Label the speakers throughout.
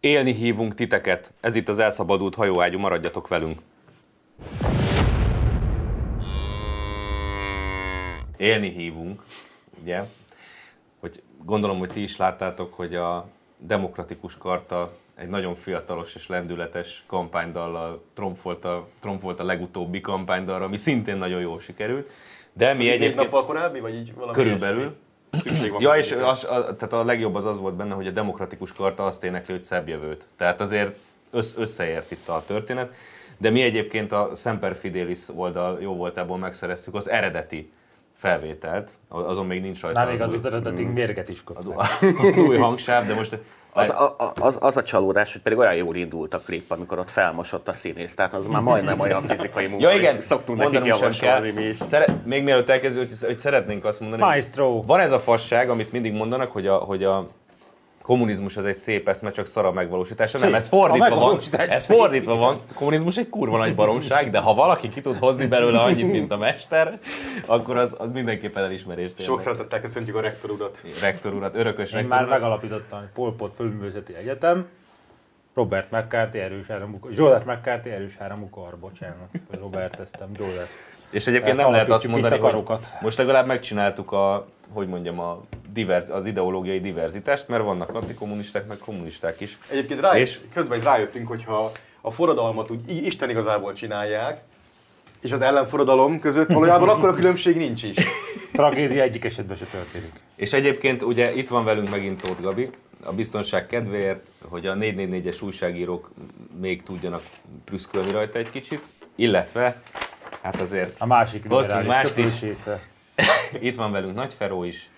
Speaker 1: Élni hívunk titeket. Ez itt az elszabadult hajóágyú, maradjatok velünk. Élni hívunk, ugye? Hogy gondolom, hogy ti is láttátok, hogy a Demokratikus Karta egy nagyon fiatalos és lendületes kampánydallal tromfolta, tromfolta legutóbbi kampánydalra, ami szintén nagyon jól sikerült. De mi
Speaker 2: Egy, egy
Speaker 1: egyébként...
Speaker 2: nappal korábbi, vagy így valami
Speaker 1: Körülbelül.
Speaker 2: ilyesmi? Szükség van.
Speaker 1: Ja, és az, a, tehát a legjobb az az volt benne, hogy a demokratikus karta azt énekli, hogy szebb jövőt. Tehát azért össz, összeért itt a történet. De mi egyébként a Semper Fidelis oldal jó voltából megszereztük az eredeti felvételt, azon még nincs rajta
Speaker 3: Na még az az eredetünk mérget is kap.
Speaker 1: új, az új hangsáv, de most
Speaker 4: Az a, a- az, az a csalódás, hogy pedig olyan jól indult a klip, amikor ott felmosott a színész, tehát az már majdnem olyan fizikai munka,
Speaker 1: Ja
Speaker 4: hogy
Speaker 1: igen,
Speaker 4: szoktunk nekik
Speaker 1: mondanunk sem
Speaker 4: javasolni
Speaker 1: kell.
Speaker 4: mi is.
Speaker 1: Szere- még mielőtt elkezdjük, hogy, hogy szeretnénk azt mondani, hogy
Speaker 3: Maestro.
Speaker 1: van ez a fasság, amit mindig mondanak, hogy a, hogy a kommunizmus az egy szép eszme, csak szar a megvalósítása. Nem, ez fordítva van.
Speaker 3: megvalósítás
Speaker 1: Ez
Speaker 3: szép.
Speaker 1: fordítva van. A kommunizmus egy kurva nagy baromság, de ha valaki ki tud hozni belőle annyit, mint a mester, akkor az, az mindenképpen elismerést
Speaker 2: Sok
Speaker 1: érnek.
Speaker 2: szeretettel köszöntjük a rektor urat.
Speaker 1: Rektor urat, örökös
Speaker 3: Én
Speaker 1: rektor
Speaker 3: már
Speaker 1: urat.
Speaker 3: megalapítottam, hogy Pol Pot Fölművészeti Egyetem, Robert McCarthy erős áramú, Joseph McCarthy erős áramú kar, bocsánat, Robert eztem, Joseph.
Speaker 1: És egyébként
Speaker 3: Tehát
Speaker 1: nem lehet azt
Speaker 3: alapítjuk itt
Speaker 1: mondani,
Speaker 3: a
Speaker 1: hogy
Speaker 3: karokat.
Speaker 1: most legalább megcsináltuk a, hogy mondjam, a diverz, az ideológiai diverzitást, mert vannak antikommunisták, meg kommunisták is.
Speaker 2: Egyébként rá,
Speaker 1: És?
Speaker 2: és? közben így rájöttünk, hogyha a forradalmat úgy i- Isten igazából csinálják, és az ellenforradalom között valójában akkor a különbség nincs is.
Speaker 3: Tragédia egyik esetben se történik.
Speaker 1: És egyébként ugye itt van velünk megint Tóth Gabi, a biztonság kedvéért, hogy a 444-es újságírók még tudjanak prüszkölni rajta egy kicsit, illetve hát azért
Speaker 3: A másik
Speaker 1: Hoztunk
Speaker 3: liberális
Speaker 1: mást is.
Speaker 3: kötősésze.
Speaker 1: itt van velünk Nagy Feró is,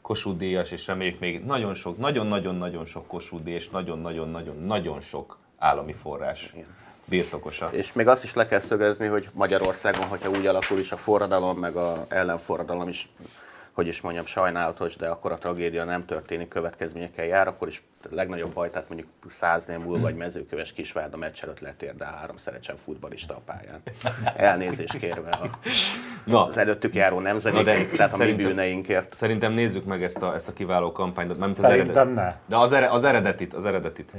Speaker 1: Kossuth Díjas, és reméljük még nagyon sok, nagyon-nagyon-nagyon sok Kossuth Díj és nagyon-nagyon-nagyon-nagyon sok állami forrás birtokosa.
Speaker 4: És még azt is le kell szögezni, hogy Magyarországon, hogyha úgy alakul is a forradalom, meg a ellenforradalom is, hogy is mondjam, sajnálatos, de akkor a tragédia nem történik, következményekkel jár, akkor is a legnagyobb baj, tehát mondjuk száznél múlva egy mezőköves kisvárda meccs előtt letér, de három szerecsen futbalista a pályán. Elnézést kérve a,
Speaker 1: Na,
Speaker 4: az előttük járó nemzedékek,
Speaker 1: de
Speaker 4: tehát a mi
Speaker 1: szerintem-
Speaker 4: bűneinkért.
Speaker 1: Szerintem nézzük meg ezt a, ezt a kiváló kampányt. Nem, az
Speaker 3: Szerintem
Speaker 1: eredet- De
Speaker 3: ne.
Speaker 1: az, ere, az eredetit, az eredetit.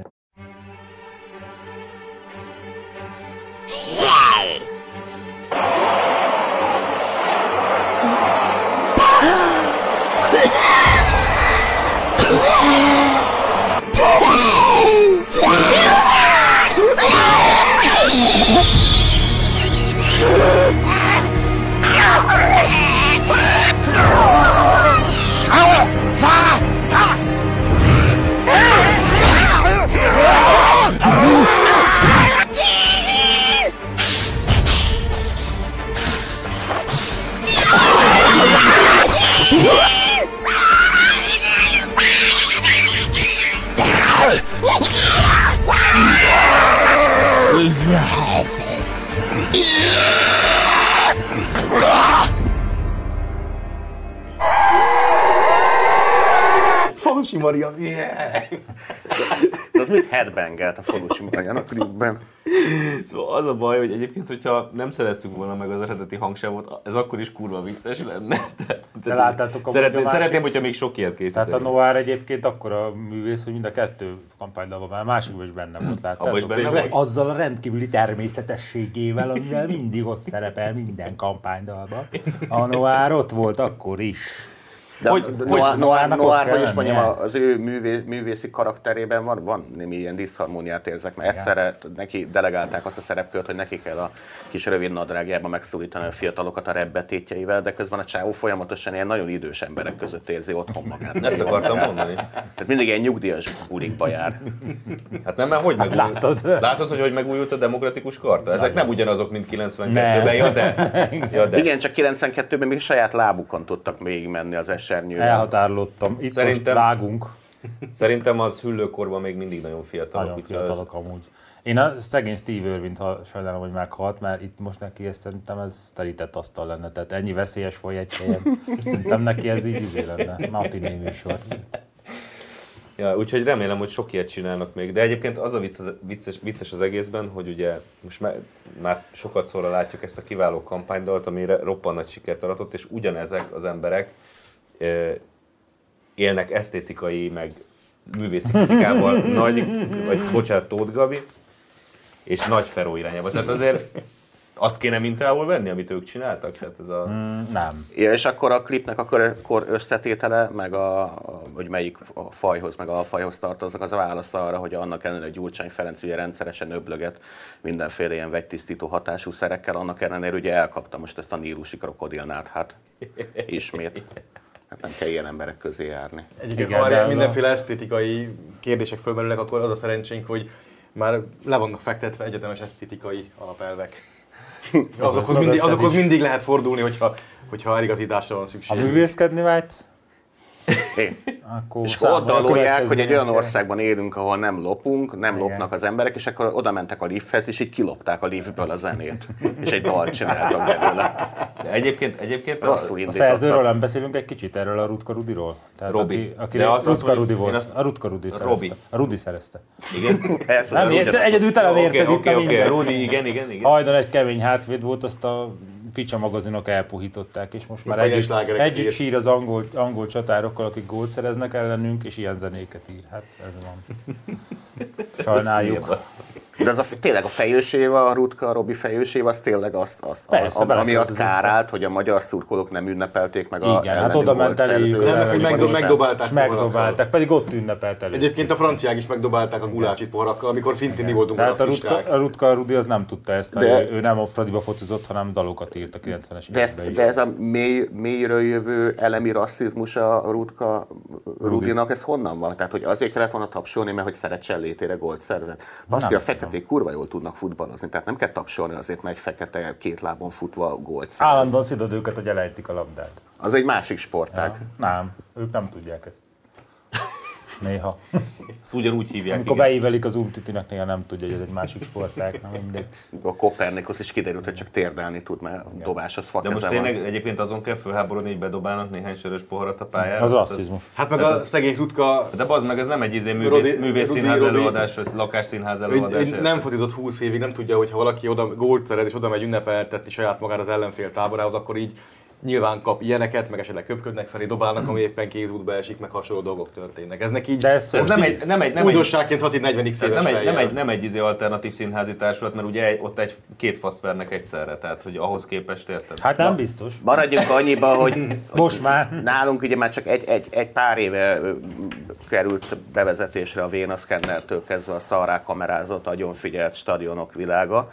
Speaker 2: Famsi Maria, yeah!
Speaker 4: Az mit headbangelt a falusi magán a klipben?
Speaker 1: Szóval az a baj, hogy egyébként, hogyha nem szereztük volna meg az eredeti hangsávot, ez akkor is kurva vicces lenne. De,
Speaker 3: De láttátok a-
Speaker 1: szeretném,
Speaker 3: a másik-
Speaker 1: szeretném, hogyha még sok ilyet készítenénk.
Speaker 3: Tehát a Noir egyébként akkora művész, hogy mind a kettő kampánydalban már a másikban is benne volt,
Speaker 1: Abban is
Speaker 3: láttátok?
Speaker 1: benne volt?
Speaker 3: Azzal a rendkívüli természetességével, amivel mindig ott szerepel minden kampánydalban. A Noir ott volt akkor is.
Speaker 4: De
Speaker 1: Hogy-
Speaker 4: hogy,
Speaker 1: hogy-
Speaker 4: Noir, Noir,
Speaker 3: Noárnak ott
Speaker 4: Noir,
Speaker 3: kell
Speaker 4: hogy is mondjam,
Speaker 3: lennie?
Speaker 4: az ő művé, művészi karakterében van, van némi ilyen diszharmóniát érzek, mert egyszerre neki delegálták azt a szerepkört, hogy neki kell a kis rövid nadrágjában megszólítani a fiatalokat a rebbetétjeivel, de közben a csávó folyamatosan ilyen nagyon idős emberek között érzi otthon magát.
Speaker 1: Ezt akartam mondani.
Speaker 4: Tehát mindig ilyen nyugdíjas bulikba jár.
Speaker 1: Hát nem, mert hogy hát
Speaker 3: látod.
Speaker 1: Látod, hogy hogy megújult a demokratikus karta? Ezek nem ugyanazok, mint 92-ben,
Speaker 3: Nem.
Speaker 1: ja de. Ja, de.
Speaker 4: Igen, csak 92-ben még saját lábukon tudtak végigmenni az esernyőn.
Speaker 3: Elhatárolódtam. Itt
Speaker 1: Szerintem-
Speaker 3: Szerintem... most vágunk.
Speaker 1: Szerintem az hüllőkorban még mindig nagyon fiatalok.
Speaker 3: Nagyon
Speaker 1: úgyhogy
Speaker 3: fiatalok amúgy. Én a szegény Steve Irwin, ha sajnálom, hogy meghalt, mert itt most neki ez szerintem ez telített asztal lenne. Tehát ennyi veszélyes foly egy helyen. Szerintem neki ez így izé lenne. Matiné műsor.
Speaker 1: Ja, úgyhogy remélem, hogy sok ilyet csinálnak még. De egyébként az a vicc, az- vicces, vicces az egészben, hogy ugye most már, már sokat szóra látjuk ezt a kiváló kampánydalt, amire roppant nagy sikert aratott, és ugyanezek az emberek ö, élnek esztétikai, meg művészi kritikával nagy, vagy bocsánat, Tóth Gabi, és nagy Feró irányába. Tehát azért azt kéne mintából venni, amit ők csináltak? Tehát ez a...
Speaker 3: Nem.
Speaker 4: Ja, és akkor a klipnek a kör, kor összetétele, meg a, a, hogy melyik a fajhoz, meg a fajhoz tartoznak, az a válasz arra, hogy annak ellenére, hogy Gyurcsány Ferenc ugye rendszeresen öblöget mindenféle ilyen vegytisztító hatású szerekkel, annak ellenére ugye elkapta most ezt a nílusi krokodilnát, hát ismét. Hát nem kell ilyen emberek közé járni.
Speaker 2: Egyébként,
Speaker 3: Igen,
Speaker 2: ha
Speaker 3: de
Speaker 2: már
Speaker 3: az
Speaker 2: mindenféle esztétikai kérdések fölmerülnek, akkor az a szerencsénk, hogy már le vannak fektetve egyetemes esztétikai alapelvek. Azokhoz mindig, azokhoz mindig lehet fordulni, hogyha, hogyha eligazításra van
Speaker 3: Ha
Speaker 2: szükség.
Speaker 3: művészkedni vágysz,
Speaker 4: Én.
Speaker 3: akkor
Speaker 4: És
Speaker 3: számolj a
Speaker 4: ott dalolják, hogy egy olyan
Speaker 3: következményekkel.
Speaker 4: országban élünk, ahol nem lopunk, nem
Speaker 3: Igen.
Speaker 4: lopnak az emberek, és akkor oda mentek a lifthez, és így kilopták a liftből a zenét. És egy dalt csináltak belőle.
Speaker 1: De egyébként, egyébként a,
Speaker 4: Rosszul
Speaker 3: A
Speaker 4: indítottak.
Speaker 3: szerzőről nem beszélünk egy kicsit, erről a Rutka Rudiról. Tehát
Speaker 1: Robi.
Speaker 3: Aki, aki
Speaker 1: De
Speaker 3: De
Speaker 1: azt
Speaker 3: az Rutka
Speaker 1: mondom,
Speaker 3: Rudi
Speaker 1: én
Speaker 3: volt.
Speaker 1: azt-
Speaker 3: A Rutka Rudi szerezte.
Speaker 1: Robi.
Speaker 3: A Rudi szerezte.
Speaker 1: igen.
Speaker 4: Ez
Speaker 3: Nem,
Speaker 4: ugyanaz.
Speaker 3: érte, egyedül te nem
Speaker 1: Oké,
Speaker 3: érted itt
Speaker 1: Oké,
Speaker 3: a
Speaker 1: oké,
Speaker 3: mindent.
Speaker 1: Rudi, igen, igen, igen.
Speaker 3: Hajdan egy kemény hátvéd volt, azt a picsa magazinok elpuhították, és most már
Speaker 2: Fejes
Speaker 3: együtt,
Speaker 2: slágereket
Speaker 3: együtt
Speaker 2: ír.
Speaker 3: sír az angol, angol csatárokkal, akik gólt szereznek ellenünk, és ilyen zenéket ír. Hát ez van. Sajnáljuk.
Speaker 4: De az a, tényleg a fejőséva, a Rutka, a Robi fejőséva, az tényleg azt, azt
Speaker 3: Persze,
Speaker 4: am, amiatt
Speaker 3: beletartozott.
Speaker 4: kár állt, hogy a magyar szurkolók nem ünnepelték meg a
Speaker 3: Igen, hát oda ment eléjük. az
Speaker 2: Nem,
Speaker 3: ellenük,
Speaker 2: hogy
Speaker 4: meg
Speaker 2: megdob,
Speaker 3: és-
Speaker 2: megdobálták.
Speaker 3: És megdobálták, pedig ott ünnepelt elő.
Speaker 2: Egyébként a franciák is megdobálták a gulácsit poharakkal, amikor szintén mi voltunk
Speaker 3: Tehát hát a Rutka,
Speaker 2: rasszisták.
Speaker 3: a Rutka Rudi az nem tudta ezt, mert
Speaker 4: De-
Speaker 3: de... ő, ő nem a Fradiba focizott, hanem dalokat írt a 90-es
Speaker 4: De, ezt,
Speaker 3: években is.
Speaker 4: de ez a mély, mélyről jövő elemi rasszizmus a Rutka Rudinak, ez honnan van? Tehát, hogy azért kellett volna tapsolni, mert hogy szeretsen létére gólt szerzett. Baszki, a
Speaker 3: Nem
Speaker 4: feketék kurva jól tudnak futballozni, tehát nem kell tapsolni azért, mert egy fekete két lábon futva gólt szerez.
Speaker 3: Állandóan szidod őket, hogy elejtik a labdát.
Speaker 4: Az egy másik sportág.
Speaker 3: Nem, ők nem tudják ezt. Néha.
Speaker 1: Ezt ugyanúgy hívják,
Speaker 3: Amikor
Speaker 1: igen.
Speaker 3: beívelik az umtitinek, néha nem tudja, hogy ez egy másik sportág, nem mindegy.
Speaker 4: A Kopernikus is kiderült, hogy csak térdelni tud, mert a dobás az
Speaker 1: De most
Speaker 4: fakeze
Speaker 1: tényleg
Speaker 4: van.
Speaker 1: egyébként azon kell fölháborodni, hogy bedobálnak néhány sörös poharat a pályára.
Speaker 3: Az
Speaker 1: Tehát
Speaker 3: rasszizmus.
Speaker 2: Hát meg a szegény Rutka
Speaker 1: De bazd meg, ez nem egy izé művész,
Speaker 2: Rodi-
Speaker 1: művészszínház
Speaker 2: Rudi- Rodi-
Speaker 1: előadás, vagy lakásszínház
Speaker 2: Ő,
Speaker 1: előadás.
Speaker 2: ő nem fotizott 20 évig, nem tudja, hogy ha valaki oda gólt szerez és oda megy ünnepeltetni saját magát az ellenfél táborához, akkor így nyilván kap ilyeneket, meg esetleg köpködnek felé, dobálnak, ami éppen kézútba esik, meg hasonló dolgok történnek. Ez neki így
Speaker 3: De ez
Speaker 1: Ez
Speaker 3: Most
Speaker 1: nem egy, nem egy, nem egy,
Speaker 2: újdonságként hat itt 40 x
Speaker 1: tehát
Speaker 2: éves
Speaker 1: nem egy, nem
Speaker 2: fejjel.
Speaker 1: egy, nem egy izé alternatív színházi társulat, mert ugye egy, ott egy, két faszt vernek egyszerre, tehát hogy ahhoz képest érted.
Speaker 3: Hát nem biztos.
Speaker 4: Maradjunk annyiba, hogy
Speaker 3: Most már.
Speaker 4: Nálunk ugye már csak egy, egy, egy pár éve ö, került bevezetésre a vénaszkennertől kezdve a szarrá kamerázott, agyon figyelt stadionok világa,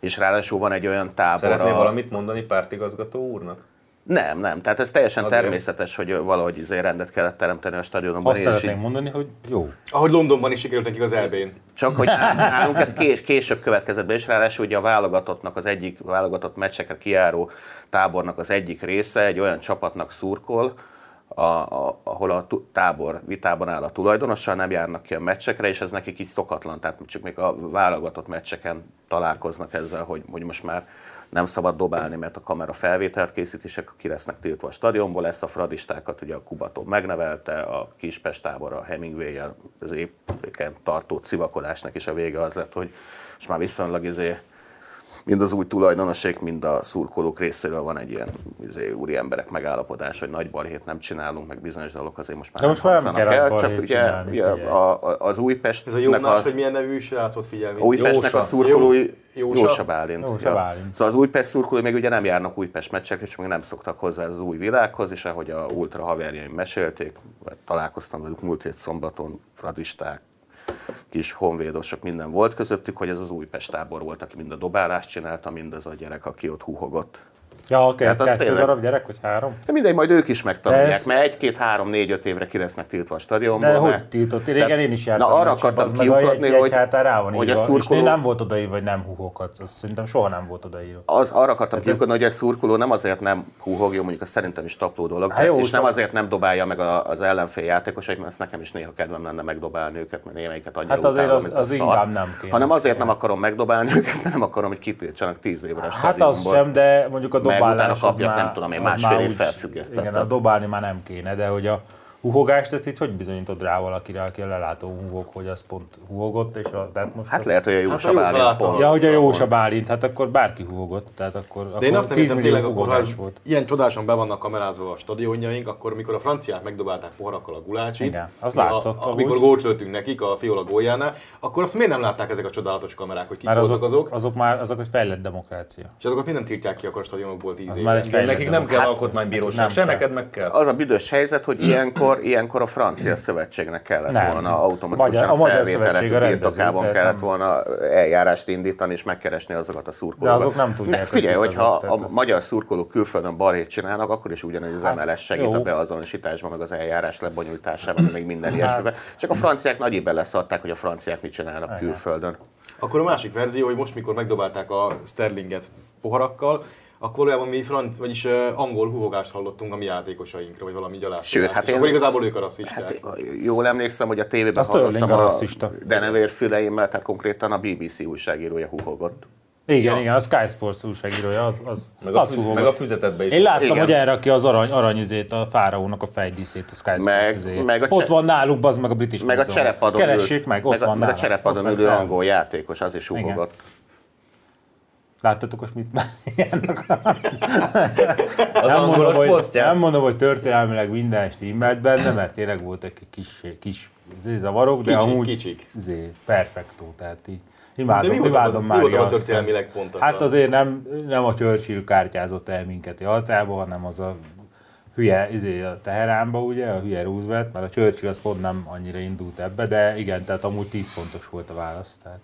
Speaker 4: és ráadásul van egy olyan tábor.
Speaker 1: Szeretnél
Speaker 4: a-
Speaker 1: valamit mondani pártigazgató úrnak?
Speaker 4: Nem, nem. Tehát ez teljesen
Speaker 1: Azért.
Speaker 4: természetes, hogy valahogy izé rendet kellett teremteni a stadionokban.
Speaker 3: Azt
Speaker 4: és így-
Speaker 3: szeretnénk mondani, hogy jó.
Speaker 2: Ahogy Londonban is sikerült nekik az elbén.
Speaker 4: Csak hogy nálunk ez kés, később következett be, és ráadásul ugye a válogatottnak az egyik a válogatott meccsekre kiáró tábornak az egyik része egy olyan csapatnak szurkol, a, a, ahol a tu- tábor vitában áll a tulajdonossal, nem járnak ki a meccsekre, és ez nekik így szokatlan, tehát csak még a válogatott meccseken találkoznak ezzel, hogy, hogy most már nem szabad dobálni, mert a kamera felvételt készít, és akkor ki lesznek tiltva a stadionból. Ezt a fradistákat ugye a Kubató megnevelte, a Kispest tábor a hemingway az éveken tartó civakolásnak is a vége az lett, hogy most már viszonylag izé, mind az új tulajdonosok, mind a szurkolók részéről van egy ilyen izé, úri emberek megállapodás, hogy nagy balhét nem csinálunk, meg bizonyos dalok azért most már
Speaker 3: De most már nem
Speaker 4: hangzanak
Speaker 3: kell
Speaker 4: el,
Speaker 3: nagy
Speaker 4: csak
Speaker 3: balhét
Speaker 4: ugye,
Speaker 3: csinálni,
Speaker 4: ugye
Speaker 3: ugye.
Speaker 4: a, a, az
Speaker 2: Ez a jó
Speaker 4: Újpestnek
Speaker 2: más,
Speaker 4: a,
Speaker 2: hogy milyen nevű srácot figyelni.
Speaker 4: Újpestnek a
Speaker 1: Jósa.
Speaker 4: szurkolói
Speaker 2: Jó-
Speaker 4: Jósa,
Speaker 2: Jósa
Speaker 4: Bálint.
Speaker 3: Jósa Bálint.
Speaker 4: Szóval az Újpest szurkolói még ugye nem járnak Újpest meccsekre, és még nem szoktak hozzá az új világhoz, és ahogy a ultra haverjaim mesélték, vagy találkoztam velük múlt hét szombaton, fradisták, kis honvédosok, minden volt közöttük, hogy ez az Újpest tábor volt, aki mind a dobálást csinálta, mind az a gyerek, aki ott húhogott.
Speaker 3: Ja, oké,
Speaker 4: Hát
Speaker 3: hát
Speaker 4: az
Speaker 3: kettő
Speaker 4: tényleg.
Speaker 3: darab gyerek, vagy három?
Speaker 4: De mindegy, majd ők is megtanulják,
Speaker 3: De ez-
Speaker 4: mert egy-két, három, négy, öt évre ki lesznek tiltva a stadionból.
Speaker 3: De hogy
Speaker 4: mert-
Speaker 3: tiltott? Régen
Speaker 4: Tehát-
Speaker 3: én is jártam.
Speaker 4: Na, arra
Speaker 3: meccsen,
Speaker 4: akartam
Speaker 3: az meg a
Speaker 4: kiukadni,
Speaker 3: jegy-
Speaker 4: hogy-
Speaker 3: jegyhátán rá van
Speaker 4: hogy a
Speaker 3: írva,
Speaker 4: szurkoló-
Speaker 3: És nem volt odaírva, hogy nem húhokhatsz. Azt szerintem soha nem volt odaírva.
Speaker 4: az, arra akartam
Speaker 3: Hát
Speaker 4: kiukodni, hogy egy szurkoló nem azért nem húhogja, mondjuk az szerintem is tapló dolog,
Speaker 3: Há, Hát jó, szóval-
Speaker 4: és nem
Speaker 3: csak-
Speaker 4: azért nem dobálja meg a- az ellenfél játékosait, mert ezt nekem is néha kedvem lenne megdobálni őket, mert némelyiket annyira
Speaker 3: Hát azért
Speaker 4: utálom,
Speaker 3: az-
Speaker 4: mint
Speaker 3: az
Speaker 4: a
Speaker 3: inkább
Speaker 4: szart,
Speaker 3: nem kéne.
Speaker 4: Hanem azért nem akarom megdobálni őket, mert nem akarom, hogy kitiltsanak tíz évre a
Speaker 3: Hát az
Speaker 4: stadionból.
Speaker 3: sem, de mondjuk a
Speaker 4: Meg
Speaker 3: dobálás
Speaker 4: utána
Speaker 3: az
Speaker 4: kapjak,
Speaker 3: már,
Speaker 4: nem tudom én,
Speaker 3: az
Speaker 4: másfél
Speaker 3: már
Speaker 4: év
Speaker 3: úgy-
Speaker 4: felfüggesztettet.
Speaker 3: Igen, a dobálni már nem kéne, de hogy a huhogást, ezt itt hogy bizonyítod rá valakire, aki a lelátó huhog, hogy az pont huhogott, és a, tehát most
Speaker 4: Hát
Speaker 3: az-
Speaker 4: lehet, hogy a
Speaker 2: Hát a
Speaker 4: Jósa
Speaker 2: Jósa
Speaker 4: Bálint
Speaker 2: látom.
Speaker 4: pont.
Speaker 3: Ja, hogy a Jósa Bálint, hát akkor bárki huhogott, tehát akkor,
Speaker 2: De én
Speaker 3: akkor
Speaker 2: azt nem
Speaker 3: 10
Speaker 2: értem
Speaker 3: millió
Speaker 2: tényleg, akkor ha
Speaker 3: hugogás volt.
Speaker 2: ilyen csodásan be vannak kamerázva a stadionjaink, akkor mikor a franciák megdobálták poharakkal a gulácsit,
Speaker 3: Igen, az
Speaker 2: a-
Speaker 3: látszott
Speaker 2: a, amikor
Speaker 3: amúgy.
Speaker 2: gólt lőttünk nekik a Fiola góljánál, akkor azt miért nem látták ezek a csodálatos kamerák, hogy kik
Speaker 3: Mert
Speaker 2: voltak
Speaker 3: azok,
Speaker 2: azok,
Speaker 3: azok, azok már azok egy fejlett demokrácia.
Speaker 2: és azokat mindent tiltják ki akkor a stadionokból tíz
Speaker 3: Az
Speaker 2: éve.
Speaker 3: már egy
Speaker 1: Igen,
Speaker 3: fejlett
Speaker 1: nekik nem kell
Speaker 3: demokrácia.
Speaker 1: alkotmánybíróság,
Speaker 3: Nekik
Speaker 1: se
Speaker 3: nem kell.
Speaker 1: neked meg kell.
Speaker 4: Az a büdös helyzet, hogy ilyenkor, ilyenkor a francia szövetségnek kellett
Speaker 3: Mm. Nem.
Speaker 4: volna
Speaker 3: Magyar-
Speaker 4: automatikusan
Speaker 3: a Magyar Szövetség a
Speaker 4: felvételek
Speaker 3: rendező,
Speaker 4: birtokában
Speaker 3: tehát
Speaker 4: kellett
Speaker 3: nem.
Speaker 4: volna eljárást indítani és megkeresni azokat a szurkolókat.
Speaker 3: De azok nem tudják,
Speaker 4: Ne,
Speaker 3: hogy
Speaker 4: figyelj,
Speaker 3: kik
Speaker 4: hogyha
Speaker 3: azok, tehát
Speaker 4: a
Speaker 3: az-
Speaker 4: magyar szurkolók külföldön balhét csinálnak, akkor is ugyanúgy az MLS segít
Speaker 3: jó. Hát.
Speaker 4: a beazonosításban, meg az eljárás lebonyolításában, meg minden ilyesmiben. Csak a franciák nagy éppen leszadták, hogy a franciák mit csinálnak külföldön.
Speaker 2: Akkor a másik verzió, hogy most, mikor megdobálták a Sterlinget poharakkal, akkor valójában mi franc, vagyis ö, angol huhogást hallottunk a mi játékosainkra, vagy valami gyalást.
Speaker 4: Sőt, hát
Speaker 2: és
Speaker 4: én-
Speaker 2: akkor igazából ők a rasszisták.
Speaker 4: Hát jól emlékszem, hogy a tévében
Speaker 3: A Sterling
Speaker 4: hallottam
Speaker 3: a
Speaker 4: a,
Speaker 3: rasszista.
Speaker 4: denevér füleimmel, tehát konkrétan a BBC újságírója huhogott.
Speaker 3: Igen,
Speaker 2: Ja.
Speaker 3: igen, a Sky Sports újságírója, az, az,
Speaker 1: Meg a,
Speaker 3: az
Speaker 1: fü-
Speaker 3: húgó.
Speaker 1: meg a füzetetbe is.
Speaker 3: Én láttam,
Speaker 4: Igen.
Speaker 3: igen. hogy elrakja az arany, aranyizét, a fáraónak a fejdíszét, a Sky Sports
Speaker 4: Meg-
Speaker 3: izéjét.
Speaker 4: meg a
Speaker 3: Ott
Speaker 4: cse-
Speaker 3: van náluk, az meg a British
Speaker 4: Meg a
Speaker 3: Museum.
Speaker 4: cserepadon
Speaker 3: Keressék meg, ott
Speaker 4: meg, a,
Speaker 3: van
Speaker 4: meg a
Speaker 3: náluk.
Speaker 4: cserepadon
Speaker 3: Ott
Speaker 4: ülő
Speaker 3: van.
Speaker 4: angol játékos, az is húgott.
Speaker 3: Láttatok a schmidt
Speaker 1: Az
Speaker 3: nem mondom,
Speaker 1: angolos
Speaker 3: hogy,
Speaker 1: posztját.
Speaker 3: nem mondom, hogy történelmileg minden stimmelt benne, mert tényleg voltak egy kis, kis izé, zavarok, de
Speaker 2: Kicsik,
Speaker 3: amúgy
Speaker 2: kicsik.
Speaker 3: Izé, perfektó, tehát így.
Speaker 2: De
Speaker 3: Imádom,
Speaker 2: mi volt
Speaker 3: imádom
Speaker 2: a- mi
Speaker 3: már
Speaker 2: volt a történelmileg pontatlan?
Speaker 3: Hát azért nem, nem a Churchill kártyázott el minket Jaltába, hanem az a hülye, izé, a Teheránba ugye, a hülye Roosevelt, mert a Churchill az pont nem annyira indult ebbe, de igen, tehát amúgy 10 pontos volt a válasz. Tehát.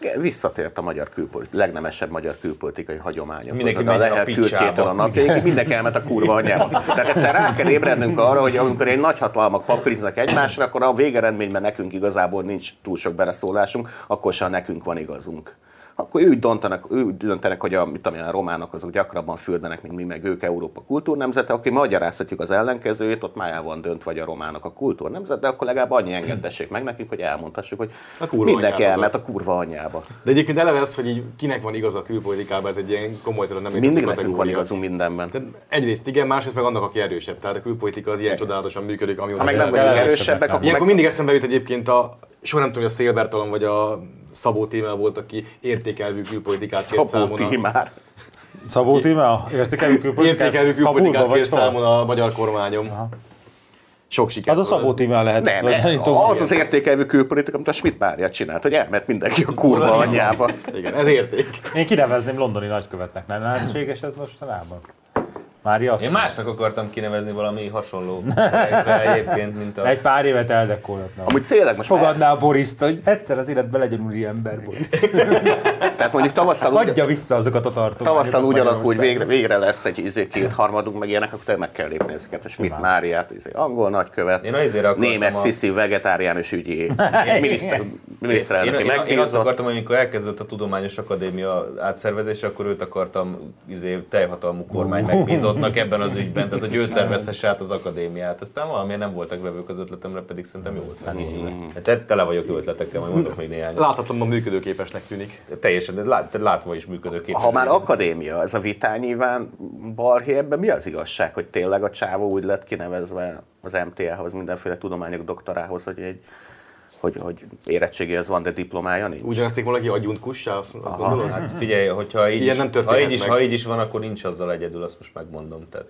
Speaker 4: Igen, Visszatért a magyar külpolit, legnemesebb magyar külpolitikai hagyományokhoz.
Speaker 1: Mindenki
Speaker 4: Oda
Speaker 1: menjen a
Speaker 4: Lehel
Speaker 1: picsába.
Speaker 4: kürtjétől a napjáig, mindenki elment a kurva anyába. Tehát egyszer rá kell ébrednünk arra, hogy amikor egy nagyhatalmak papliznak egymásra, akkor a végeredményben nekünk igazából nincs túl sok beleszólásunk, akkor se nekünk van igazunk. Akkor úgy döntenek, úgy döntenek hogy a, mit tudom, én, a románok azok gyakrabban fürdenek, mint mi, meg ők Európa kultúrnemzete, aki magyarázhatjuk az ellenkezőjét, ott májában van dönt, vagy a románok a kultúrnemzet, de akkor legalább annyi engedessék meg nekünk, hogy elmondhassuk, hogy
Speaker 2: A kurva
Speaker 4: mindenki
Speaker 2: anyátokat.
Speaker 4: elment a kurva anyába.
Speaker 2: De egyébként eleve ez, hogy így kinek van igaza a külpolitikában, ez egy ilyen komolytalan nem létező
Speaker 4: Mindig nekünk van
Speaker 2: kategória.
Speaker 4: igazunk mindenben.
Speaker 2: Tehát egyrészt igen, másrészt meg annak, aki erősebb. Tehát a külpolitika az ilyen csodálatosan működik, ami
Speaker 4: Ha meg nem vagyunk
Speaker 3: erősebbek
Speaker 4: erősebbek,
Speaker 3: nem.
Speaker 4: akkor
Speaker 2: Ilyenkor
Speaker 4: meg...
Speaker 2: mindig eszembe jut egyébként a, soha nem tudom, hogy a Szélbertalan vagy a Szabó Tímel volt, aki értékelvű külpolitikát kért
Speaker 4: Szabó
Speaker 2: számon. a-
Speaker 4: Tímár.
Speaker 3: Szabó Tímea, értékelő külpolitikát,
Speaker 2: Értékelő
Speaker 3: Kabulba
Speaker 2: külpolitikát
Speaker 3: vagy
Speaker 2: kért
Speaker 3: hol?
Speaker 2: számon a magyar kormányom. Sok sikert.
Speaker 3: Az a Szabó Tímea lehetett.
Speaker 4: Nem,
Speaker 3: vagy
Speaker 4: nem,
Speaker 3: tudom.
Speaker 4: az az értékelvű külpolitika, amit a Schmidt Mária csinált, hogy elment mindenki a kurva anyjába.
Speaker 2: Igen, ez érték.
Speaker 3: Én kinevezném londoni nagykövetnek, nem lehetséges ez mostanában? Mária azt
Speaker 1: Én másnak akartam kinevezni valami hasonló projektre egyébként, mint a...
Speaker 3: Egy pár évet eldekolhatnám.
Speaker 4: Amúgy tényleg most már,
Speaker 3: Fogadná a Boriszt, hogy egyszer az életben legyen úri ember, Boris.
Speaker 4: tehát mondjuk tavasszal úgy,
Speaker 3: Adja vissza azokat a tartományokat.
Speaker 4: tavasszal úgy alakul, hogy
Speaker 3: Magyarországon.
Speaker 4: végre, végre lesz egy izé két harmadunk, meg ilyenek, akkor tényleg meg kell lépni ezeket. A Schmidt Máriát, izé, angol nagykövet,
Speaker 1: Én azért akartam
Speaker 4: német
Speaker 1: a-
Speaker 4: sziszi vegetáriánus ügyi miniszter,
Speaker 1: Én,
Speaker 4: miniszterelnöki
Speaker 1: én, én azt
Speaker 4: megbízott.
Speaker 1: akartam, hogy amikor elkezdődött a Tudományos Akadémia átszervezése, akkor őt akartam izé, teljhatalmú kormány megbízottnak ebben az ügyben, tehát hogy ő szervezhesse át az akadémiát. Aztán valamiért nem voltak vevők az ötletemre, pedig szerintem jó volt. Tehát tele vagyok jó ötletekkel, majd mondok még néhány.
Speaker 2: Láthatatlanban működőképesnek tűnik.
Speaker 1: Teljesen, de lát, tehát látva is működőképes.
Speaker 4: Ha már akadémia, ez a vitányíván balhé, ebben mi az igazság, hogy tényleg a csávó úgy lett kinevezve az MTA-hoz, mindenféle tudományok doktorához, hogy egy hogy, hogy érettségéhez van, de diplomája nincs.
Speaker 2: Úgy nevezték valaki adjuntkussá, azt, azt gondolod?
Speaker 1: Hát figyelj, hogyha így,
Speaker 2: Ilyen
Speaker 1: is,
Speaker 2: nem történhet
Speaker 1: ha így is,
Speaker 2: meg.
Speaker 1: ha így is van, akkor nincs azzal egyedül, azt most megmondom. Tehát,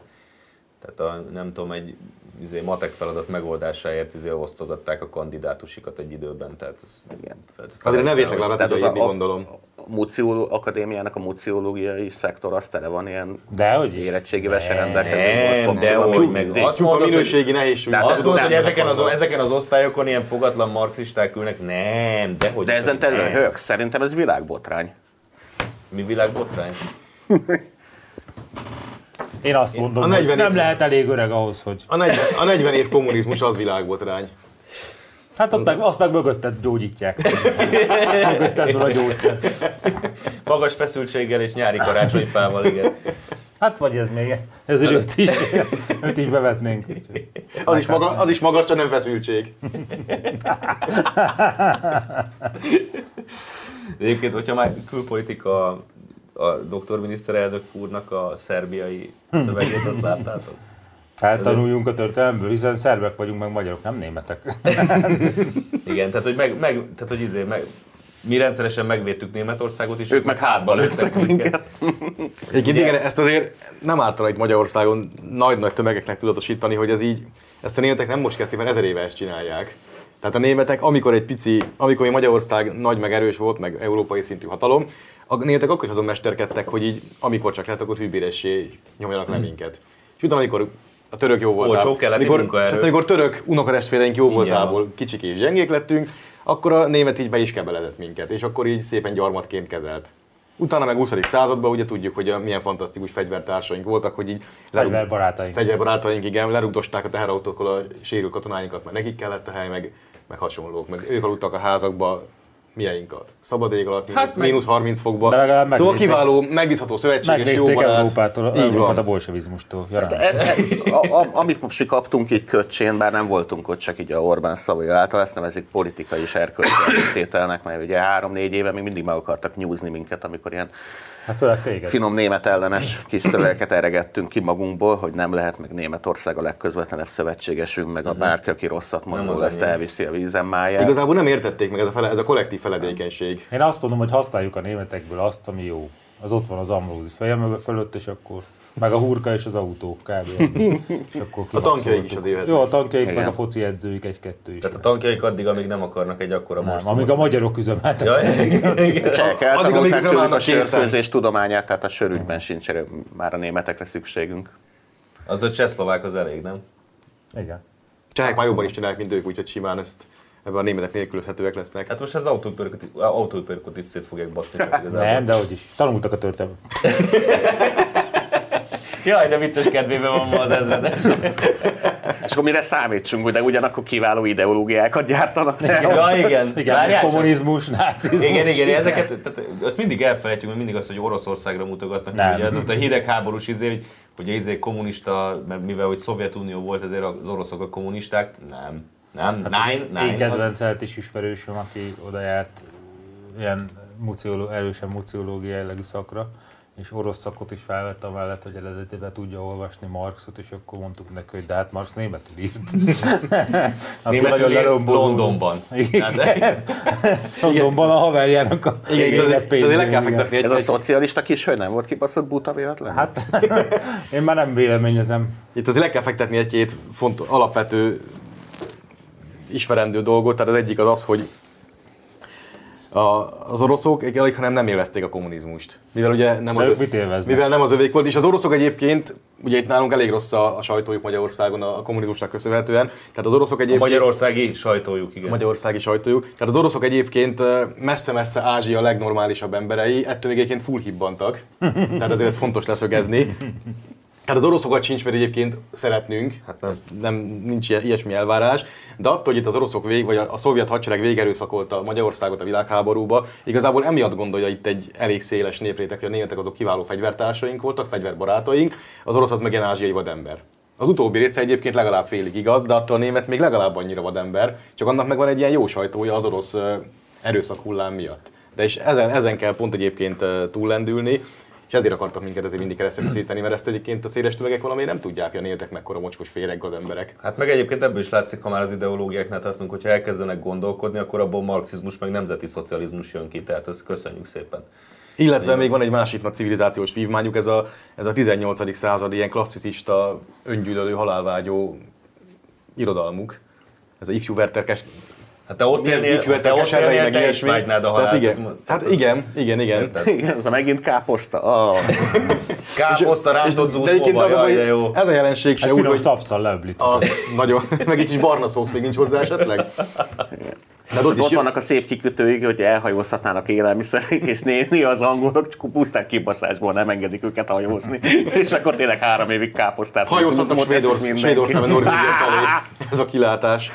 Speaker 1: tehát a, nem tudom, egy izé, matek feladat megoldásáért izé, osztogatták a kandidátusikat egy időben. Tehát ez,
Speaker 4: Igen.
Speaker 1: fel-
Speaker 2: Azért ne vétlek
Speaker 1: fel-
Speaker 2: le, rá
Speaker 4: Tehát
Speaker 2: tudja
Speaker 4: az a-
Speaker 2: írni,
Speaker 4: a-
Speaker 2: gondolom.
Speaker 4: A mucioló, akadémiának a muciológiai szektor az tele van ilyen
Speaker 3: Dehogy is.
Speaker 4: érettségével se
Speaker 1: Nem,
Speaker 4: rendelkező
Speaker 1: de
Speaker 4: orvosokkal,
Speaker 1: hogy
Speaker 4: meg
Speaker 1: meg
Speaker 4: mindig.
Speaker 1: azt
Speaker 2: Csupa
Speaker 1: mondod, hogy,
Speaker 2: minőségi nehézsúlyú.
Speaker 1: tehát azt mondod, hogy
Speaker 2: nem
Speaker 1: ezeken az,
Speaker 2: akarnak.
Speaker 1: ezeken az osztályokon ilyen fogatlan marxisták ülnek? Nem, de hogy
Speaker 4: De ezen területen
Speaker 1: nem.
Speaker 4: hők, szerintem ez világbotrány.
Speaker 1: Mi világbotrány?
Speaker 3: Én azt mondom,
Speaker 2: A
Speaker 3: hogy
Speaker 2: 40
Speaker 3: nem lehet elég öreg ahhoz, hogy...
Speaker 2: A 40, a 40 év kommunizmus az világbotrány.
Speaker 3: Hát ott meg, azt meg mögötted gyógyítják szerintem. Mögötted van a gyógyszer.
Speaker 1: Magas feszültséggel és nyári karácsonyfával, igen.
Speaker 3: Hát vagy ez még, ezért őt is, őt is bevetnénk. úgyhogy.
Speaker 2: Az is, maga, az is magas, csak nem feszültség.
Speaker 1: De Egyébként, hogyha már külpolitika
Speaker 2: Hm.
Speaker 1: a doktor miniszterelnök úrnak a szerbiai szövegét, azt láttátok?
Speaker 3: Hát tanuljunk a történelemből, hiszen szerbek vagyunk, meg magyarok, nem németek.
Speaker 1: Igen, tehát hogy, meg, meg, tehát, hogy izé, meg, mi rendszeresen megvédtük Németországot is.
Speaker 4: Ők meg hátba lőttek minket.
Speaker 2: Egyébként igen, ezt azért nem által itt Magyarországon nagy-nagy tömegeknek tudatosítani, hogy ez így, ezt a németek nem most kezdték, mert ezer éve ezt csinálják. Tehát a németek, amikor egy pici, amikor Magyarország nagy meg erős volt, meg európai szintű hatalom, a németek akkor is azon mesterkedtek, hogy így, amikor csak lehet, akkor hűbéressé nyomjanak le minket. És utána, amikor a török jó voltából.
Speaker 1: Olcsó keleti
Speaker 2: amikor, és
Speaker 1: munkaerő.
Speaker 2: aztán, amikor török unokatestvéreink jó
Speaker 1: Ingyen
Speaker 2: voltából kicsik és gyengék lettünk, akkor a német így be is kebelezett minket, és akkor így szépen gyarmatként kezelt. Utána meg 20. században ugye tudjuk, hogy a, milyen fantasztikus fegyvertársaink voltak, hogy így lerug-
Speaker 3: Fegyverbarátaink.
Speaker 2: fegyverbarátaink, igen, lerugdosták a teherautókkal a sérült katonáinkat, mert nekik kellett a hely, meg, meg hasonlók, meg ők aludtak a házakba, miainkat. Szabad ég alatt, mínusz,
Speaker 1: Hát meg-
Speaker 2: mínusz 30 fokba.
Speaker 3: De legalább
Speaker 2: szóval
Speaker 3: megvédték.
Speaker 2: kiváló, megbízható szövetséges, jó
Speaker 3: Megvédték
Speaker 2: barát.
Speaker 3: Európától,
Speaker 2: Így van. Hát, e-
Speaker 3: Európát a bolsevizmustól. hát, Jarán.
Speaker 4: Ez, a, a, amit most mi kaptunk így köcsén, bár nem voltunk ott, csak így a Orbán szavai által, ezt nevezik politikai és erkölcsi tételnek, mert ugye három-négy éve még mindig meg akartak nyúzni minket, amikor ilyen
Speaker 3: Hát főleg téged.
Speaker 4: finom német ellenes kis szövegeket eregettünk ki magunkból, hogy nem lehet meg Németország a legközvetlenebb szövetségesünk, meg
Speaker 2: Mhm.
Speaker 4: a bárki, aki rosszat mond, róla, ezt elviszi a vízen máját.
Speaker 2: Igazából nem értették meg ez a, fele, ez a kollektív feledékenység.
Speaker 3: Én azt mondom, hogy használjuk a németekből azt, ami jó. Az ott van az amrózi feje mögött fölött, és akkor meg a hurka és az autó kb. és akkor
Speaker 2: A tankjaik is
Speaker 3: kimaxoltuk.
Speaker 2: az élet.
Speaker 3: Jó, a tankjaik,
Speaker 4: Igen.
Speaker 3: meg a foci edzőik egy-kettő is.
Speaker 1: Tehát a tankjaik addig, amíg nem akarnak egy akkora
Speaker 3: Nem,
Speaker 1: most.
Speaker 3: amíg a magyarok üzemeltek.
Speaker 1: Ja, igen, igen.
Speaker 4: Csehek
Speaker 2: amíg
Speaker 4: eltanulták
Speaker 2: nem
Speaker 4: tőlük a
Speaker 2: állnak készen.
Speaker 4: sörfőzés tudományát, tehát a sörügyben sincs erő- már a németekre szükségünk.
Speaker 1: Az a csehszlovák az elég, nem?
Speaker 3: Igen.
Speaker 2: Csehek Hát már jobban is csinálják, mint ők, úgyhogy simán ezt ebben a németek nélkülözhetőek lesznek.
Speaker 1: Hát most az autóipörköt, autóipörköt is szét fogják baszni. csak igazából.
Speaker 3: Nem, de hogy is. Tanultak a történelmet.
Speaker 1: Jaj, de vicces kedvében van ma az ezredes.
Speaker 4: És akkor mire számítsunk, de ugyanakkor kiváló ideológiákat gyártanak.
Speaker 1: Ja, igen.
Speaker 3: Igen,
Speaker 1: Várjál csak.
Speaker 3: kommunizmus, nácizmus.
Speaker 1: Igen, igen, ezeket, tehát azt mindig elfelejtjük, mert mindig az, hogy Oroszországra mutogatnak,
Speaker 3: Nem.
Speaker 1: nem. ugye ez ott a hidegháborús izé, hogy, hogy izé kommunista, mert mivel hogy Szovjetunió volt, ezért az oroszok a kommunisták, nem. Nem, hát nine, nine.
Speaker 3: Én
Speaker 1: az,
Speaker 3: kedvenc az... is ismerősöm, aki oda járt ilyen muciolo, erősen muciológiai jellegű szakra, és orosz szakot is felvett amellett, hogy eredetiben tudja olvasni Marxot, és akkor mondtuk neki, hogy de hát Marx németül írt. Akkor
Speaker 1: németül
Speaker 3: nagyon
Speaker 1: él
Speaker 3: lerombozódott.
Speaker 1: Londonban.
Speaker 3: Igen.
Speaker 1: Hát,
Speaker 3: Londonban a haverjának a
Speaker 2: Hát Igen, itt azért, azért le kell fektetni egy,
Speaker 4: Ez a
Speaker 2: egy,
Speaker 4: szocialista kishő nem volt kibaszott buta véletlen? Hát,
Speaker 3: Én már nem véleményezem.
Speaker 2: itt azért le kell fektetni egy-két fontos, alapvető ismerendő dolgot, tehát az egyik az az, hogy a, az oroszok egy- alig, hanem nem élvezték a kommunizmust. Mivel ugye nem
Speaker 3: De
Speaker 2: az,
Speaker 3: ők mit élveznek?
Speaker 2: mivel nem az övék volt, és az oroszok egyébként, ugye itt nálunk elég rossz a, a sajtójuk Magyarországon a, a kommunizmusnak köszönhetően, tehát az oroszok
Speaker 1: a
Speaker 2: egyébként...
Speaker 1: magyarországi sajtójuk, igen.
Speaker 2: a magyarországi sajtójuk. Tehát az oroszok egyébként ö, messze-messze Ázsia legnormálisabb emberei, ettől még egyébként full hibbantak. Tehát azért ez fontos leszögezni. Tehát az oroszokat sincs, mert egyébként szeretnünk, hát nem. Ez nem, nincs ilyen- ilyesmi elvárás, de attól, hogy itt az oroszok vég, vagy a, a szovjet hadsereg végerőszakolta Magyarországot a világháborúba, igazából emiatt gondolja itt egy elég széles népréteg, hogy a németek azok kiváló fegyvertársaink voltak, fegyverbarátaink, az orosz az meg ilyen ázsiai vadember. Az utóbbi része egyébként legalább félig igaz, de attól a német még legalább annyira vadember, csak annak megvan egy ilyen jó sajtója az orosz ö, erőszak hullám miatt. De és ezen, ezen kell pont egyébként ö, túllendülni, és ezért akartak minket ezért mindig keresztre szíteni, mert ezt egyébként a széles tömegek valamiért nem tudják, hogy a németek mekkora mocskos féreg az emberek.
Speaker 1: Hát meg egyébként ebből is látszik, ha már az ideológiáknál tartunk, hogyha elkezdenek gondolkodni, akkor abból marxizmus meg nemzeti szocializmus jön ki, tehát ezt köszönjük szépen.
Speaker 2: Illetve még van egy másik nagy civilizációs vívmányuk, ez a, ez a 18. század ilyen klasszicista, öngyűlölő, halálvágyó irodalmuk. Ez a ifjú Werther Kes-
Speaker 1: Hát te ott
Speaker 2: milyen
Speaker 1: élnél,
Speaker 2: ifjú
Speaker 1: ha te
Speaker 2: Werther
Speaker 1: ott
Speaker 2: Keservei,
Speaker 1: élnél,
Speaker 2: meg
Speaker 1: te is
Speaker 2: ilyesmi.
Speaker 1: vágynád a
Speaker 2: Tehát
Speaker 1: halált.
Speaker 2: igen. Hát igen, igen, igen.
Speaker 1: Érted?
Speaker 4: igen, ez a megint káposzta. Oh.
Speaker 1: Káposzta rántott
Speaker 2: De
Speaker 1: zúzóba,
Speaker 2: egyébként az, a
Speaker 1: jaj,
Speaker 2: baj,
Speaker 1: de jó.
Speaker 2: ez a jelenség
Speaker 3: Egy
Speaker 2: se úgy,
Speaker 3: finom
Speaker 2: hogy
Speaker 3: tapszal leöblít.
Speaker 2: az nagyon, meg egy kis barna szósz még nincs hozzá esetleg. Tehát
Speaker 4: Ott vannak a szép kikötőik, hogy elhajózhatnának élelmiszerek, és nézni az angolok, csak pusztán kibaszásból nem engedik őket hajózni. És akkor tényleg három évig káposztát.
Speaker 2: Hajózhatok
Speaker 4: húzunk,
Speaker 2: Svédorsz-
Speaker 4: ez mindenki.
Speaker 2: Svédországban, Norvégia felé. Ez a kilátás.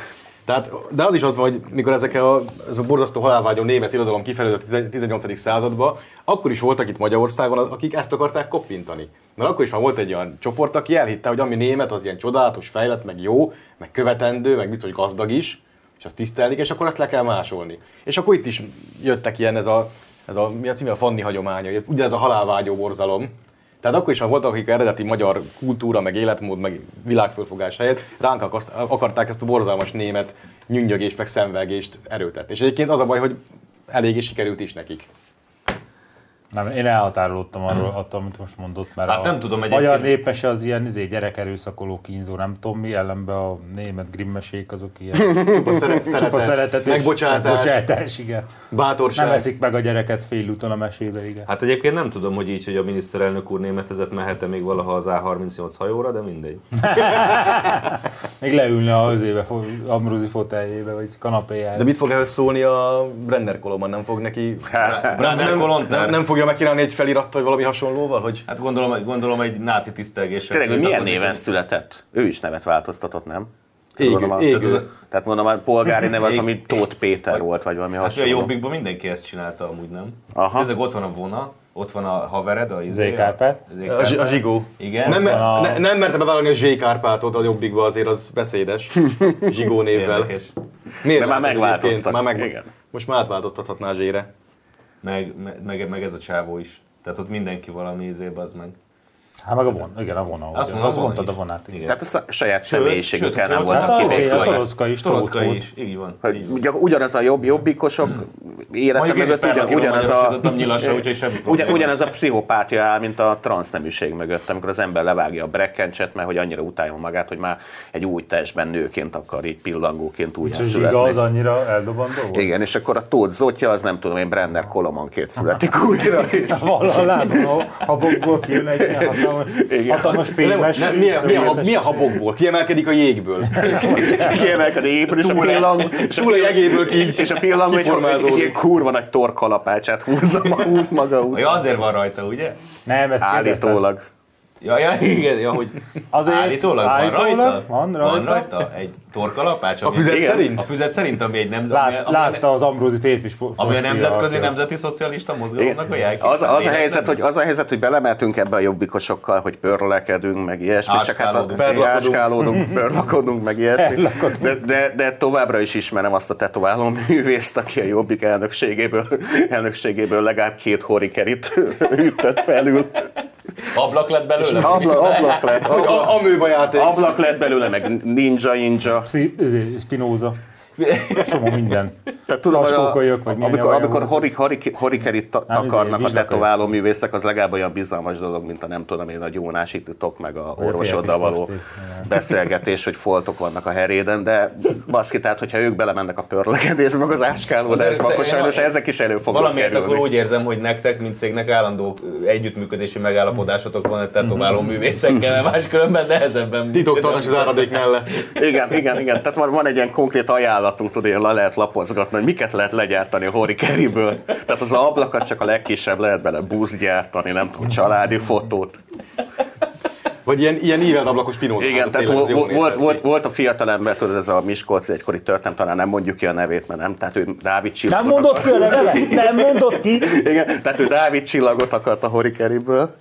Speaker 2: Tehát, de az is az van, hogy mikor ezek a, ez a borzasztó halálvágyó német irodalom kifejlődött a 18. századba, akkor is voltak itt Magyarországon, az- akik ezt akarták koppintani. Mert akkor is már volt egy olyan csoport, aki elhitte, hogy ami német, az ilyen csodálatos, fejlett, meg jó, meg követendő, meg biztos gazdag is, és azt tisztelni, és akkor azt le kell másolni. És akkor itt is jöttek ilyen ez a, ez a, mi a címe, a Fanni hagyománya, ugye ez a halálvágyó borzalom, Tehát akkor is, ha voltak, akik eredeti magyar kultúra, meg életmód, meg világfölfogás helyett ránk akaszt- akarták ezt a borzalmas német nyűnyögést, meg szenvelgést erőltetni. És egyébként az a baj, hogy eléggé sikerült is nekik.
Speaker 3: Nem, én elhatárolódtam arról, attól, amit most mondott, mert
Speaker 1: Hát
Speaker 3: a
Speaker 1: nem tudom, egyébként-
Speaker 3: magyar népmese az ilyen izé, gyerekerőszakoló kínzó, nem tudom mi, ellenben a német grimmesék azok ilyen
Speaker 2: Csupa szere-
Speaker 3: csupa
Speaker 2: szeretet,
Speaker 3: szeretet és
Speaker 2: megbocsátás,
Speaker 3: megbocsátás, igen.
Speaker 2: bátorság.
Speaker 3: Nem eszik meg a gyereket félúton a mesébe, igen.
Speaker 1: Hát egyébként nem tudom, hogy így, hogy a miniszterelnök úr németezett, mehet-e még valaha az A38 hajóra, de mindegy.
Speaker 3: Még leülne az éve fo- Ambrózi foteljébe, vagy kanapéjára.
Speaker 2: De mit fog ehhez szólni a Brenner Kolomban? Nem fog neki...
Speaker 1: Brenner Kolontár.
Speaker 2: nem, nem fogja megkínálni egy felirattal, vagy valami hasonlóval, hogy
Speaker 1: Hát gondolom, hogy- gondolom egy náci tisztelgéssel.
Speaker 4: Tényleg, hogy milyen
Speaker 1: tiltakozik.
Speaker 4: néven született? Ő is nevet változtatott, nem?
Speaker 2: Égő,
Speaker 4: Gondolom, a-
Speaker 2: égő.
Speaker 4: tehát az a- Tehát mondom, a polgári neve az,
Speaker 1: Ég-
Speaker 4: ami Tóth Péter volt, vagy valami
Speaker 1: Hát a
Speaker 4: hasonló.
Speaker 1: jobbikban mindenki ezt csinálta amúgy, nem?
Speaker 4: Aha.
Speaker 1: Ezek ott van a vona, ott van a havered, a izé,
Speaker 3: Zé Kárpát.
Speaker 1: a- Zé
Speaker 2: a, zsi- a
Speaker 1: Kárpát.
Speaker 2: zsigó.
Speaker 1: Igen.
Speaker 2: Nem,
Speaker 1: Ott
Speaker 3: van a-
Speaker 2: a... ne, nem merte bevállalni a Zsé Kárpátot a jobbikba, azért az beszédes. Zsigó névvel.
Speaker 1: Érdekes.
Speaker 2: Miért
Speaker 4: De már
Speaker 2: nem? Ez egyébként
Speaker 4: megváltoztat.
Speaker 2: Már meg...
Speaker 4: Igen.
Speaker 2: Most már átváltoztathatná Zsére.
Speaker 1: Meg, meg- meg, meg, ez a csávó is. Tehát ott mindenki valami izébe az meg.
Speaker 3: Hát meg a von, igen, a vona.
Speaker 1: Azt
Speaker 3: Azt,
Speaker 1: mondom, a vona
Speaker 3: mondtad
Speaker 1: is.
Speaker 3: a vonát, igen.
Speaker 1: Igen.
Speaker 4: Tehát a sz- saját
Speaker 1: Sőt,
Speaker 4: személyiségükkel
Speaker 1: sőt,
Speaker 4: nem
Speaker 1: volt-
Speaker 4: voltak
Speaker 3: Hát az-
Speaker 4: kivéve.
Speaker 3: a Torocka is
Speaker 1: Torocka
Speaker 3: Tóth
Speaker 1: is, így van.
Speaker 4: Hogy
Speaker 1: így van.
Speaker 4: ugye ugyanaz a jobb jobbikosok élete
Speaker 1: Mondjuk én is
Speaker 4: mögött
Speaker 1: pár
Speaker 4: ugyan,
Speaker 1: kiló
Speaker 4: ugyanaz a...
Speaker 1: magyarosítottam nyilasra, úgyhogy semmi
Speaker 4: Ugyan,
Speaker 1: probléma.
Speaker 4: ugyanaz a pszichopátia áll, mint a transzneműség mögött, amikor az ember levágja a brekkencset, mert hogy annyira utálja magát, hogy már egy új testben nőként akar így pillangóként újra
Speaker 3: És Zsiga az
Speaker 4: születni.
Speaker 3: annyira eldobandó volt?
Speaker 4: Igen, és akkor a Tóth Zotya, az nem tudom én, Brenner Kolomanként születik újra. És...
Speaker 3: Valahol látom, a- a bokból kijön egy ilyen hatalmas, hatalmas fémes
Speaker 2: Nem, mi, a, mi, a,
Speaker 3: szövetes-
Speaker 2: mi a habokból? Kiemelkedik a jégből.
Speaker 4: Kiemelkedik épül, és a pillang... és a
Speaker 2: túl egy
Speaker 4: pillang-
Speaker 2: egéből ki-
Speaker 4: És a pillang, hogy egy
Speaker 2: kiformázódik.
Speaker 4: ilyen kurva nagy torkalapácsát húzza, ma- húz maga úgy.
Speaker 1: Ja, azért van rajta, ugye?
Speaker 3: Nem, ezt kérdezted.
Speaker 4: Állítólag.
Speaker 1: Ja, ja, igen, ja, hogy
Speaker 3: Azért-
Speaker 1: állítólag,
Speaker 3: állítólag
Speaker 1: van rajta?
Speaker 3: van
Speaker 1: Van
Speaker 3: rajta.
Speaker 1: rajta egy torkalapács,
Speaker 2: A
Speaker 1: ami-
Speaker 2: füzet
Speaker 4: Igen.
Speaker 1: A
Speaker 2: szerint?
Speaker 1: füzet szerint, ami egy nemzet, ami,
Speaker 3: Lát,
Speaker 1: ami-
Speaker 3: látta az Ambrózi férfi sport.
Speaker 1: ami a nemzetközi nemzeti szocialista mozgalomnak a jelképe.
Speaker 4: Az, az, a
Speaker 1: Lényeg-
Speaker 4: helyzet, hogy, az a helyzet, hogy belemeltünk ebbe a jobbikosokkal, hogy pörlekedünk, meg ilyesmi, csak hát a-
Speaker 1: Áskálódunk.
Speaker 4: áskálódunk, pörlakodunk, meg ilyesmi. De, de, de, továbbra is ismerem azt a tetováló művészt, aki a jobbik elnökségéből, elnökségéből legalább két horikerít ütött felül.
Speaker 1: Ablak lett belőle?
Speaker 4: Abla, ablak lett,
Speaker 2: Hogy
Speaker 4: ablak,
Speaker 2: a, a műba játék.
Speaker 4: ablak lett belőle, meg ninja ninja.
Speaker 3: izé, Spinoza. Csomó minden.
Speaker 4: Tehát tudom, hogy a,
Speaker 3: Taskókolyok, vagy milyen
Speaker 4: amikor,
Speaker 3: olyan
Speaker 4: amikor
Speaker 3: volt
Speaker 4: horik, horik, horikerit ta-
Speaker 3: Nem, izé,
Speaker 4: takarnak a
Speaker 3: vizslakölyök.
Speaker 4: tetováló művészek, az legalább olyan bizalmas dolog, mint a nem tudom én, a gyónásítok meg a
Speaker 3: a
Speaker 4: orvosoddal
Speaker 3: fiak is
Speaker 4: való
Speaker 3: posték. Igen.
Speaker 4: beszélgetés, hogy foltok vannak a heréden, de baszki, tehát hogyha ők belemennek a pörlekedésbe, meg az áskálódásba,
Speaker 1: Azért-
Speaker 4: akkor sajnos
Speaker 1: én-
Speaker 4: ezek is elő fognak
Speaker 1: Valamiért akkor
Speaker 4: kerülni.
Speaker 1: úgy érzem, hogy nektek, mint cégnek állandó ö, együttműködési megállapodásotok van egy
Speaker 4: Mhm.
Speaker 1: tetováló művészekkel, mert máskülönben nehezebben...
Speaker 2: Titoktartás az áradék mellett.
Speaker 4: Igen, igen, igen. Tehát van, van egy ilyen konkrét ajánlatunk, tudod, ilyen le lehet lapozgatni, hogy miket lehet legyártani a horikeriből. Tehát az ablakat csak a legkisebb lehet bele busz gyártani, nem tudom, családi fotót.
Speaker 2: Vagy ilyen, ilyen ívelt ablakos pinóz.
Speaker 4: Igen, tehát volt, volt, volt, volt a fiatalember, tudod, ez a Miskolci egykori történet, talán nem mondjuk ki a nevét, mert nem, tehát ő Dávid Csillagot
Speaker 3: Nem mondott
Speaker 4: akar-
Speaker 3: ki a neve? Nem mondott ki?
Speaker 4: Igen, tehát ő Dávid Csillagot akart a Horikeriből.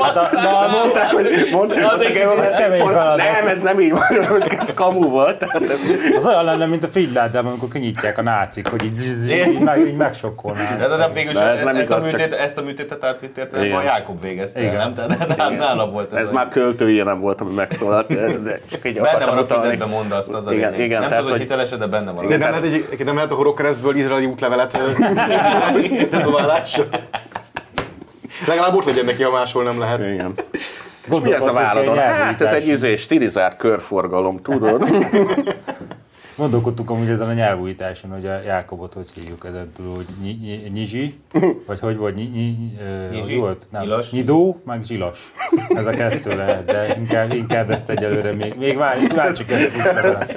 Speaker 3: Hát a, na, az ott
Speaker 4: Mondták, hogy mond, mondták,
Speaker 3: kicsit
Speaker 4: hogy
Speaker 3: ez
Speaker 4: ez
Speaker 3: kemény
Speaker 4: for-
Speaker 3: feladat.
Speaker 4: Nem, ez nem így van, hogy ez kamu volt. Tehát ez,
Speaker 3: Az olyan lenne, mint a Friedládám, amikor kinyitják a nácik, hogy így, zzz, zzz, így, meg, így megsokkolnál.
Speaker 1: Ez a nem végül is,
Speaker 4: Na, ez
Speaker 1: ez,
Speaker 4: nem
Speaker 1: ezt, a
Speaker 4: igaz, csak-
Speaker 1: műtét, ezt a műtétet átvittél, te
Speaker 4: Igen.
Speaker 1: a Jákob végezte,
Speaker 3: Igen.
Speaker 1: nem? Tehát nála- nála volt ez.
Speaker 4: ez
Speaker 1: a-
Speaker 4: már költője nem volt, ami megszólalt. De, de csak így
Speaker 1: Benne
Speaker 4: akartam
Speaker 1: van a
Speaker 4: utalni.
Speaker 1: fizetben, mondd azt, az a
Speaker 4: Igen,
Speaker 1: lényeg.
Speaker 4: igen,
Speaker 1: Nem tudod,
Speaker 4: tehát,
Speaker 1: hogy
Speaker 4: hogy-
Speaker 1: hiteles, de benne van.
Speaker 2: De nem lehet, egy, nem lehet a horokkeresztből izraeli útlevelet ö, tetoválásra? Legalább ott legyen neki, ha máshol nem lehet.
Speaker 4: Igen. És mi
Speaker 3: Gondolkodtunk
Speaker 4: ez a váladon?
Speaker 3: ilyen
Speaker 4: Hát ez egy
Speaker 3: nyelvújításon.
Speaker 4: izé, stilizált körforgalom, tudod?
Speaker 3: Gondolkodtunk amúgy ezen a nyelvújításon, hogy a Jákobot hogy hívjuk ezen túl, hogy nyi, nyi, nyizsi, vagy hogy vagy, nyi, nyi, ö,
Speaker 1: Nyizsi,
Speaker 3: hogy volt? Nem.
Speaker 1: nyilas.
Speaker 3: Nyidó, meg zsilas. Ez a kettő lehet, de inkább, inkább ezt egyelőre még, még várj, várjuk el az útlevelet.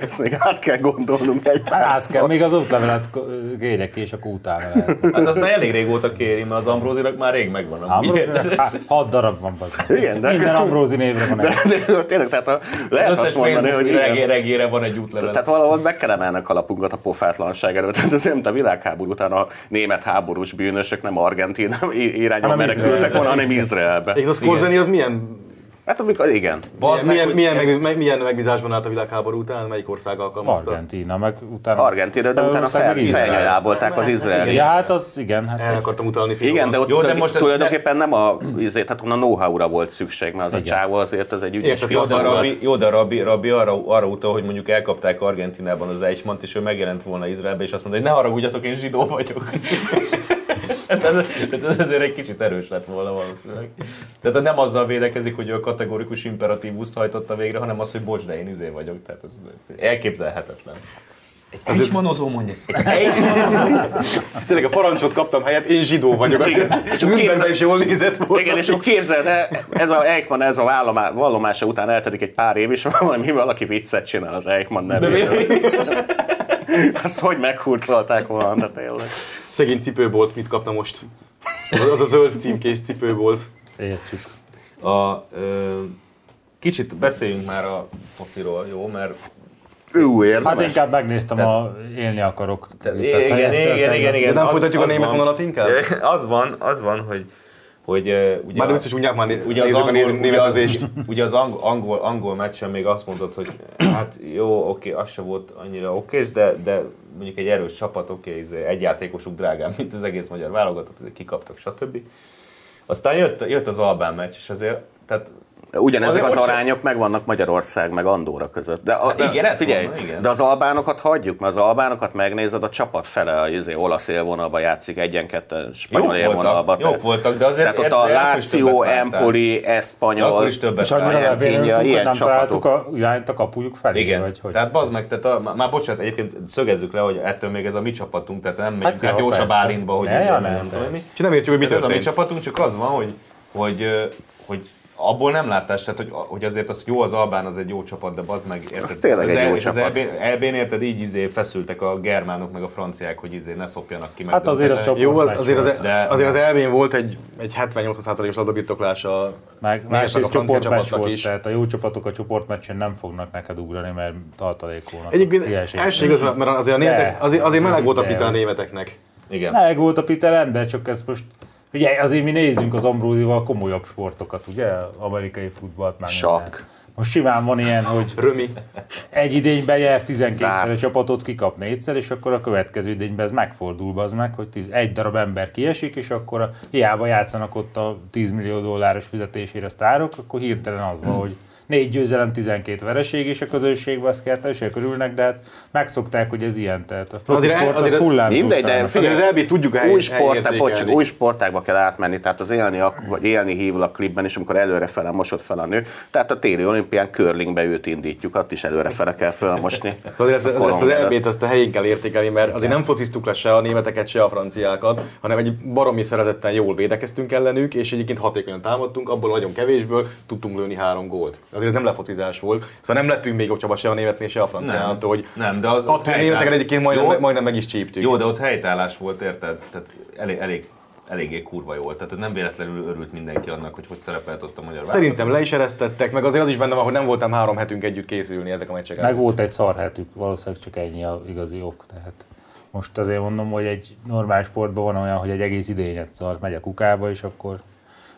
Speaker 4: Ezt még át kell gondolnunk egy
Speaker 3: Hát
Speaker 4: pár
Speaker 3: át kell, még az útlevelet ö, kérjek ki, és akkor utána lehet.
Speaker 1: Hát azt már elég régóta kéri, mert az Ambrózinak már rég megvan. a műtét.
Speaker 3: Ambrózi, hát, hat darab van bazd. meg.
Speaker 4: Igen, de-
Speaker 3: Minden Ambrózi névre van egy.
Speaker 4: De, de tényleg, tehát a, lehet
Speaker 1: Az
Speaker 4: azt
Speaker 1: összes
Speaker 4: mondani,
Speaker 1: Facebook
Speaker 4: hogy
Speaker 1: regé-
Speaker 4: igen.
Speaker 1: regére van egy útlevel.
Speaker 4: Tehát valahol meg kell emelnünk a lapunkat a pofátlanság előtt. Tehát azért, mint a világháború után a német háborús bűnösök nem Argentin irányba
Speaker 3: Hanem
Speaker 4: menekültek
Speaker 3: Izraelbe.
Speaker 4: volna, hanem Izraelbe.
Speaker 2: Egyébként a Scorseni az milyen
Speaker 4: Hát amikor igen.
Speaker 2: Milyen,
Speaker 1: meg,
Speaker 2: milyen,
Speaker 1: hogy
Speaker 2: milyen,
Speaker 1: ez-
Speaker 2: meg, meg, milyen megbízásban állt a világháború után? Melyik ország alkalmazta?
Speaker 3: Argentína, meg utána...
Speaker 4: Argentina, de utána
Speaker 3: Spanyolország,
Speaker 4: fel,
Speaker 3: Izrael.
Speaker 4: felnyalábolták az izraeli.
Speaker 3: Ja, hát az igen. Hát
Speaker 2: Erre akartam utalni. finoman.
Speaker 4: Igen, de ott
Speaker 1: Jó, de
Speaker 4: tulajdonképpen-
Speaker 1: most ez-
Speaker 4: tulajdonképpen nem a izé, tehát onnan know-how-ra volt szükség, mert az a
Speaker 3: Igen.
Speaker 4: csávó azért az egy ügyes
Speaker 2: Érted,
Speaker 1: Jó,
Speaker 4: fiú.
Speaker 1: de
Speaker 2: Igazán
Speaker 1: Rabbi, jó, de Rabbi, Rabbi arra, arra utal, hogy mondjuk elkapták Argentinában az Eichmann, és ő megjelent volna Izraelbe, és azt mondta, hogy ne haragudjatok, én zsidó vagyok. tehát, ez, tehát ez azért egy kicsit erős lett volna valószínűleg. Tehát nem azzal védekezik, hogy ő a kategorikus imperatívuszt hajtotta végre, hanem az, hogy bocs, de én izé vagyok. Tehát ez elképzelhetetlen. Egy Eichmannozó mondja ezt.
Speaker 2: Tényleg a parancsot kaptam helyett, én zsidó vagyok.
Speaker 4: Igen.
Speaker 2: És Nürnbergben is jól nézett volt.
Speaker 4: Igen, és akkor képzeld el, ez a Eichmann, ez a vállomá- vallomása után eltelik egy pár év, és valami valaki viccet csinál az Eichmann nevéről. Azt hogy meghurcolták volna, de tényleg.
Speaker 2: Szegény cipőbolt, mit kaptam most? Az, az a zöld címkés cipőbolt.
Speaker 3: Értjük.
Speaker 1: A, ö, kicsit beszéljünk már a fociról, jó? Mert
Speaker 4: Ő
Speaker 3: Hát
Speaker 4: érdemes.
Speaker 3: inkább megnéztem a élni akarok.
Speaker 1: igen, igen, igen, igen,
Speaker 2: De
Speaker 1: igen.
Speaker 2: nem
Speaker 1: az-
Speaker 2: folytatjuk a
Speaker 1: az
Speaker 2: német
Speaker 1: van.
Speaker 2: vonalat inkább?
Speaker 1: Az van, az van, hogy hogy uh, ugye,
Speaker 2: Már
Speaker 1: a-
Speaker 2: nem biztos, hogy unják már né-
Speaker 1: ugye az
Speaker 2: nézzük a
Speaker 1: angol,
Speaker 2: né-
Speaker 1: ugye, az,
Speaker 2: németezést.
Speaker 1: ugye- ugye az angol, angol, angol meccsen még azt mondod, hogy hát jó, oké, az se volt annyira okés, de, de mondjuk egy erős csapat, oké, izé, egy játékosuk drágán, mint az egész magyar válogatott, ezek kikaptak, stb. Aztán jött, jött az Albán meccs, és azért, tehát
Speaker 4: Ugyanezek
Speaker 1: Azért
Speaker 4: az
Speaker 1: ott se- Hát
Speaker 4: arányok megvannak Magyarország meg Andorra között. De, a, de
Speaker 1: igen, ezt
Speaker 4: figyelj,
Speaker 1: mondom, igen.
Speaker 4: de az albánokat hagyjuk, mert az albánokat megnézed, a csapat fele az izé, olasz élvonalba játszik, egyen-ketten spanyol
Speaker 1: jók
Speaker 4: élvonalba.
Speaker 1: voltak, jók
Speaker 4: tehát-
Speaker 1: voltak, de azért
Speaker 4: Tehát ott a
Speaker 1: er- er- akkor is többet
Speaker 4: Láció,
Speaker 1: vártál.
Speaker 4: Empoli,
Speaker 1: De
Speaker 4: Espanyol.
Speaker 1: akkor is többet
Speaker 3: És annyira
Speaker 1: vártál.
Speaker 4: Argentínia,
Speaker 3: lebérültünk, hogy
Speaker 4: ilyen
Speaker 3: nem
Speaker 4: csapatok.
Speaker 3: találtuk a irányt a kapujuk felé,
Speaker 1: Igen,
Speaker 3: vagy hogy?
Speaker 1: tehát bazd meg, tehát a, má- már bocsánat, egyébként szögezzük le, hogy ettől még ez a mi csapatunk, tehát nem megyünk
Speaker 3: jó,
Speaker 1: hát, Jósa
Speaker 3: persze.
Speaker 1: Bálintba, hogy
Speaker 3: Ne,
Speaker 1: izé,
Speaker 3: ja,
Speaker 1: meg
Speaker 3: nem,
Speaker 1: tudom én mi.
Speaker 2: És nem értjük, hogy mi
Speaker 1: Tehát ez a mi
Speaker 2: történt.
Speaker 1: csapatunk, csak az van, hogy, hogy, ö, hogy abból nem látás, tehát hogy, hogy azért az jó az Albán, az egy jó csapat, de bazd meg, érted?
Speaker 4: Az tényleg
Speaker 1: az
Speaker 4: egy jó
Speaker 1: és az
Speaker 4: csapat.
Speaker 1: EB-n EB-n érted, így izé feszültek a germánok meg a franciák, hogy izé ne szopjanak ki. meg
Speaker 3: Hát azért az
Speaker 1: döntetlenek.
Speaker 3: csoport
Speaker 2: Jó, az, azért, az,
Speaker 1: De-
Speaker 2: azért az elvén volt egy, egy 70-80%-os labdabirtoklása. a-
Speaker 3: Meg
Speaker 2: a
Speaker 3: másrészt
Speaker 2: francia
Speaker 3: csoportmeccs
Speaker 2: csapatnak
Speaker 3: volt, is. tehát a jó csapatok a csoportmeccsen nem fognak neked ugrani, mert tartalékolnak.
Speaker 2: Egyébként
Speaker 3: Ilyen esélyt
Speaker 2: ez se igaz, mert mert azért, a németek,
Speaker 3: De.
Speaker 2: azért, azért meleg volt a
Speaker 3: De.
Speaker 2: pita a németeknek.
Speaker 1: Igen.
Speaker 3: Meg volt a Peter rendben, csak ezt most... Ugye azért mi nézzünk az Ambrózival komolyabb sportokat, ugye? Amerikai futballt meg.
Speaker 4: Sakk.
Speaker 3: mindent. Most simán van ilyen, hogy
Speaker 2: Römi.
Speaker 3: egy idényben jár 12-szer a
Speaker 4: Darts.
Speaker 3: csapatot, kikap négyszer, és akkor a következő idényben ez megfordul az meg, hogy tíz, egy darab ember kiesik, és akkor a, hiába játszanak ott a 10 millió dolláros fizetésére sztárok, akkor hirtelen az
Speaker 4: Hm.
Speaker 3: van, hogy négy győzelem, 12 vereség, és a közönségbe azt kell, és örülnek, de hát megszokták, hogy ez ilyen, tehát a profi
Speaker 2: Azért-
Speaker 3: sport az
Speaker 2: azért-
Speaker 3: hullám.
Speaker 4: e- Mindegy, de figyelj,
Speaker 2: Azért az elbét tudjuk el-
Speaker 4: új, sport,
Speaker 2: elértékelni.
Speaker 4: bocs, új sportákba kell átmenni, tehát az élni, ak- vagy élni hívul a klipben is, amikor előrefele mosod fel a nő. Tehát a téli olimpián curlingbe őt indítjuk, ott is előrefele kell felmosni.
Speaker 2: Szóval ezt, ezt,
Speaker 4: A
Speaker 2: ezt az
Speaker 4: korongvelet.
Speaker 2: elbét ezt a helyén kell értékelni, mert azért nem fociztuk le se a németeket, se a franciákat, hanem egy baromi szerezetten jól védekeztünk ellenük, és egyébként hatékonyan támadtunk, abból nagyon kevésből tudtunk lőni három gólt. Azért ez nem lefocizás volt, szóval nem lettünk még okcsaba se a németnél, se a
Speaker 1: Nem.
Speaker 2: franciától, hogy
Speaker 1: Nem, de az- ott
Speaker 2: attól a németeket
Speaker 1: helytáll-
Speaker 2: egyébként majdnem,
Speaker 1: Jó.
Speaker 2: majdnem meg is csíptük.
Speaker 1: Jó, de ott helytállás volt, érted? Tehát elég, elég, eléggé kurva jó volt. Tehát nem véletlenül örült mindenki annak, hogy hogy szerepelt ott a magyar
Speaker 2: Szerintem le is eresztettek, meg azért az is benne van, hogy nem voltam három hetünk együtt készülni ezek a meccsek.
Speaker 3: Meg volt egy szarhetük, valószínűleg csak ennyi a igazi ok. Tehát most azért mondom, hogy egy normál sportban van olyan, hogy egy egész idényet szart, megy a kukába, és akkor,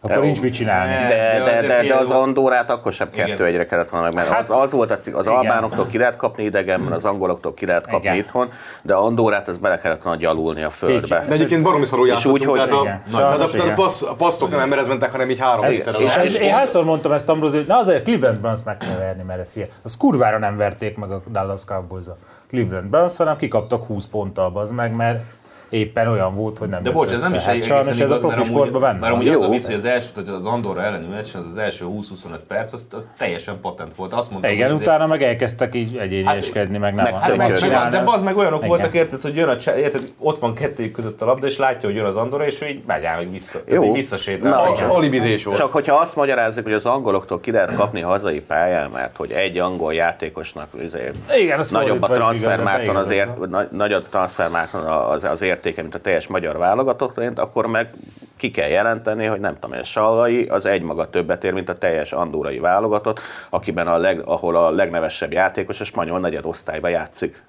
Speaker 3: akkor
Speaker 4: Jó.
Speaker 3: nincs mit csinálni.
Speaker 4: De,
Speaker 1: De
Speaker 4: de,
Speaker 1: azért
Speaker 4: de, de az
Speaker 1: ilyen-
Speaker 4: Andorát akkor sem
Speaker 1: Igen.
Speaker 4: kettő egyre kellett volna meg, mert az, az volt a cikk, az albánoktól ki lehet kapni idegenben, az angoloktól ki lehet kapni
Speaker 3: Igen.
Speaker 4: itthon, de Andorát ez bele kellett volna gyalulni a földbe.
Speaker 2: De egyébként baromi szarul
Speaker 4: úgy,
Speaker 2: játszottunk,
Speaker 4: hogy-
Speaker 2: tehát a,
Speaker 3: igen.
Speaker 2: tehát a,
Speaker 3: Sajnos
Speaker 2: tehát a,
Speaker 3: igen.
Speaker 2: passz, a passzok nem emberhez mentek, hanem így három
Speaker 3: Ez,
Speaker 2: héttel
Speaker 3: és,
Speaker 2: alá.
Speaker 3: és, én hányszor mondtam ezt Ambrózi, hogy na azért Cleveland Browns meg kell verni, mert ez hülye. Az kurvára nem verték meg a Dallas cowboys -a. Cleveland Browns, hanem kikaptak 20 ponttal, az meg, mert éppen olyan volt, hogy nem
Speaker 1: De
Speaker 3: jött
Speaker 1: bocs, ez nem is
Speaker 3: össze.
Speaker 1: egy
Speaker 3: hát, sajnos ez a profi sportban benne
Speaker 1: Mert
Speaker 3: van. hát
Speaker 1: amúgy az a
Speaker 4: Jó.
Speaker 1: vicc, hogy az első, tehát az Andorra elleni meccsen az, az első 20-25 perc, az, az teljesen patent volt. Azt mondtam,
Speaker 3: Igen,
Speaker 1: hogy ez-
Speaker 3: utána meg elkezdtek így egyénieskedni, meg nem
Speaker 4: meg-
Speaker 3: akartak
Speaker 1: Hát meg,
Speaker 4: Tönkre
Speaker 1: meg,
Speaker 3: csinálni.
Speaker 1: de az meg olyanok
Speaker 3: Igen.
Speaker 1: voltak, érted, hogy jön a cse, érted, ott van kettőjük között a labda, és látja, hogy jön az Andorra, és ő így megáll meg vissza. Tehát
Speaker 4: Jó.
Speaker 1: így visszasétál.
Speaker 4: Na,
Speaker 1: Igen.
Speaker 4: és-
Speaker 2: Alibizés volt.
Speaker 4: Csak hogyha azt magyarázzuk, hogy az angoloktól ki lehet kapni hazai pályán, mert hogy egy angol játékosnak izé,
Speaker 3: Igen, az
Speaker 4: nagyobb a
Speaker 3: fordítva is
Speaker 4: transfermárton
Speaker 3: igaz,
Speaker 4: az,
Speaker 3: de
Speaker 4: ér, na, nagyobb transfermárton az, az értéke, mint a teljes magyar válogatott, akkor meg ki kell jelenteni, hogy nem tudom, én, Sallai az egymaga többet ér, mint a teljes andórai válogatott, akiben a leg, ahol a legnevesebb játékos a spanyol negyed osztályba játszik.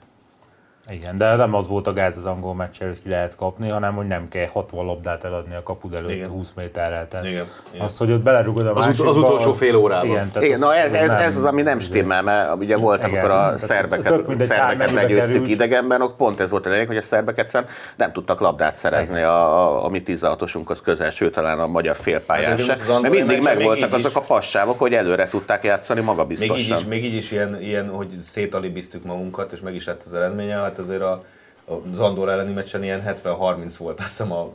Speaker 3: Igen, de nem az volt a gáz az angol meccs előtt, ki lehet kapni, hanem hogy nem kell 60 labdát eladni a kapud előtt
Speaker 1: Igen.
Speaker 3: igen. 20 méterrel. Tehát
Speaker 1: Igen, igen.
Speaker 3: Az, hogy ott belerugod a
Speaker 2: ut- az
Speaker 3: másikba,
Speaker 2: utolsó fél órában.
Speaker 3: Igen, tehát
Speaker 4: Igen, na ez, ez,
Speaker 3: nem-
Speaker 4: ez az, ami nem stimmel, mert ugye volt,
Speaker 3: Igen.
Speaker 4: amikor a
Speaker 3: Tehát tök
Speaker 4: szerbeket,
Speaker 3: mindegy, hát
Speaker 4: szerbeket
Speaker 3: bármennyibe
Speaker 4: legyőztük
Speaker 3: került.
Speaker 4: idegenben, ott pont ez volt a lényeg, hogy a szerbek egyszerűen nem tudtak labdát szerezni a, a, a mi 16-osunkhoz közel, sőt talán a magyar félpályán
Speaker 1: Hát,
Speaker 4: se.
Speaker 1: az angol
Speaker 4: Mert mindig
Speaker 1: meccsen még
Speaker 4: megvoltak
Speaker 1: így is.
Speaker 4: azok a passávok, hogy előre tudták játszani
Speaker 1: Még így,
Speaker 4: magabiztosan.
Speaker 1: is, még így is ilyen, ilyen, hogy szétalibiztük magunkat, és meg is lett az eredménye, hát azért a, az Andor elleni meccsen ilyen 70-30 volt, azt hiszem a, a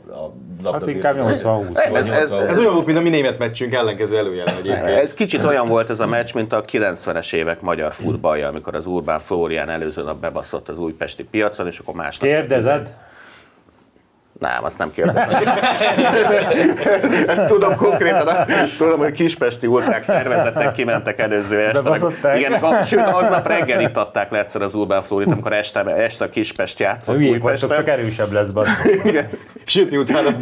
Speaker 1: labda
Speaker 3: Hát inkább 80-20.
Speaker 4: Nem, ez- ez-
Speaker 2: Ez olyan volt, mint a mi német meccsünk ellenkező előjelen egyébként.
Speaker 4: Ez kicsit olyan volt ez a meccs, mint a 90-es évek magyar futballja, amikor az Urbán Flórián előző nap bebaszott az újpesti piacon, és akkor másnap...
Speaker 3: Kérdezed?
Speaker 4: Nem, azt nem kérdezem. Ezt tudom konkrétan, tudom, hogy kispesti ultrák szervezettek kimentek előző este.
Speaker 3: baszották?
Speaker 4: Igen, a, sőt, aznap reggel itt adták le egyszer az Urbán Flórit, amikor este, este a Kispest játszott
Speaker 3: Hülyék vagytok,
Speaker 4: Újpesten.
Speaker 3: csak erősebb lesz bazd.
Speaker 2: Sőt, miután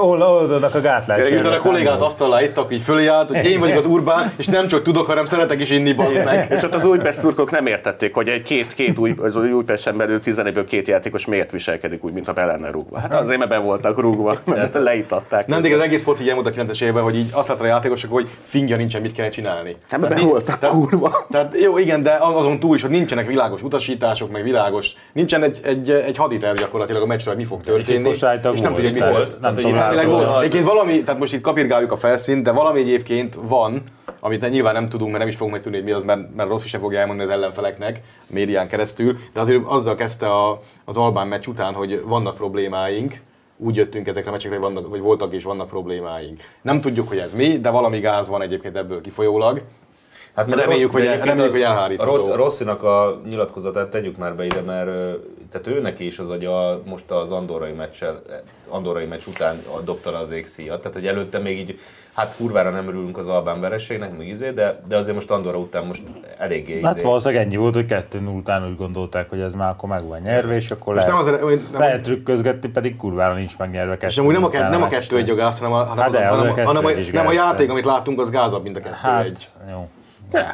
Speaker 3: Oldodnak a gátlás.
Speaker 2: Miután a kollégát asztalá itt, aki fölé állt, hogy én vagyok az Urbán, és nem csak tudok, hanem szeretek is inni, bazd meg.
Speaker 4: És ott az újpest szurkok nem értették, hogy egy két, két új, az új Újpesten belül 11-ből két játékos miért viselkedik úgy, mintha be lenne rúgva. Hát azért, mert be voltak rúgva, mert leitatták.
Speaker 2: Nem, de az egész foci ilyen volt a 90-es években, hogy így azt látta a játékosok, hogy fingja nincsen, mit kellene csinálni.
Speaker 4: Hát be voltak kurva.
Speaker 2: Tehát jó, igen, de az- azon túl is, hogy nincsenek világos utasítások, meg világos, nincsen egy, egy, egy haditerv gyakorlatilag a meccsre, hogy mi fog történni.
Speaker 3: most álltak
Speaker 2: és nem
Speaker 3: gólt,
Speaker 2: tudja, mi
Speaker 3: tehát Nem
Speaker 2: volt.
Speaker 1: Tehát,
Speaker 3: tudom,
Speaker 1: hogy
Speaker 2: Tényleg
Speaker 1: Hát,
Speaker 2: volt.
Speaker 1: az-
Speaker 2: Egyébként valami, tehát most itt kapirgáljuk a felszínt, de valami egyébként van, amit nyilván nem tudunk, mert nem is fogunk meg tudni, hogy mi az, mert, mert rossz is sem fogja elmondani az ellenfeleknek a médián keresztül, de azért azzal kezdte a, az Albán meccs után, hogy vannak problémáink, úgy jöttünk ezekre a meccsekre, hogy, vannak, hogy voltak és vannak problémáink. Nem tudjuk, hogy ez mi, de valami gáz van egyébként ebből kifolyólag.
Speaker 1: Hát mert
Speaker 2: Reméljük,
Speaker 1: Rossz-
Speaker 2: hogy el-
Speaker 1: egyébként
Speaker 2: reméljük,
Speaker 1: a-
Speaker 2: hogy elhárítható.
Speaker 1: A Rossz, Rosszinak a nyilatkozatát tegyük már be ide, mert ö, tehát ő neki is az agya most az andorrai, meccsel, andorrai meccs után dobta le az égszíjat. Tehát, hogy előtte még így, hát kurvára nem örülünk az Albán vereségnek, még izé, de, de azért most Andorra után most eléggé izé.
Speaker 3: Hát valószínűleg ennyi volt, hogy 2 0 után úgy gondolták, hogy ez már akkor meg van nyerve, és akkor
Speaker 2: Most
Speaker 3: lehet,
Speaker 2: nem az- hogy nem-
Speaker 3: lehet trükközgetni, pedig kurvára nincs megnyerve 2
Speaker 2: És amúgy nem a, ke- nem a kettő egy a gáz, hanem a, hanem
Speaker 3: Hát
Speaker 2: az,
Speaker 3: de, az
Speaker 2: hanem,
Speaker 3: a
Speaker 2: a,
Speaker 3: kettő
Speaker 2: hanem a,
Speaker 3: is
Speaker 2: nem a
Speaker 3: gáz,
Speaker 2: játék,
Speaker 3: tehát.
Speaker 2: amit látunk, az gázabb, mint a kettő
Speaker 3: Hát,
Speaker 2: egy.
Speaker 3: jó.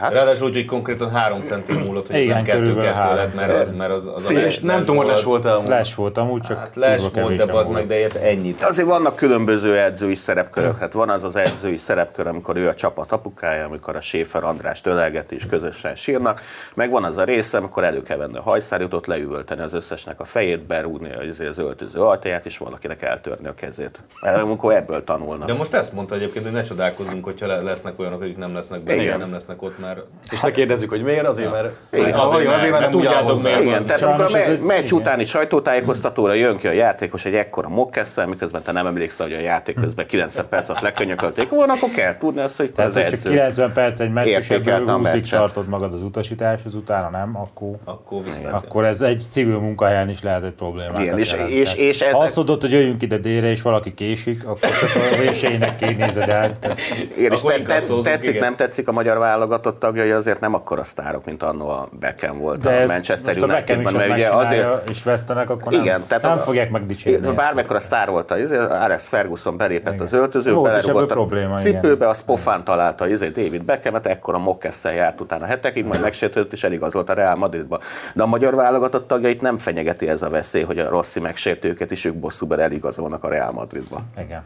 Speaker 1: Ráadásul úgy, hogy konkrétan három centim múlott, hogy ez
Speaker 3: Hát? Igen,
Speaker 1: nem kettő-kettő
Speaker 3: körülbelül három
Speaker 1: lett, mert az, mert az, az a
Speaker 2: És nem tudom, hogy lesz volt elmúlt.
Speaker 3: Les volt amúgy, csak
Speaker 1: Hát les
Speaker 3: kurva
Speaker 1: volt, de
Speaker 3: kevésen
Speaker 1: bazd meg, de érte ennyit.
Speaker 4: Azért vannak különböző edzői szerepkörök. Hát van az az edzői szerepkör, amikor ő a csapat apukája, amikor a Séfer Andrást ölelgeti és közösen sírnak. Meg van az a része, amikor elő kell venni a hajszárjutot, leüvölteni az összesnek a fejét, berúgni az, izé, az öltöző altaját, és valakinek eltörni a kezét. Mert Amikor ebből tanulnak.
Speaker 1: De most ezt mondta egyébként, hogy ne csodálkozzunk, hogyha le- lesznek olyanok, akik nem lesznek benne,
Speaker 4: Igen.
Speaker 1: nem lesznek ott, mert
Speaker 2: És ne kérdezzük, hogy miért, azért, mert,
Speaker 1: Igen,
Speaker 2: azért, azért, mert, nem úgy áll
Speaker 1: tudjátok,
Speaker 2: hozzá.
Speaker 1: miért
Speaker 4: Igen, tehát
Speaker 3: Sajnos
Speaker 4: amikor a
Speaker 3: ez
Speaker 4: me-
Speaker 3: egy-
Speaker 4: meccs
Speaker 3: igen.
Speaker 4: utáni sajtótájékoztatóra jön ki a játékos egy ekkora mokkesszel, miközben te nem emlékszel, hogy a játék közben 90 percet lekönyökölték volna, akkor kell tudni azt, hogy te
Speaker 3: Tehát,
Speaker 4: az
Speaker 3: hogy csak
Speaker 4: edző.
Speaker 3: 90 perc egy meccs, és
Speaker 4: Értékelt
Speaker 3: ebből
Speaker 4: a
Speaker 3: 20
Speaker 4: meccset.
Speaker 3: tartod magad az utasításhoz, utána nem, akkor...
Speaker 1: akkor viszont.
Speaker 3: Akkor ez egy civil munkahelyen is lehet egy problémát.
Speaker 4: Igen, és-
Speaker 3: jelent.
Speaker 4: és- és
Speaker 3: Tehát, ha
Speaker 4: ezek-
Speaker 3: azt mondod, hogy jöjjünk ide délre, és valaki késik, akkor csak a véseinek kinézed el. Tehát
Speaker 4: Igen, és
Speaker 1: Akkor
Speaker 4: te,
Speaker 1: inkább
Speaker 4: tetsz,
Speaker 1: szózzunk,
Speaker 4: tetszik,
Speaker 1: igen.
Speaker 4: nem tetszik a magyar válogatott tagjai, azért nem akkora sztárok, mint annó a Beckham volt
Speaker 3: De
Speaker 4: a
Speaker 3: ez
Speaker 4: Manchester
Speaker 3: most a Beckham is
Speaker 4: Unitedben,
Speaker 3: azt
Speaker 4: mert ugye
Speaker 3: megcsinálja,
Speaker 4: azért
Speaker 3: és vesztenek, akkor nem,
Speaker 4: Igen, tehát
Speaker 3: nem
Speaker 4: a-
Speaker 3: fogják megdicsérni.
Speaker 4: Bármikor a sztár volt, az, Alex Ferguson belépett az öltözőbe,
Speaker 3: Volt is
Speaker 4: belerúgott
Speaker 3: ebből
Speaker 4: a
Speaker 3: probléma,
Speaker 4: cipőbe,
Speaker 3: igen.
Speaker 4: az pofán találta izé, David Beckhamet, ekkora mokkesszel járt utána hetekig, majd megsértődött és eligazolt a Real Madridba. De a magyar válogatott tagjait nem fenyegeti ez a veszély, hogy a Rossi megsérti őket, és ők bosszúban eligazolnak a Real Madridba.
Speaker 3: Igen.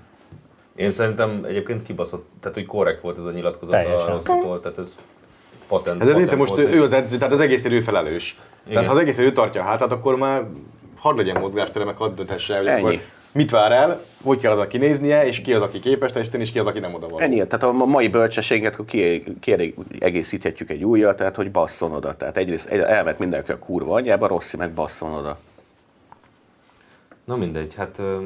Speaker 1: Én szerintem egyébként kibaszott, tehát hogy korrekt volt ez a nyilatkozat
Speaker 3: Teljesen.
Speaker 1: a Rosszitól, tehát ez patent,
Speaker 2: Hát de érted,
Speaker 1: patent
Speaker 2: most
Speaker 1: volt,
Speaker 2: ő az edző, tehát az egész ő felelős.
Speaker 1: Igen.
Speaker 2: Tehát ha az egész ő tartja a hátát, akkor már hadd legyen mozgástere, meg hadd dönthesse el, hogy
Speaker 4: Ennyi.
Speaker 2: akkor mit vár el, hogy kell az, aki néznie, és ki az, aki képes teljesíteni, és ki az, aki nem oda való.
Speaker 4: Ennyi, tehát a mai bölcsességet akkor kiegészíthetjük egy újjal, tehát hogy basszon oda. Tehát egyrészt egy- elment mindenki a kurva anyjába, Rossi meg basszon oda.
Speaker 1: Na mindegy, hát... ö,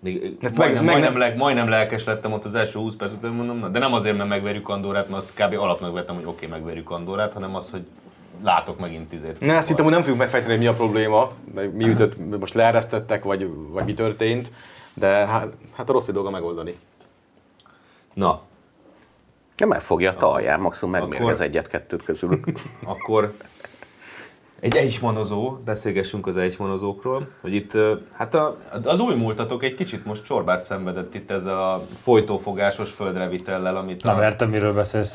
Speaker 1: Még,
Speaker 2: Ezt
Speaker 1: Ezt
Speaker 2: meg-
Speaker 1: majdnem,
Speaker 2: meg-
Speaker 1: majdnem, le, majdnem lelkes lettem ott az első 20 perc után, mondom, na, de nem azért, mert megverjük Andorát, mert azt kb. alapnak vettem, hogy oké, okay, megverjük Andorát, hanem az, hogy látok megint tizét.
Speaker 2: Na, azt hittem, hogy nem fogjuk megfejteni, hogy mi a probléma, meg mi ütött, most leeresztettek, vagy, vagy mi történt, de hát, hát a rossz dolga megoldani.
Speaker 1: Na,
Speaker 4: Nem megfogja a talján, maximum megmérgez
Speaker 1: Akkor-
Speaker 4: egyet-kettőt közülük.
Speaker 1: akkor egy egymanozó, beszélgessünk az egymanozókról, hogy itt ö, hát a, az új múltatok egy kicsit most csorbát szenvedett itt ezzel a folytófogásos földrevitellel, amit
Speaker 3: Nem
Speaker 1: a,
Speaker 3: értem, miről beszélsz.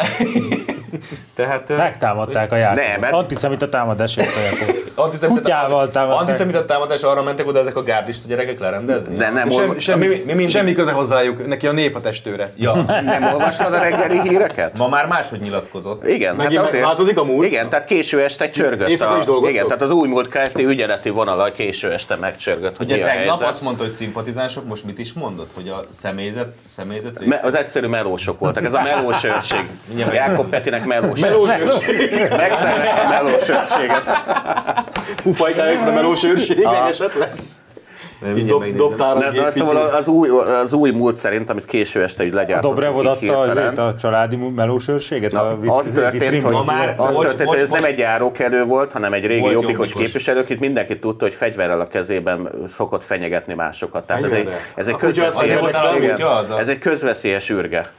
Speaker 1: Tehát,
Speaker 3: Megtámadták a játékot.
Speaker 4: Nem,
Speaker 3: Nem,
Speaker 4: mert- Hát,
Speaker 3: mert... Antiszemita támadás érte a játékot.
Speaker 1: Antiszemita
Speaker 3: Kutyával támadták.
Speaker 1: Antiszemita támadás arra mentek oda ezek a gárdista gyerekek lerendezni?
Speaker 4: De nem,
Speaker 2: Sem,
Speaker 4: olva-
Speaker 2: semmi,
Speaker 1: mi- mi mindig-
Speaker 2: semmi köze hozzájuk, neki a nép a testőre.
Speaker 1: Ja,
Speaker 4: nem olvastad a reggeli híreket?
Speaker 1: ma már máshogy nyilatkozott.
Speaker 4: Igen,
Speaker 2: Megint
Speaker 4: hát azért,
Speaker 2: megváltozik a múlt?
Speaker 4: Igen, tehát késő este csörgött.
Speaker 2: Éjszaka is
Speaker 4: a,
Speaker 2: dolgoztok?
Speaker 4: igen, tehát az új múlt Kft. ügyeleti vonala késő este megcsörgött, hogy
Speaker 1: Ugye
Speaker 4: mi a
Speaker 1: tegnap
Speaker 4: helyzet.
Speaker 1: azt mondta, hogy szimpatizánsok, most mit is mondott? Hogy a személyzet, személyzet része?
Speaker 4: Me- az egyszerű melósok voltak, ez a melós őrség. Jákob Petinek melós
Speaker 2: Melós
Speaker 4: őrség.
Speaker 2: őrség.
Speaker 4: Megszervezte a melós őrséget.
Speaker 2: Pufajkájuk, de melós őrség esetleg.
Speaker 1: Mindjárt
Speaker 2: És dob,
Speaker 1: megnézem.
Speaker 2: dobtára
Speaker 4: Nem,
Speaker 2: egy
Speaker 4: de
Speaker 2: gépítő.
Speaker 4: szóval az új, az új múlt szerint, amit késő este így
Speaker 3: A
Speaker 4: legyártottak.
Speaker 3: Dobrev
Speaker 4: így
Speaker 3: odatta
Speaker 4: hirtelen.
Speaker 3: azért a családi melósőrséget?
Speaker 4: Na, az történt, hogy,
Speaker 1: Ma már-
Speaker 4: az
Speaker 1: most-
Speaker 4: történt, hogy
Speaker 1: most-
Speaker 4: ez nem
Speaker 1: most-
Speaker 4: egy járókelő volt, hanem egy régi
Speaker 1: Volt
Speaker 4: jobbikos
Speaker 1: jobbikos.
Speaker 4: képviselő, akit mindenki tudta, hogy fegyverrel a kezében szokott fenyegetni másokat. Tehát ez egy,
Speaker 2: Fegyverrel?
Speaker 4: ez egy
Speaker 2: A kutya az
Speaker 4: közveszélyes,
Speaker 1: azért volt a
Speaker 4: igen,
Speaker 1: kutya az a-
Speaker 4: ez egy közveszélyes ürge.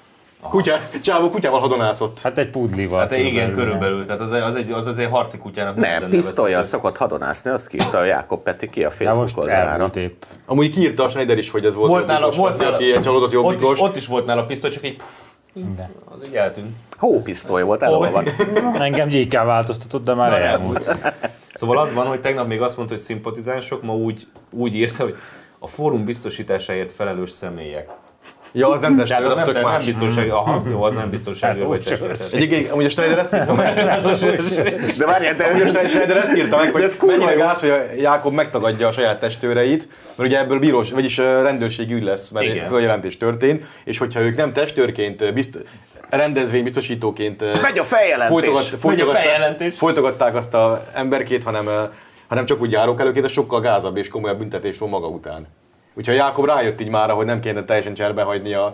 Speaker 2: Kutya, csávó kutyával hadonászott.
Speaker 3: Hát egy pudlival.
Speaker 1: Hát igen, körülbelül. Tehát az, az, egy, az azért harci kutyának
Speaker 4: Nem,
Speaker 1: nehezen
Speaker 4: pisztolyjal
Speaker 1: nevezhető.
Speaker 4: szokott hadonászni, azt kírta a Jákob Peti ki a
Speaker 3: De
Speaker 4: Facebook
Speaker 3: most
Speaker 4: oldalára.
Speaker 3: elmúlt épp.
Speaker 2: Amúgy kiírta a Schneider is, hogy ez volt,
Speaker 1: Volt nála, volt nála,
Speaker 2: aki ilyen csalódott
Speaker 1: ott,
Speaker 2: jobbikos.
Speaker 1: is, ott is volt nála pisztoly, csak így puff,
Speaker 3: Igen.
Speaker 1: az így eltűnt.
Speaker 4: Hópisztoly volt, elolvad.
Speaker 3: Engem gyíkká változtatott, de már
Speaker 1: Már
Speaker 3: elmúlt.
Speaker 1: Szóval az van, hogy tegnap még azt mondta, hogy szimpatizánsok, ma úgy, úgy írta, hogy a fórum biztosításáért felelős személyek.
Speaker 2: Ja, az nem testőr,
Speaker 1: Tehát az
Speaker 2: Hát az
Speaker 1: nem, nem
Speaker 2: tök más.
Speaker 1: biztonság, aha, jó, az nem
Speaker 3: Hát
Speaker 1: biztonság, vagy testőr.
Speaker 2: Egyébként, amúgy a Schneider ezt írta meg.
Speaker 4: De várjál, de
Speaker 2: A Schneider ezt írta meg,
Speaker 4: De
Speaker 2: hogy
Speaker 4: ez kurva
Speaker 2: mennyire
Speaker 4: jó.
Speaker 2: gáz, hogy a Jákob megtagadja a saját testőreit, mert ugye ebből bírós, vagyis ö, rendőrségi ügy lesz, mert
Speaker 1: Igen.
Speaker 2: Igen. följelentés történt, és hogyha ők nem testőrként, ö, bizt, rendezvénybiztosítóként ö,
Speaker 4: Megy a feljelentés.
Speaker 2: folytogat-
Speaker 4: Megy
Speaker 1: a
Speaker 2: folytogatták-
Speaker 1: feljelentés.
Speaker 2: folytogatták azt a emberkét, hanem, ö, hanem csak úgy járókelőként, az sokkal gázabb és komolyabb büntetés van maga után. Úgyhogy Jákob rájött így már, hogy nem kéne teljesen cserbe hagyni a,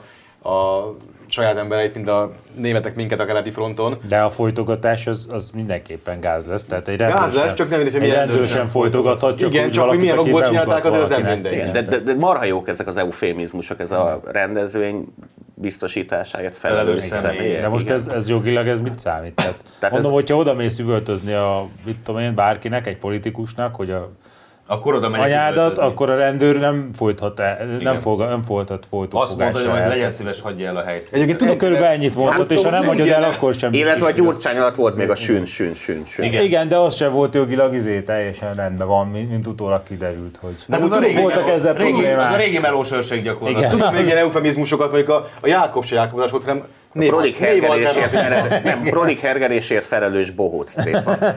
Speaker 2: a saját embereit, mint a németek minket a keleti fronton.
Speaker 3: De a folytogatás az, az mindenképpen gáz lesz. Tehát egy rendőr
Speaker 2: Gáz lesz,
Speaker 3: sem-
Speaker 2: csak nem mindegy, hogy
Speaker 3: egy
Speaker 2: milyen
Speaker 3: rendőr sem folytogathat, csak
Speaker 2: Igen,
Speaker 3: úgy
Speaker 2: csak hogy
Speaker 3: valakit,
Speaker 2: milyen
Speaker 3: aki
Speaker 2: okból
Speaker 3: beugat
Speaker 2: csinálták, azért az nem
Speaker 3: valakinek.
Speaker 2: mindegy.
Speaker 3: Igen.
Speaker 4: de, de, de marha jók ezek az eufémizmusok, ez a rendezvény biztosításáért felelős
Speaker 1: Felelős
Speaker 4: személy.
Speaker 1: személyek.
Speaker 3: De most ez, ez jogilag ez mit számít? Tehát,
Speaker 4: Tehát
Speaker 3: Tehát mondom,
Speaker 4: ez-
Speaker 3: ez... hogyha oda mész üvöltözni a, mit tudom én, bárkinek, egy politikusnak, hogy a
Speaker 1: Akkor oda megyek
Speaker 3: anyádat,
Speaker 1: üvöltözni.
Speaker 3: akkor a rendőr nem folythat el,
Speaker 1: Igen.
Speaker 3: nem, fog, nem folytat
Speaker 1: Azt mondta, hogy
Speaker 3: folytófogása
Speaker 1: majd
Speaker 3: el.
Speaker 1: legyen szíves, hagyja el a helyszínt.
Speaker 2: Egyébként
Speaker 3: Tudod,
Speaker 2: tudok
Speaker 3: körülbelül ennyit mondott, és ha nem hagyod el, akkor sem.
Speaker 4: Illetve a
Speaker 3: biztos, hogy-
Speaker 4: gyurcsány alatt volt még a sűn, sűn, sűn, sűn.
Speaker 1: Igen.
Speaker 3: Igen. Igen, de az sem volt jogilag izé, teljesen rendben van, mint, mint utólag kiderült, hogy
Speaker 1: Hát az a régi,
Speaker 3: voltak ezzel
Speaker 1: régi, az a
Speaker 3: problémák.
Speaker 1: régi melósörség gyakorlatilag.
Speaker 3: Igen.
Speaker 2: Tudok még ilyen eufemizmusokat, mondjuk a, a Jákob se Jákobodás volt, hanem név,
Speaker 4: Prolik
Speaker 2: név
Speaker 4: hergelésért,
Speaker 2: alternatív.
Speaker 4: felelős, nem, Prolik hergelésért felelős bohóc tréfa.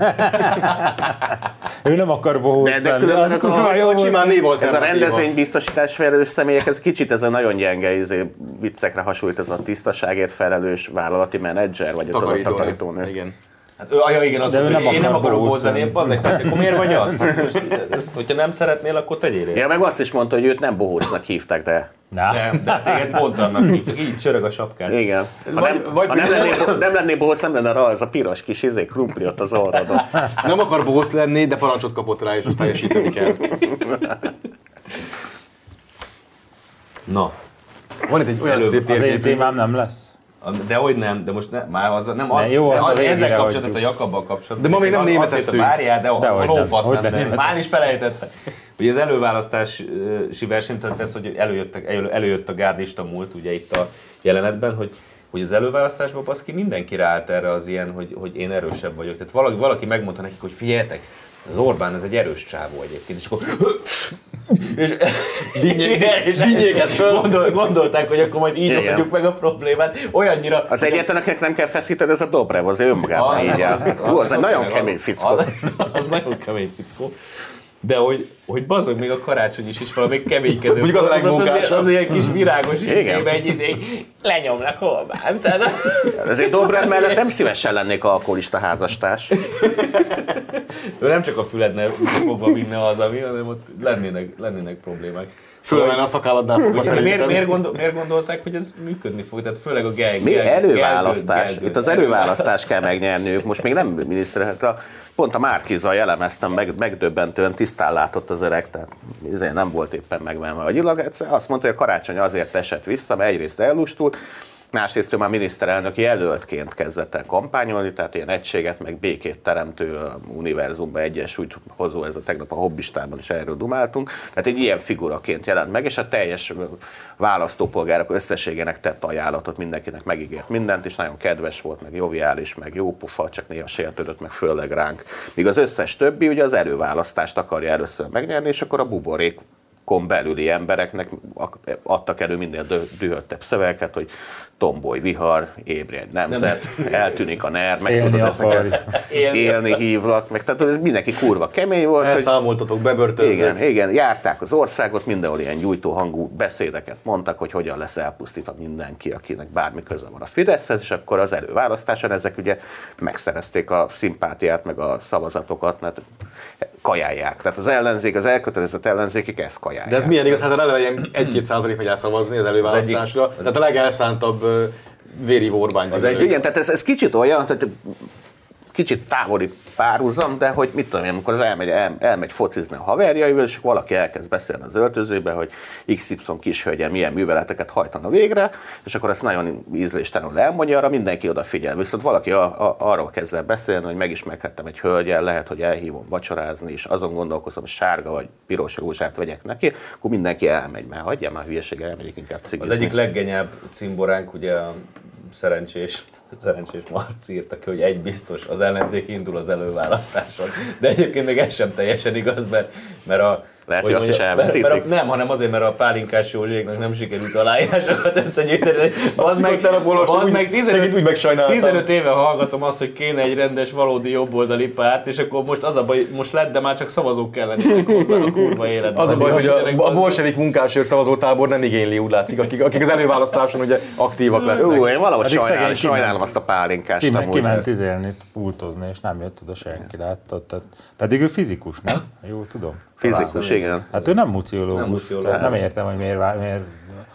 Speaker 3: Ő nem akar bohóc
Speaker 4: De- de
Speaker 3: lenni,
Speaker 4: különben
Speaker 3: az
Speaker 4: ez a-
Speaker 3: kurva jó
Speaker 2: Vagy
Speaker 3: volt.
Speaker 2: simán név
Speaker 4: Ez a
Speaker 2: alternatíva.
Speaker 4: rendezvénybiztosítás felelős személyek, ez kicsit ez a nagyon gyenge izé, viccekre hasonlít ez a tisztaságért felelős vállalati menedzser, vagy a tudod,
Speaker 2: Takarítónő.
Speaker 4: takarítónő.
Speaker 2: Igen.
Speaker 1: Hát ő, ah, ja, igen, az
Speaker 3: De
Speaker 1: mondta,
Speaker 3: ő
Speaker 1: hogy
Speaker 3: nem
Speaker 1: én nem
Speaker 3: akar
Speaker 1: akarok
Speaker 3: bohóc
Speaker 1: bózzani,
Speaker 3: lenni.
Speaker 1: épp az egy perc, akkor miért vagy az? Hát most, ezt, hogyha nem szeretnél, akkor tegyél
Speaker 4: Ja,
Speaker 1: ja.
Speaker 4: meg azt is mondta, hogy őt nem bohócnak hívták, de
Speaker 3: Na,
Speaker 1: Nem, de hát téged pont annak hívtak. Így csörög a sapkád.
Speaker 4: igen. Ha
Speaker 2: Vagy-
Speaker 4: nem,
Speaker 2: vagy
Speaker 4: ha nem,
Speaker 2: bizony-
Speaker 4: lennél, bo- nem lennél bohóc, nem lenne rá ez a piros kis izé, krumpli ott az orrodon.
Speaker 2: Nem akar bohóc lenni, de parancsot kapott rá, és azt teljesíteni kell.
Speaker 1: Na,
Speaker 2: Van itt egy olyan
Speaker 1: Előbb.
Speaker 2: szép
Speaker 3: az én
Speaker 2: térkép.
Speaker 3: témám nem lesz.
Speaker 1: de hogy nem, de most ne, már az, nem az,
Speaker 3: Ne, jó, azt a végére
Speaker 1: ezzel kapcsolatban,
Speaker 3: hagyjuk.
Speaker 1: tehát a Jakabbal kapcsolatban.
Speaker 2: De ma még
Speaker 1: Én
Speaker 2: nem
Speaker 1: azt- azt
Speaker 2: németeztünk.
Speaker 1: hittem, Várjál, de a,
Speaker 3: Dehogy
Speaker 1: a
Speaker 3: nem.
Speaker 1: lófasz
Speaker 3: Hogy
Speaker 1: nem, nem,
Speaker 3: nem
Speaker 1: Már is felejtettem. Ugye az előválasztási versenyt, tehát ez, hogy előjöttek, elő, előjött a gárdista múlt ugye itt a jelenetben, hogy hogy az előválasztásban baszki mindenki ráállt erre az ilyen, hogy, hogy én erősebb vagyok. Tehát valaki, valaki megmondta nekik, hogy figyeljetek, az Orbán ez egy erős csávó egyébként, és akkor és,
Speaker 2: Dinnyé-
Speaker 1: és-
Speaker 2: dinnyéket föl.
Speaker 1: gondol, gondolták, hogy akkor majd így
Speaker 4: Igen.
Speaker 1: oldjuk meg a problémát, olyannyira,
Speaker 4: Az egyetlen, akinek nem kell feszíteni, ez a Dobrev, az ő önmagában így áll. Hú, az egy nagyon
Speaker 1: az-
Speaker 4: kemény fickó.
Speaker 1: Az, az nagyon kemény fickó. De hogy, hogy bazog még a karácsony is is valami keménykedő.
Speaker 2: Mondjuk az a legmunkásabb.
Speaker 1: Az, az ilyen kis virágos ítélbe egy, izé- egy, egy lenyomlak Orbán. Tehát,
Speaker 4: Ezért Dobrev mellett nem szívesen lennék alkoholista házastárs.
Speaker 1: ő nem csak a füledne fogva vinne az, ami, hanem ott lennének, lennének problémák.
Speaker 2: Főleg a szakálladnál fogva
Speaker 1: Ugye, Miért, miért,
Speaker 2: szerintem.
Speaker 1: gondol, miért, gondolták, hogy ez működni fog? Tehát főleg a gel,
Speaker 4: Mi
Speaker 1: gel-
Speaker 4: előválasztás?
Speaker 1: gelgőd-
Speaker 4: Itt az előválasztást kell megnyerniük. Most még nem miniszterelnök. a- Pont a Márkizzal elemeztem, meg, megdöbbentően tisztán látott az öreg, tehát izé nem volt éppen megvenve a gyilag. Egyszer Azt mondta, hogy a karácsony azért esett vissza, mert egyrészt ellustult, Másrészt ő már miniszterelnök jelöltként kezdett el kampányolni, tehát ilyen egységet, meg békét teremtő univerzumba egyesült hozó, ez a tegnap a hobbistában is erről dumáltunk. Tehát egy ilyen figuraként jelent meg, és a teljes választópolgárok összességének tett ajánlatot, mindenkinek megígért mindent, és nagyon kedves volt, meg joviális, meg jópofa, csak néha sértődött, meg főleg ránk. Míg az összes többi ugye az előválasztást akarja először megnyerni, és akkor a buborék kon belüli embereknek adtak elő minél dühöttebb szövegeket, hogy tomboly, vihar, ébredj nemzet, nem. eltűnik a ner, meg
Speaker 3: Élni
Speaker 4: tudod
Speaker 3: akar.
Speaker 4: ezeket élni. élni hívlak, meg tehát ez mindenki kurva kemény volt. hogy-
Speaker 2: Elszámoltatok, bebörtönzök.
Speaker 4: igen, igen, járták az országot, mindenhol ilyen gyújtó hangú beszédeket mondtak, hogy hogyan lesz elpusztítva mindenki, akinek bármi köze van a Fideszhez, és akkor az előválasztáson ezek ugye megszerezték a szimpátiát, meg a szavazatokat, mert kajálják. Tehát az ellenzék, az elkötelezett ellenzékek ezt kajálják.
Speaker 2: De ez milyen igaz, hát a eleve ilyen 1-2 százalék megy el szavazni az előválasztásra.
Speaker 1: egyik- az-
Speaker 2: Tehát a legelszántabb ö, véri Orbán.
Speaker 1: Az egyik-
Speaker 4: Igen, tehát ez, ez kicsit olyan, tehát kicsit távoli párhuzam, de hogy mit tudom én, amikor az elmegy, el, elmegy focizni a haverjaival, és akkor valaki elkezd beszélni az öltözőbe, hogy XY kishölgyen milyen műveleteket hajtana végre, és akkor ezt nagyon ízléstelenül elmondja, arra mindenki odafigyel. Viszont valaki a, a, arról kezd el beszélni, hogy megismerkedtem egy hölgyel, lehet, hogy elhívom vacsorázni, és azon gondolkozom, hogy sárga vagy piros rózsát vegyek neki, akkor mindenki elmegy, mert hagyja már hülyeség, elmegyek inkább
Speaker 1: Az
Speaker 4: cigizni.
Speaker 1: egyik leggenyább cimboránk, ugye a szerencsés, szerencsés Marci írta ki, hogy egy biztos, az ellenzék indul az előválasztáson. De egyébként még ez sem teljesen igaz, mert, mert a
Speaker 4: Lehet, hogy azt is
Speaker 1: mondjam, mert, mert a,
Speaker 4: elveszítik.
Speaker 1: nem, hanem azért, mert a pálinkás Józséknak nem sikerült aláírásokat összegyűjteni. Az meg,
Speaker 2: hittem, abból most
Speaker 1: az
Speaker 2: úgy-
Speaker 1: meg
Speaker 2: segít,
Speaker 1: 15,
Speaker 2: úgy megsajnáltam.
Speaker 1: 15 éve hallgatom azt, hogy kéne egy rendes, valódi jobboldali párt, és akkor most az a baj, most lett, de már csak szavazók kellenek hozzá a kurva életben.
Speaker 2: Az a baj, hogy
Speaker 1: Istenek,
Speaker 2: a, a
Speaker 1: bazd meg.
Speaker 2: bolsevik munkásőr szavazótábor nem igényli, úgy látszik, akik, akik az előválasztáson ugye aktívak lesznek.
Speaker 4: Jó, én valahogy
Speaker 3: Pedig
Speaker 4: sajnálom,
Speaker 3: szegény
Speaker 4: sajnálom
Speaker 3: kiment.
Speaker 4: azt a pálinkást.
Speaker 3: Szíme,
Speaker 4: amúgy.
Speaker 3: kiment izélni, pultozni, és nem jött oda senki, láttad? Tehát, pedig ő fizikus, nem? Jó, tudom.
Speaker 4: Fizikus, igen.
Speaker 3: Hát ő nem muciológus,
Speaker 1: Nem
Speaker 3: nem,
Speaker 1: muciológus.
Speaker 3: tehát nem értem, hogy miért, vá- miért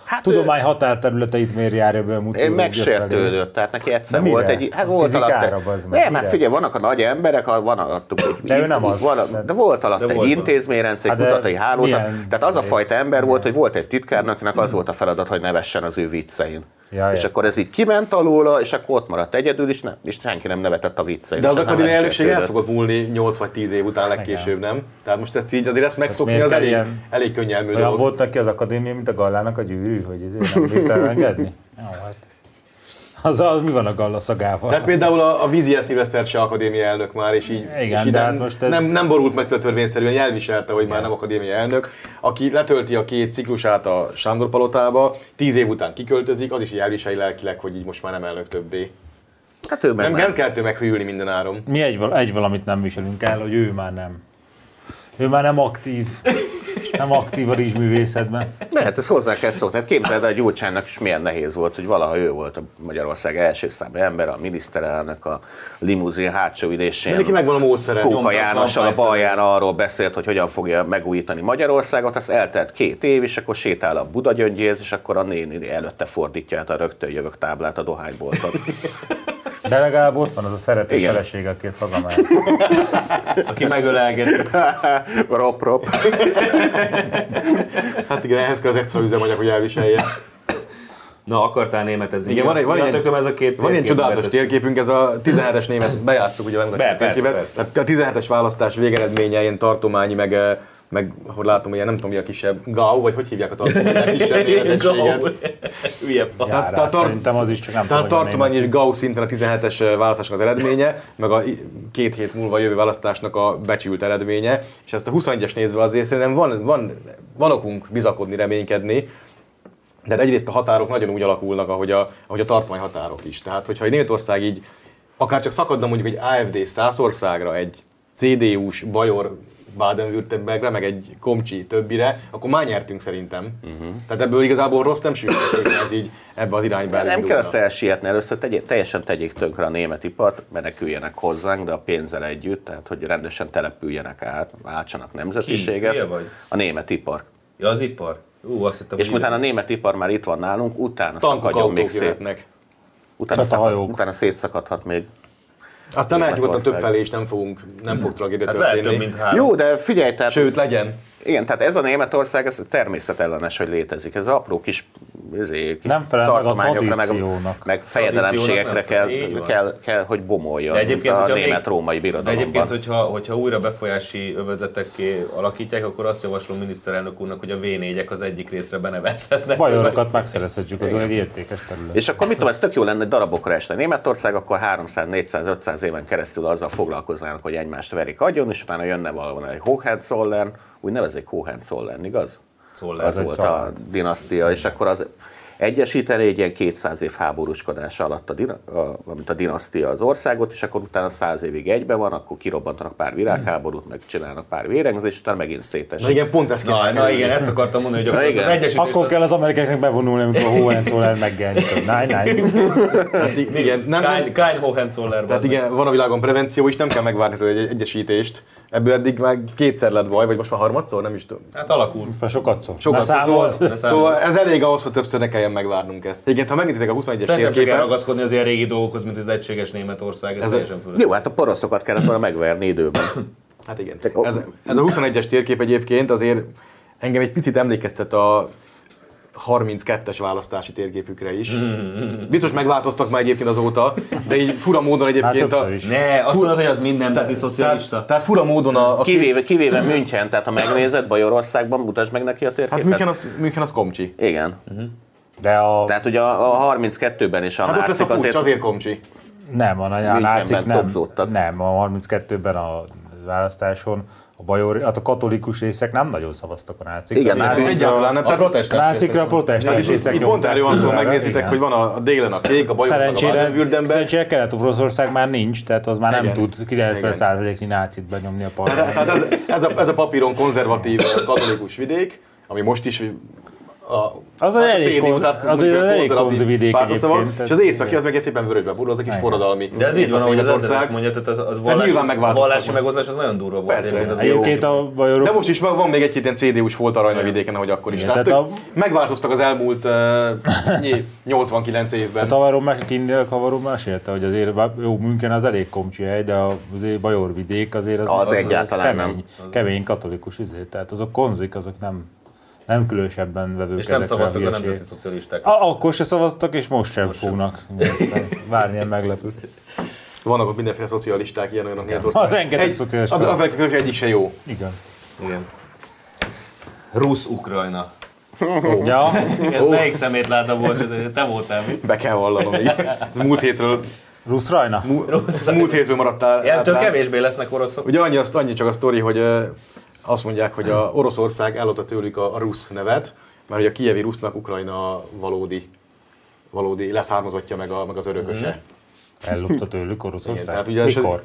Speaker 4: Hát
Speaker 3: hát tudomány határterületeit miért járja be a
Speaker 4: Én
Speaker 3: muciológus.
Speaker 4: megsértődött, tehát neki egyszer
Speaker 3: De mire?
Speaker 4: volt egy... Hát
Speaker 3: A
Speaker 4: volt
Speaker 3: fizikára,
Speaker 4: alatt,
Speaker 3: bazd meg,
Speaker 4: nem, hát
Speaker 3: mire?
Speaker 4: figyelj, vannak a nagy emberek, ha van alattuk egy...
Speaker 3: De ő nem az.
Speaker 4: Van, de volt alatt
Speaker 1: De
Speaker 4: de egy
Speaker 1: volt van.
Speaker 4: intézményrendszer, egy
Speaker 3: Hát de
Speaker 4: kutatói hálózat.
Speaker 3: milyen-
Speaker 4: Tehát az a fajta ember volt, hogy volt egy titkárnak, akinek az volt a feladat, hogy ne vessen az ő viccein.
Speaker 3: Ja,
Speaker 4: és
Speaker 3: értem.
Speaker 4: akkor ez így kiment alóla, és akkor ott maradt egyedül, és, nem, és senki nem nevetett a viccein.
Speaker 2: De
Speaker 4: és
Speaker 2: az
Speaker 4: ezen
Speaker 2: akadémiai elnökség
Speaker 4: megsértődött.
Speaker 2: el szokott múlni 8 vagy 10 év után legkésőbb, nem? Tehát most ezt így, azért ezt megszokni,
Speaker 3: miért
Speaker 2: az
Speaker 3: kell
Speaker 2: elég,
Speaker 3: ilyen-
Speaker 2: elég könnyelmű
Speaker 3: Olyan
Speaker 2: dolog.
Speaker 3: volt neki az akadémia, mint a gallának a gyűrű, hogy ezért nem bírt elengedni? Jó, hát. Az, az mi van a galla szagával?
Speaker 2: Tehát például a, a Vizier Szilveszter se akadémia elnök már, és így,
Speaker 3: Igen,
Speaker 2: és így
Speaker 3: de
Speaker 2: nem,
Speaker 3: hát most ez-
Speaker 2: nem, nem borult meg tőle törvényszerűen, elviselte, hogy már nem akadémia elnök. Aki letölti a két ciklusát a Sándor palotába, tíz év után kiköltözik, az is így elviseli lelkileg, hogy így most már nem elnök többé.
Speaker 4: Hát ő meg
Speaker 2: Nem,
Speaker 4: nem,
Speaker 2: nem kell tőle meghűlni minden áron.
Speaker 3: Mi egy, val- egy valamit nem viselünk el, hogy ő már nem. Ő már nem aktív. Nem aktív a rizsművészetben.
Speaker 4: Lehet, ezt hozzá kell szokni. Hát képzeld el, Gyurcsánynak is milyen nehéz volt, hogy valaha ő volt a Magyarország első számú ember, a miniszterelnök, a limuzin hátsó
Speaker 2: De
Speaker 4: ülésén.
Speaker 2: neki megvan a módszere.
Speaker 4: Kóka
Speaker 1: Nyomtatlan
Speaker 4: Jánossal a
Speaker 1: pajszerű.
Speaker 4: balján arról beszélt, hogy hogyan fogja megújítani Magyarországot, azt eltelt két év, és akkor sétál a Buda gyöngyéhez, és akkor a néni előtte fordítja át a rögtön jövök táblát a dohánybolton.
Speaker 3: De legalább ott van az a szerető
Speaker 4: Igen.
Speaker 3: feleség, aki ezt hazamegy.
Speaker 1: Aki megölelgeti.
Speaker 4: rop, rop.
Speaker 2: Hát igen, ehhez kell az extra üzemanyag, hogy elviselje.
Speaker 1: Na, akartál németezni.
Speaker 2: Igen,
Speaker 1: Mi
Speaker 2: van egy-
Speaker 1: az?
Speaker 2: van
Speaker 1: Mi a
Speaker 2: egy-
Speaker 1: tököm ez a két
Speaker 2: Van ilyen
Speaker 1: térkép,
Speaker 2: csodálatos
Speaker 1: mert ez-
Speaker 2: térképünk, ez a 17-es német, bejátszuk ugye bemutatjuk
Speaker 1: Be,
Speaker 2: a térképet.
Speaker 1: persze, persze.
Speaker 2: Tehát a 17-es választás végeredménye, ilyen tartományi, meg, eh, meg hogy látom, ilyen nem tudom mi a kisebb, GAU, vagy hogy hívják a tartományi, a kisebb
Speaker 1: Gau.
Speaker 2: méretettséget.
Speaker 1: Hülye fasz.
Speaker 2: Tehát-
Speaker 3: Járás,
Speaker 2: tehát tar-
Speaker 3: szerintem az is csak nem
Speaker 2: Tehát a
Speaker 3: tudom, hogy a
Speaker 2: tartomány
Speaker 3: német-
Speaker 2: és GAU szinten a 17-es választásnak az eredménye, meg a i- két hét múlva jövő választásnak a becsült eredménye, és ezt a 21-es nézve azért szerintem van, van, van okunk bizakodni, reménykedni, de hát egyrészt a határok nagyon úgy alakulnak, ahogy a, ahogy a tartomány határok is. Tehát, hogyha egy Németország így, akár csak szakadna mondjuk egy AFD Szászországra, egy CDU-s Bajor Baden-Württembergre, meg egy Komcsi többire, akkor már nyertünk szerintem.
Speaker 4: Mhm.
Speaker 2: Uh-huh. Tehát ebből igazából rossz nem sül, ez így ebbe az irányba
Speaker 4: Nem kell
Speaker 2: elindulna.
Speaker 4: azt elsietni, először tegy, teljesen tegyék tönkre a német ipart, meneküljenek hozzánk, de a pénzzel együtt, tehát hogy rendesen települjenek át, váltsanak nemzetiséget.
Speaker 1: Ki? Milyen vagy?
Speaker 4: A német ipar.
Speaker 1: Ja, az ipar. Ú, azt hittem,
Speaker 4: És
Speaker 1: hogy-
Speaker 4: miután a német ipar már itt van nálunk, utána
Speaker 2: tankok,
Speaker 4: szakadjon még
Speaker 2: autók
Speaker 4: szét.
Speaker 2: jöhetnek.
Speaker 4: Utána,
Speaker 3: Csak a
Speaker 4: szakad,
Speaker 3: hajók.
Speaker 4: utána szétszakadhat még.
Speaker 2: Aztán elnyugodtan
Speaker 4: Németország.
Speaker 2: több felé is nem, fogunk, nem fog tragédia
Speaker 1: Hát lehet
Speaker 2: történni.
Speaker 1: több, mint hát- három.
Speaker 4: Jó, de figyelj, tehát
Speaker 2: Sőt, legyen.
Speaker 4: Igen, tehát ez a Németország, ez természetellenes, hogy létezik. Ez apró kis izé, kis
Speaker 3: Nem felel meg a
Speaker 4: tartományokra,
Speaker 3: tradíciónak.
Speaker 4: meg, meg fejedelemségekkel kell,
Speaker 1: Tradíciónak nem
Speaker 4: kell,
Speaker 1: felel,
Speaker 4: kell, kell, hogy bomoljon,
Speaker 1: De
Speaker 4: mint
Speaker 1: egyébként,
Speaker 4: a
Speaker 1: hogyha még-
Speaker 4: német-római
Speaker 1: De
Speaker 4: birodalomban.
Speaker 1: egyébként, hogyha, hogyha újra befolyási övezetekké alakítják, akkor azt javaslom miniszterelnök úrnak, hogy a V4-ek az egyik részre benevezhetnek.
Speaker 3: Bajorokat megszerezhetjük, azon egy értékes terület.
Speaker 4: És akkor mit tudom, ez tök jó lenne hogy darabokra esne. Németország akkor 300, 400, 500 éven keresztül azzal foglalkoznának, hogy egymást verik agyon, és utána jönne valahol egy Hohenzollern, úgy nevezik Hohenzollern, igaz?
Speaker 1: Zollern.
Speaker 4: az
Speaker 1: Ez egy
Speaker 4: volt a
Speaker 3: család.
Speaker 4: dinasztia, és akkor az egyesíteni egy ilyen 200 év háborúskodás alatt, a, dina, a, amit a dinasztia az országot, és akkor utána 100 évig egybe van, akkor kirobbantanak pár világháborút, meg csinálnak pár vérengzést, utána megint
Speaker 2: Na
Speaker 4: szétesik.
Speaker 2: igen, pont ezt
Speaker 1: Na,
Speaker 2: kell.
Speaker 1: na igen, ezt akartam mondani, hogy akkor
Speaker 4: Na
Speaker 1: az, az
Speaker 4: igen.
Speaker 1: egyesítés
Speaker 3: Akkor kell az amerikaiaknak bevonulni, amikor Hohenzollern megjelenik. Náj, náj.
Speaker 2: Hát i- igen, nem, nem,
Speaker 1: Kein, Kein Hohenzoller
Speaker 2: Tehát igen, van a világon prevenció, és nem kell megvárni az egy egyesítést. Ebből eddig már kétszer lett baj, vagy most már harmadszor, nem is tudom.
Speaker 1: Hát alakul.
Speaker 3: Már sokat szó.
Speaker 2: Sokat
Speaker 3: Na,
Speaker 2: szóval,
Speaker 3: számolt.
Speaker 2: szóval, szóval, ez elég ahhoz, hogy többször ne kelljen megvárnunk ezt. Igen, ha megnézitek a
Speaker 1: Szerintem
Speaker 2: 21-es
Speaker 1: csak kell
Speaker 2: térképet,
Speaker 1: ragaszkodni az ilyen régi dolgokhoz, mint az egységes Németország, ez,
Speaker 2: Ez-
Speaker 1: teljesen fölös.
Speaker 4: Jó, hát a poroszokat kellett volna megverni időben.
Speaker 2: hát igen,
Speaker 4: Te-
Speaker 2: ez, ez a 21-es térkép egyébként azért engem egy picit emlékeztet a 32-es választási térképükre is. Biztos megváltoztak már egyébként azóta, de így fura módon
Speaker 3: Hát
Speaker 2: egyébként a...
Speaker 3: többször is.
Speaker 1: Ne, azt mondod, hogy az mind nemzeti
Speaker 2: Tehát,
Speaker 1: szocialista.
Speaker 2: tehát fura módon a, hát a
Speaker 4: Kivéve, kivéve München, tehát ha megnézed Bajorországban, mutasd meg neki a térképet.
Speaker 2: Hát München az, München az komcsi. Hát
Speaker 4: Igen.
Speaker 3: De a...
Speaker 4: Tehát ugye a, a 32-ben is a
Speaker 2: Hát ott lesz
Speaker 4: nácik
Speaker 2: a
Speaker 4: azért,
Speaker 2: kulcs, azért, azért komcsi.
Speaker 3: Nem, a, a
Speaker 4: Münchenben
Speaker 3: nácik nem.
Speaker 4: topzódtak.
Speaker 3: Nem, a 32-ben a választáson a, bajor, hát a katolikus részek nem nagyon szavaztak a nácikra.
Speaker 4: Igen,
Speaker 3: a
Speaker 4: nem.
Speaker 2: Ez
Speaker 3: nácik,
Speaker 2: Hát egyáltalán nem.
Speaker 1: A
Speaker 2: Tehát
Speaker 3: a
Speaker 1: protestáns
Speaker 3: nácikra a protestáns részek
Speaker 2: Itt pont erről van szó,
Speaker 3: nyomták
Speaker 2: megnézitek,
Speaker 3: Igen.
Speaker 2: hogy van a, a délen a kék, a bajok meg a
Speaker 3: Szerencsére,
Speaker 2: Baden-Württemberg.
Speaker 3: szerencsére Kelet-Oroszország már nincs, tehát az már nem
Speaker 2: Igen.
Speaker 3: tud 90%-nyi nácit benyomni a parlamentbe.
Speaker 2: Tehát ez, ez, a, ez a papíron konzervatív eh, katolikus vidék, ami most is a,
Speaker 3: Az egy elég kon- az egy
Speaker 2: mondjuk,
Speaker 3: elég
Speaker 2: konzervatív
Speaker 3: konzi vidék
Speaker 2: változata van,
Speaker 3: egyébként,
Speaker 2: És az
Speaker 3: tehát-
Speaker 2: északi az meg szépen vörösbe burul, az egy kis
Speaker 3: Igen.
Speaker 2: forradalmi.
Speaker 1: De ez így van, ahogy az András
Speaker 2: Észak-Németország.
Speaker 1: mondja, tehát az, az vallási,
Speaker 2: Hát nyilván
Speaker 1: a vallási
Speaker 2: megváltoztatnak.
Speaker 1: megoldás az nagyon durva volt.
Speaker 2: Persze. Hát
Speaker 1: egyébként, az jó.
Speaker 3: Egyébként a bajorok
Speaker 2: De most is van van még egy-két ilyen CDU-s volt arany a vidéken, ahogy akkor is.
Speaker 3: Igen,
Speaker 2: tehát
Speaker 3: tehát
Speaker 2: ők
Speaker 3: a-
Speaker 2: megváltoztak az elmúlt eh, nyi- 89 évben.
Speaker 3: Tavarom meg Kindel Kavarom mesélte, hogy azért bá- jó, München az elég komcsi hely, de a- azért Bajorvidék azért az,
Speaker 4: Az egyáltalán
Speaker 3: kemény,
Speaker 4: nem.
Speaker 3: kemény katolikus izé, tehát azok konzik, azok nem, nem különösebben vevők
Speaker 1: És nem
Speaker 3: ezekre
Speaker 1: szavaztak a
Speaker 3: hülyeség-
Speaker 1: nemzeti szocialisták.
Speaker 3: A- akkor se szavaztak, és most sem fognak. Tehát Bármilyen meglepő.
Speaker 2: Vannak ott mindenféle szocialisták, ilyen olyanok.
Speaker 3: Van rengeteg szocialista.
Speaker 2: Az amerikai közös egyik se jó.
Speaker 3: Igen.
Speaker 1: Igen. Rusz-Ukrajna.
Speaker 3: Ja,
Speaker 1: Ez melyik szemét látta volt? Te voltál mi?
Speaker 2: Be kell vallanom. így. Ez múlt hétről,
Speaker 3: Rusz Rajna?
Speaker 2: mú, múlt hétről maradtál.
Speaker 1: Ja, tök
Speaker 2: rá.
Speaker 1: kevésbé lesznek oroszok.
Speaker 2: Ugye annyi, azt, annyi csak a sztori, hogy ö, azt mondják, hogy a Oroszország eladta tőlük a, a rusz nevet, mert ugye a kijevi rusznak Ukrajna valódi, valódi leszármazottja meg, a, meg az örököse.
Speaker 3: Ellopta tőlük
Speaker 2: Igen,
Speaker 3: Oroszország.
Speaker 2: tehát ugye-
Speaker 3: Mikor?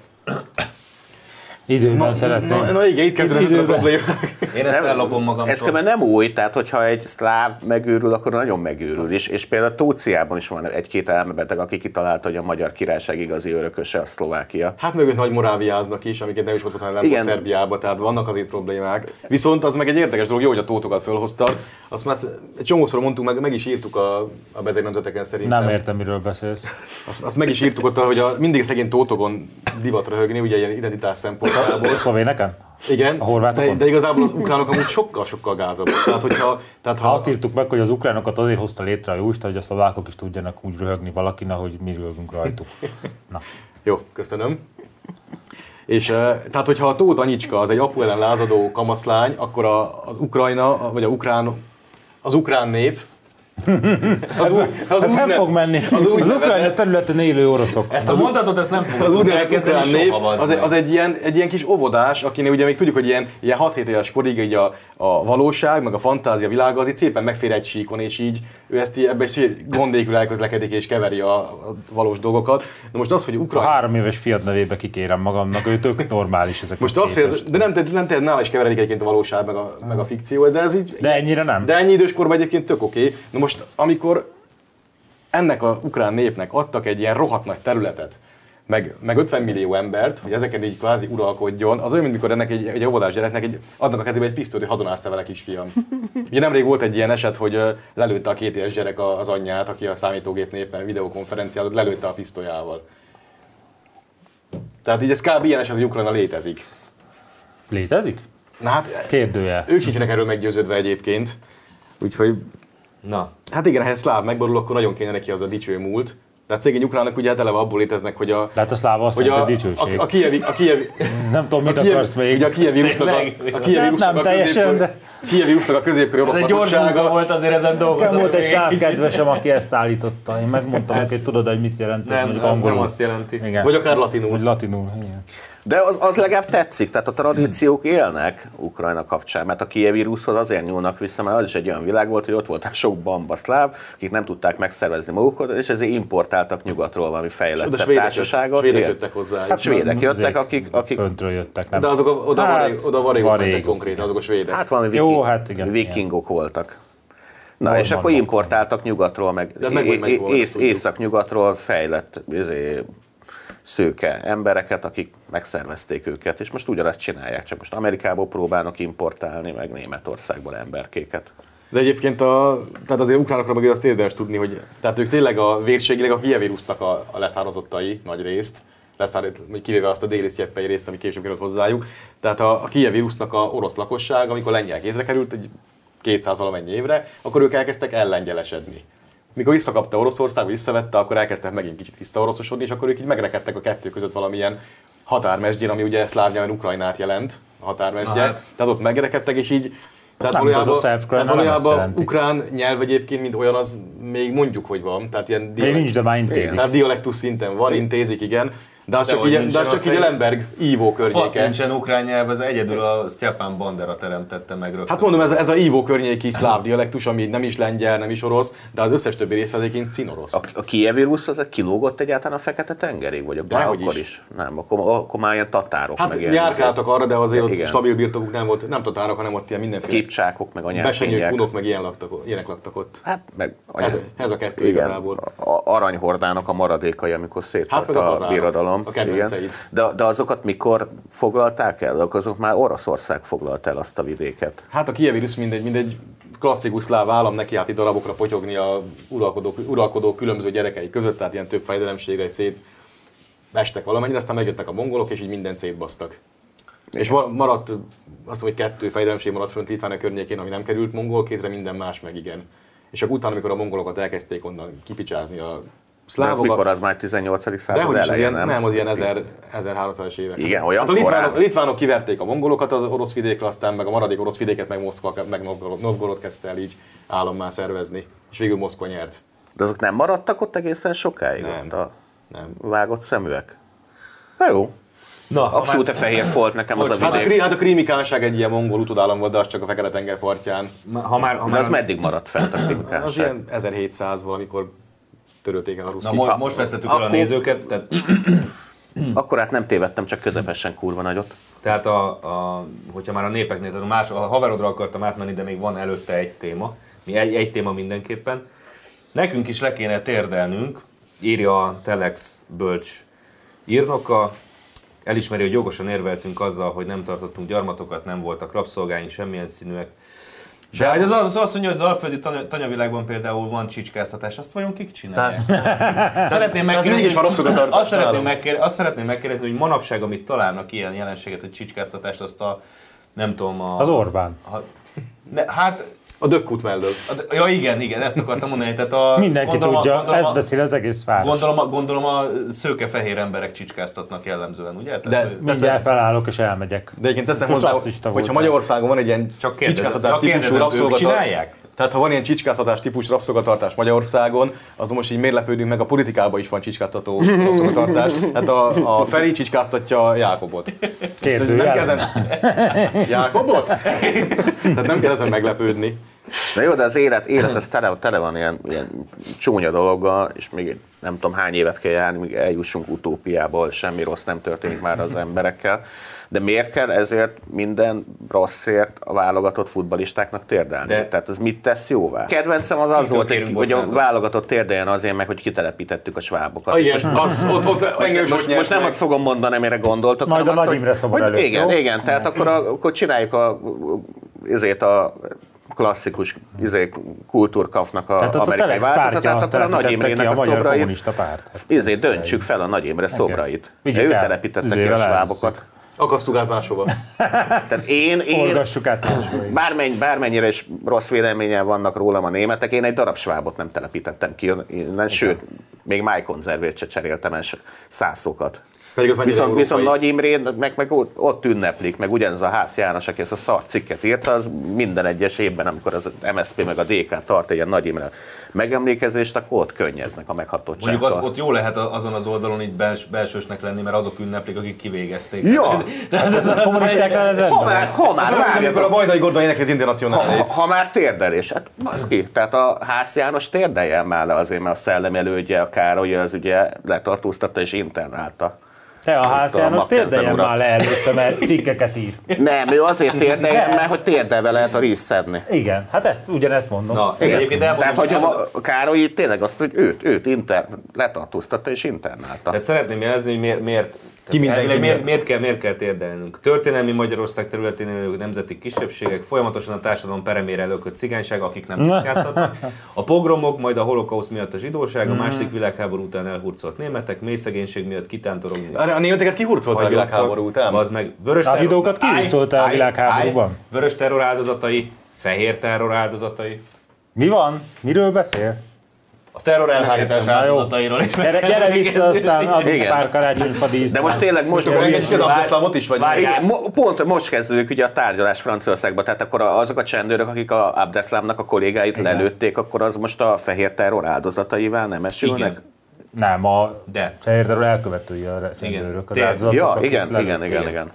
Speaker 3: Időben szeretném.
Speaker 2: Na, na igen, itt kezdődött a
Speaker 3: Mhm. Időben.
Speaker 2: problémák.
Speaker 1: Én ezt ellopom
Speaker 4: ez
Speaker 1: magamtól.
Speaker 4: különben nem új, tehát hogyha egy szláv megőrül, akkor nagyon megőrül is. És például Tóciában is van egy-két elmebeteg, aki kitalálta, hogy a magyar királyság igazi örököse a Szlovákia.
Speaker 2: Hát mögött nagy moráviáznak is, amiket nem is volt otthon, nem
Speaker 4: Igen.
Speaker 2: volt Szerbiába, tehát vannak azért problémák. Viszont az meg egy érdekes dolog, jó, hogy a tótokat fölhoztad. Azt már egy csomószor mondtuk, meg, meg is írtuk a, a bezeg nemzeteken szerintem.
Speaker 3: Nem értem, miről beszélsz.
Speaker 2: Azt, azt meg is írtuk ott, hogy a, mindig szegény tótogon divat röhögni, ugye ilyen identitás szempontjából.
Speaker 3: Szlovéneken?
Speaker 2: Igen,
Speaker 3: A horvátokon?
Speaker 2: de, de, igazából az ukránok amúgy sokkal-sokkal gázabbak. Tehát, hogyha, tehát ha
Speaker 3: Azt írtuk meg, hogy az ukránokat azért hozta létre a jóisten, hogy a szlovákok is tudjanak úgy röhögni valakin, ahogy mi röhögünk rajtuk. Na,
Speaker 2: Jó, köszönöm. És eh, tehát, hogyha a Tóth Anyicska az egy apu ellen lázadó kamaszlány, akkor a, az Ukrajna, a- vagy a ukrán, az ukrán nép, az, ú-
Speaker 3: az ez
Speaker 2: úgy
Speaker 3: nem
Speaker 2: ne-
Speaker 3: fog menni. Az, az
Speaker 2: úgynevezett-
Speaker 3: Ukrajna területen élő oroszok.
Speaker 1: Ezt a mondatot, ezt nem
Speaker 2: az
Speaker 1: fogod
Speaker 2: úgynevezett
Speaker 1: elkezdeni
Speaker 2: ukrán nép,
Speaker 1: soha.
Speaker 2: az,
Speaker 1: bazd meg.
Speaker 2: az egy, ilyen, egy ilyen kis óvodás, akinél ugye még tudjuk, hogy ilyen, ilyen 6-7 éves korig így a, a valóság, meg a fantázia világa az itt szépen megfér egy síkon, és így ő ezt így, ebben gond nélkül elközlekedik és keveri a, a valós dolgokat. De most az, hogy
Speaker 3: A
Speaker 2: Ukrajna...
Speaker 3: három éves fiat nevébe kikérem magamnak, ő tök normális ezek
Speaker 2: Most az, hogy ez, de nem, de nem, de nála is keveredik egyébként a valóság, meg a, meg a fikció, de ez így...
Speaker 3: De ennyire nem.
Speaker 2: De ennyi időskorban egyébként tök oké. Okay. Na most, amikor ennek a ukrán népnek adtak egy ilyen rohadt nagy területet, meg, meg 50 millió embert, hogy ezeken így kvázi uralkodjon, az olyan, mint mikor ennek egy, egy óvodás gyereknek egy, adnak a kezébe egy pisztolyt, hogy hadonász te vele, kisfiam. Ugye nemrég volt egy ilyen eset, hogy ö, lelőtte a két éves gyerek a- az anyját, aki a számítógép népen videokonferenciálod, lelőtte a pisztolyával. Tehát így ez kb. ilyen eset, hogy Ukrajna létezik.
Speaker 3: Létezik?
Speaker 2: Na hát,
Speaker 3: Kérdője.
Speaker 2: ők sincsenek erről meggyőződve egyébként. Úgyhogy
Speaker 1: Na,
Speaker 2: Hát igen, ha ez szláv megborul, akkor nagyon kéne neki az a dicső múlt. De a cégény ukránok ugye hát eleve abból léteznek, hogy a...
Speaker 3: De hát a szláva azt
Speaker 2: hogy
Speaker 3: jelenti a
Speaker 2: a, a,
Speaker 3: dicsőség.
Speaker 2: a, kievi, a kievi,
Speaker 3: Nem tudom, mit
Speaker 2: a kievi,
Speaker 3: akarsz még.
Speaker 2: Ugye a kievi rusznak a, a kievi
Speaker 3: Nem,
Speaker 2: rusznak
Speaker 3: nem
Speaker 2: a
Speaker 3: teljesen,
Speaker 2: középkori-
Speaker 3: de-
Speaker 2: a kievi rusznak a középkori
Speaker 1: ez
Speaker 2: orosz
Speaker 1: egy gyors
Speaker 2: lakossága.
Speaker 1: munka volt azért ezen
Speaker 3: Nekem
Speaker 1: dolgozni.
Speaker 3: volt egy száv
Speaker 1: Így-
Speaker 3: kedvesem, aki ezt állította. Én megmondtam
Speaker 2: Hát
Speaker 3: neki, hogy tudod, hogy mit jelent ez
Speaker 1: Nem,
Speaker 3: mondjuk
Speaker 1: az
Speaker 3: angolul.
Speaker 1: nem azt jelenti.
Speaker 3: Igen.
Speaker 2: Vagy akár
Speaker 3: Vagy
Speaker 2: latinul.
Speaker 3: latinul.
Speaker 4: Hát
Speaker 3: Igen.
Speaker 4: De az, az legalább tetszik, tehát a tradíciók élnek Ukrajna kapcsán, mert a kievi ruszhoz azért nyúlnak vissza, mert az is egy olyan világ volt, hogy ott voltak sok bambaszláv, akik nem tudták megszervezni magukat, és ezért importáltak nyugatról valami
Speaker 2: De
Speaker 4: fejlettebb
Speaker 2: svédek, jött-
Speaker 4: társaságot.
Speaker 2: svédek
Speaker 4: Igen.
Speaker 2: jöttek hozzá.
Speaker 4: Hát svédek jöttek,
Speaker 3: Ezek
Speaker 4: akik, akik
Speaker 3: Föntről jöttek, nem
Speaker 2: de azok a, oda,
Speaker 3: Hát,
Speaker 2: varég, oda varégok mentek
Speaker 3: varégok,
Speaker 2: konkrétan, azok a svédek.
Speaker 4: hát valami
Speaker 3: Jó,
Speaker 4: viking,
Speaker 3: hát igen,
Speaker 4: vikingok voltak. Na,
Speaker 3: Norman
Speaker 4: és akkor
Speaker 3: volt.
Speaker 4: importáltak nyugatról, meg,
Speaker 2: De meg hogy meg
Speaker 4: é-
Speaker 2: voltak,
Speaker 4: ész,
Speaker 2: tudjuk.
Speaker 4: észak-nyugatról fejlett izé, szőke embereket, akik megszervezték őket, és most ugyanazt csinálják, csak most Amerikából próbálnak importálni, meg Németországból emberkéket.
Speaker 2: De egyébként a, tehát azért ukránokra meg azt érdemes tudni, hogy tehát ők tényleg a vérségileg a hievérusznak a, a leszármazottai nagy részt, leszár, vagy kivéve azt a déli sztyeppei részt, ami később került hozzájuk. Tehát a, a kievérusznak a orosz lakosság, amikor lengyel kézre került, egy 200 valamennyi évre, akkor ők elkezdtek ellengyelesedni. Mikor visszakapta Oroszország, vagy visszavette, akkor elkezdtek megint kicsit visszaoroszosodni, és akkor ők így megrekedtek a kettő között valamilyen határmesdjén, ami ugye szláv nyelven Ukrajnát jelent, a határmesdje.
Speaker 1: Aha.
Speaker 2: Tehát ott megrekedtek, és így tehát
Speaker 3: Nem,
Speaker 2: valójában,
Speaker 3: az a szerb
Speaker 2: tehát
Speaker 3: nem ezt
Speaker 2: valójában
Speaker 3: jelenti.
Speaker 2: ukrán nyelv egyébként, mint olyan, az még mondjuk, hogy van. Tehát ilyen
Speaker 3: Még nincs, de már
Speaker 2: Igen,
Speaker 3: intézik.
Speaker 2: Tehát dialektus szinten van, intézik, igen. De az
Speaker 1: De
Speaker 2: csak,
Speaker 1: hogy
Speaker 2: így, de
Speaker 1: nincsen
Speaker 2: az csak
Speaker 1: az,
Speaker 2: így
Speaker 1: hogy-
Speaker 2: a Lemberg ívó
Speaker 1: Fasz
Speaker 2: környéke.
Speaker 1: nincsen ukrán nyelv, ez egyedül a Sztyapán Bandera teremtette meg rögtön.
Speaker 2: Hát mondom, ez, ez a ívó környéki szláv dialektus, ami nem is lengyel, nem is orosz, de az összes többi része az egyébként színorosz.
Speaker 4: A, a kievi rusz az kilógott egyáltalán a fekete tengerig, vagy a
Speaker 2: Dehogy
Speaker 4: akkor
Speaker 2: is.
Speaker 4: is. Nem, akkor, akkor már ilyen tatárok
Speaker 2: Hát
Speaker 4: meg ilyen
Speaker 2: járkáltak arra, de azért ott
Speaker 4: Igen.
Speaker 2: stabil birtokuk nem volt, nem tatárok, hanem ott ilyen mindenféle
Speaker 4: képcsákok, meg
Speaker 2: besenyők,
Speaker 4: anyákények.
Speaker 2: kunok, meg ilyen laktak, ilyenek laktak ott.
Speaker 4: Hát meg
Speaker 2: Ez, ez a kettő
Speaker 4: Igen,
Speaker 2: igazából.
Speaker 4: a aranyhordának a maradékai, amikor
Speaker 2: Hát
Speaker 4: széttört
Speaker 2: meg a
Speaker 4: a,
Speaker 2: kazárok,
Speaker 4: birodalom.
Speaker 2: a kedvenceid.
Speaker 4: Igen. De, de azokat mikor foglalták el? Azok már Oroszország foglalt el azt a vidéket.
Speaker 2: Hát a kievi rusz mindegy, mindegy klasszikus szláv állam neki hát itt darabokra potyogni a uralkodó, uralkodó különböző gyerekei között, tehát ilyen több fejdelemségre szét estek valamennyire, aztán megjöttek a mongolok, és így mindent szétbasztak. És ma- maradt, azt mondom, hogy kettő fejdelemség maradt fönt Litvánia környékén, ami nem került mongol kézre, minden más meg igen. És akkor utána, amikor a mongolokat elkezdték onnan kipicsázni a
Speaker 4: De ez
Speaker 2: szlávokat,
Speaker 4: mikor az már 18.
Speaker 2: de hogy
Speaker 4: század
Speaker 2: is az
Speaker 4: Hát elején,
Speaker 2: ilyen,
Speaker 4: nem?
Speaker 2: nem? az ilyen 1000, 1300-as évek.
Speaker 4: Igen, olyan
Speaker 2: hát a litvánok,
Speaker 4: korán.
Speaker 2: a litvánok kiverték a mongolokat az orosz vidékre, aztán meg a maradék orosz vidéket, meg Moszkva, meg Novgorod, Novgorod kezdte el így állammá szervezni. És végül Moszkva nyert.
Speaker 4: De azok nem maradtak ott egészen sokáig?
Speaker 2: Nem.
Speaker 4: Ott a
Speaker 2: Nem.
Speaker 4: vágott szeműek? Na jó.
Speaker 1: Na, ha
Speaker 4: Abszolút a
Speaker 1: már,
Speaker 4: fehér folt nekem az a
Speaker 2: Hát a,
Speaker 4: vidék.
Speaker 2: krí, hát a krími kánság egy ilyen mongol utódállam volt, de az csak a Fekete-tenger partján.
Speaker 1: ha már, ha
Speaker 4: De
Speaker 1: már
Speaker 4: az meddig maradt fent a
Speaker 2: Az
Speaker 4: krimikánság?
Speaker 2: ilyen 1700 valamikor törölték el a rusz
Speaker 1: Na,
Speaker 2: kicsit.
Speaker 1: mo- most vesztettük el a
Speaker 4: Akkor-
Speaker 1: nézőket, tehát
Speaker 4: Akkor hát nem tévedtem, csak közepesen kurva nagyot.
Speaker 1: Tehát, a, a, hogyha már a népeknél, tehát a, más, a haverodra akartam átmenni, de még van előtte egy téma. Mi egy, egy téma mindenképpen. Nekünk is le kéne térdelnünk, írja a Telex bölcs írnoka. Elismeri, hogy jogosan érveltünk azzal, hogy nem tartottunk gyarmatokat, nem voltak rabszolgáink, semmilyen színűek. De hát az, az azt mondja, hogy az alföldi tanya- tanyavilágban például van csicskáztatás, azt vajon kik csinálják? Szeretném megkérdezni,
Speaker 2: mégis van rabszolgatartás
Speaker 1: azt szeretném,
Speaker 2: nálunk.
Speaker 1: megkérdezni, azt szeretném megkérdezni, hogy manapság, amit találnak ilyen jelenséget, hogy csicskáztatást, azt a, nem tudom, a...
Speaker 3: Az Orbán.
Speaker 1: a ne, hát,
Speaker 2: A dökkút mellől.
Speaker 1: a, ja igen, igen, ezt akartam mondani, tehát a...
Speaker 3: Mindenki
Speaker 1: gondolom a-
Speaker 3: tudja,
Speaker 1: gondolom a-
Speaker 3: ezt beszél az egész város.
Speaker 1: Gondolom a, gondolom a szőke-fehér emberek csicskáztatnak jellemzően, ugye? Tehát,
Speaker 2: De-
Speaker 1: hogy-
Speaker 3: Mindjárt felállok és elmegyek.
Speaker 2: De egyébként teszem
Speaker 3: Most
Speaker 2: hozzá,
Speaker 3: rasszista
Speaker 2: hogyha
Speaker 3: voltál.
Speaker 2: Magyarországon van egy ilyen
Speaker 1: Csak kérdezem,
Speaker 2: csicskáztatás
Speaker 1: csak
Speaker 2: típusú
Speaker 1: kérdezem, ők
Speaker 2: rabszolgatartás,
Speaker 1: csinálják?
Speaker 2: tehát ha van ilyen csicskáztatás típusú rabszolgatartás Magyarországon, azon most így miért lepődünk meg, a politikában is van csicskáztató rabszolgatartás. Tehát a, a Feri csicskáztatja Jákobot.
Speaker 3: Kérdőjel.
Speaker 2: nem kezdem... Jákobot? Tehát nem kell ezen meglepődni.
Speaker 4: Na jó, de az élet, élet az tele, tele van ilyen, ilyen csúnya dologgal, és még nem tudom hány évet kell járni, míg eljussunk utópiából, semmi rossz nem történik már az emberekkel. De miért kell ezért minden rosszért a válogatott futbalistáknak térdelni?
Speaker 1: De-
Speaker 4: De. Tehát ez mit tesz jóvá? Kedvencem az az volt,
Speaker 1: kérünk
Speaker 4: hogy, hogy a
Speaker 1: bocsánatot?
Speaker 4: válogatott térdeljen azért meg, hogy kitelepítettük a svábokat.
Speaker 2: Ah,
Speaker 4: És
Speaker 2: igen, az, ott, ott, engem is
Speaker 4: most,
Speaker 2: ott
Speaker 4: most nem
Speaker 2: nyert
Speaker 4: azt fogom mondani, amire gondoltok.
Speaker 3: Majd
Speaker 4: hanem
Speaker 3: a
Speaker 4: azt,
Speaker 3: Nagy
Speaker 4: hogy-
Speaker 3: Imre szobor
Speaker 4: hogy
Speaker 3: előtt,
Speaker 4: Igen,
Speaker 3: jó?
Speaker 4: igen, tehát akkor, a, akkor csináljuk a, ezért a klasszikus izé, kultúrkafnak a
Speaker 3: Tehát ott a
Speaker 4: amerikai
Speaker 3: Telex
Speaker 4: változatát,
Speaker 3: pártja
Speaker 4: akkor a Nagy
Speaker 3: telepítette ki
Speaker 4: Imrének
Speaker 3: a
Speaker 4: a
Speaker 3: Magyar
Speaker 4: szobrait,
Speaker 3: Kommunista Párt.
Speaker 4: izé, döntsük fel a Nagy Imre szobrait.
Speaker 3: Vigyük
Speaker 4: Ő
Speaker 3: el.
Speaker 4: telepítette ki a
Speaker 3: Izével
Speaker 4: svábokat.
Speaker 3: elvisszük.
Speaker 2: Akasztuk át máshova.
Speaker 4: Tehát én, én
Speaker 3: Forgassuk át máshol.
Speaker 4: bármenny, bármennyire is rossz véleményen vannak rólam a németek, én egy darab svábot nem telepítettem ki innen, sőt, még májkonzervét se cseréltem el se- szászokat.
Speaker 2: Pedig az mennyire
Speaker 4: Viszont,
Speaker 2: európai.
Speaker 4: viszont Nagy Imrén, meg, meg ott- ott ünneplik, meg ugyanez a Ház János, aki ezt a szar cikket írta, az minden egyes évben, amikor az MSZP meg a DK tart egy ilyen Nagy Imre megemlékezést, akkor ott könnyeznek a
Speaker 1: Mondjuk
Speaker 4: meghatottságtól.
Speaker 1: az, ott jó lehet a- azon az oldalon így bels, belsősnek lenni, mert azok ünneplik, akik kivégezték.
Speaker 4: Ja.
Speaker 1: Tehát ez,
Speaker 3: Ez a
Speaker 1: ez,
Speaker 3: kommunistáknál ez
Speaker 4: ha
Speaker 3: rendben.
Speaker 4: már, ha már,
Speaker 2: Ez olyan, mint amikor a
Speaker 4: várjatok,
Speaker 2: Bajdai Gordon énekel az internacionálét.
Speaker 4: ha, ha már térdelés, hát baszki, tehát a Ház János térdeljen már le azért, mert a szellemelődje, a Károly az ugye letartóztatta és internálta.
Speaker 3: Te a ház
Speaker 4: Tudom,
Speaker 3: János
Speaker 4: Mackensen
Speaker 3: térdeljen
Speaker 4: urat.
Speaker 3: már le előtte, mert cikkeket ír.
Speaker 4: Nem, ő azért térdeljen, mert hogy térdelve lehet a részt szedni.
Speaker 3: Igen, hát ezt ugyanezt mondom.
Speaker 1: Na, igen, egyébként elmondom,
Speaker 4: Tehát, hogy
Speaker 1: elmondom-
Speaker 4: a a Károly itt tényleg azt, hogy őt, őt inter, letartóztatta és internálta.
Speaker 1: Tehát szeretném jelezni, hogy miért, miért,
Speaker 2: Ki mindenki
Speaker 1: elvileg miért,
Speaker 2: miért.
Speaker 1: miért, kell, miért kell térdelnünk. Történelmi Magyarország területén élő nemzeti kisebbségek, folyamatosan a társadalom peremére lökött cigányság, akik nem piszkázhatnak. A pogromok, majd a holokausz miatt a zsidóság, a második világháború után elhurcolt németek, mély szegénység miatt kitántorogni.
Speaker 2: Arra A németeket kihurcolta a világháború után?
Speaker 1: Az meg vörös
Speaker 3: A zsidókat
Speaker 1: Állj,
Speaker 3: kihurcolta a
Speaker 1: állj,
Speaker 3: világháborúban?
Speaker 1: állj. Vörös terror áldozatai, fehér terror áldozatai.
Speaker 3: Mi van? Miről beszél?
Speaker 1: A terror elhárítás
Speaker 3: Na jó.
Speaker 1: áldozatairól is meg
Speaker 3: Gyere,
Speaker 1: kell
Speaker 3: gyere vissza,
Speaker 1: emlékezni.
Speaker 3: aztán adunk
Speaker 4: Igen.
Speaker 3: pár karácsonyfa díszt.
Speaker 4: De most tényleg most,
Speaker 2: Engedjük az abdeszlámot is, vagy
Speaker 1: Várj,
Speaker 4: Igen, mo- pont most kezdődik ugye a tárgyalás Franciaországban, tehát akkor a- azok a csendőrök, akik a Abdeslámnak a kollégáit Igen. lelőtték, akkor az most a fehér terror áldozataivá nem esülnek?
Speaker 1: Igen.
Speaker 3: Nem, a
Speaker 1: De.
Speaker 3: Fehérderről elkövetői a rendőrök, az
Speaker 1: Tér-
Speaker 3: áldozatok,
Speaker 4: Ja,
Speaker 3: akik
Speaker 4: igen,
Speaker 3: lelőtték.
Speaker 4: igen, igen, igen.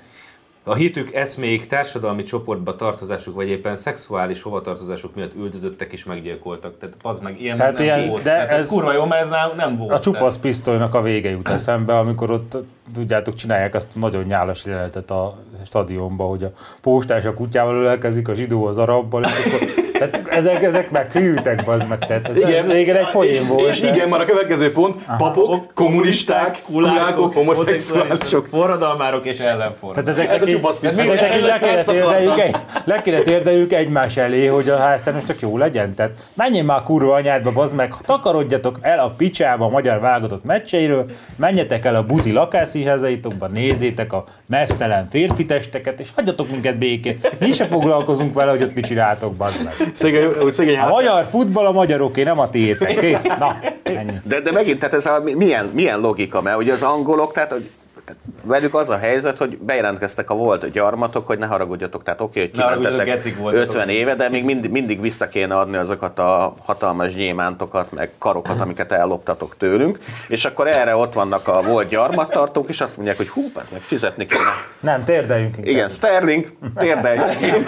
Speaker 1: A hitük eszméik társadalmi csoportba tartozásuk, vagy éppen szexuális hovatartozásuk miatt üldözöttek és meggyilkoltak. Tehát az meg ilyen
Speaker 3: Tehát
Speaker 1: nem
Speaker 3: ilyen-
Speaker 1: volt.
Speaker 3: de
Speaker 1: Tehát ez,
Speaker 3: ez-
Speaker 1: kurva jó, mert ez nálunk nem volt.
Speaker 3: A csupasz pisztolynak a vége jut eszembe, amikor ott, tudjátok, csinálják azt a nagyon nyálas jelenetet a stadionban, hogy a postás a kutyával ölelkezik, a zsidó az arabbal, és akkor, tehát ezek, ezek meg hűltek, bazd meg, tehát ez, ez régen egy poén volt.
Speaker 2: És igen, már a következő pont, papok, kommunisták, kulákok, homoszexuálisok.
Speaker 1: forradalmárok és ellenforradalmák.
Speaker 3: Tehát ezeknek
Speaker 2: Hát Ez a
Speaker 3: így-
Speaker 2: csupasz pisztoly.
Speaker 3: ezeknek így le kéne
Speaker 2: Ezt
Speaker 3: térdeljük
Speaker 2: akartam.
Speaker 3: egy- le kéne térdeljük egymás elé, hogy a házszerűsnek jó legyen. Tehát menjen már kurva anyádba, bazd meg, takarodjatok el a picsába a magyar válogatott meccseiről, menjetek el a buzi lakásszínházaitokba, nézzétek a mesztelen férfi testeket, és hagyjatok minket békén. Mi se foglalkozunk vele, hogy ott mit csináltok, bazd meg.
Speaker 2: Szegény, úgy szegény
Speaker 3: A
Speaker 2: ház.
Speaker 3: magyar futball a magyaroké, nem a tiétek. Kész, na, ennyi.
Speaker 4: De, de megint, tehát ez a, mi- milyen, milyen logika, mert ugye az angolok, tehát hogy- tehát velük az a helyzet, hogy bejelentkeztek a volt gyarmatok, hogy ne haragudjatok, tehát oké, hogy
Speaker 1: Ne haragudjatok,
Speaker 4: kimentetek
Speaker 1: gecik voltatok.
Speaker 4: 50 éve, de még mind, mindig vissza kéne adni azokat a hatalmas gyémántokat, meg karokat, amiket elloptatok tőlünk, és akkor erre ott vannak a volt gyarmattartók, és azt mondják, hogy hú, hát meg fizetni kéne.
Speaker 3: Nem, térdeljünk inkább.
Speaker 4: Igen, Sterling, térdelj.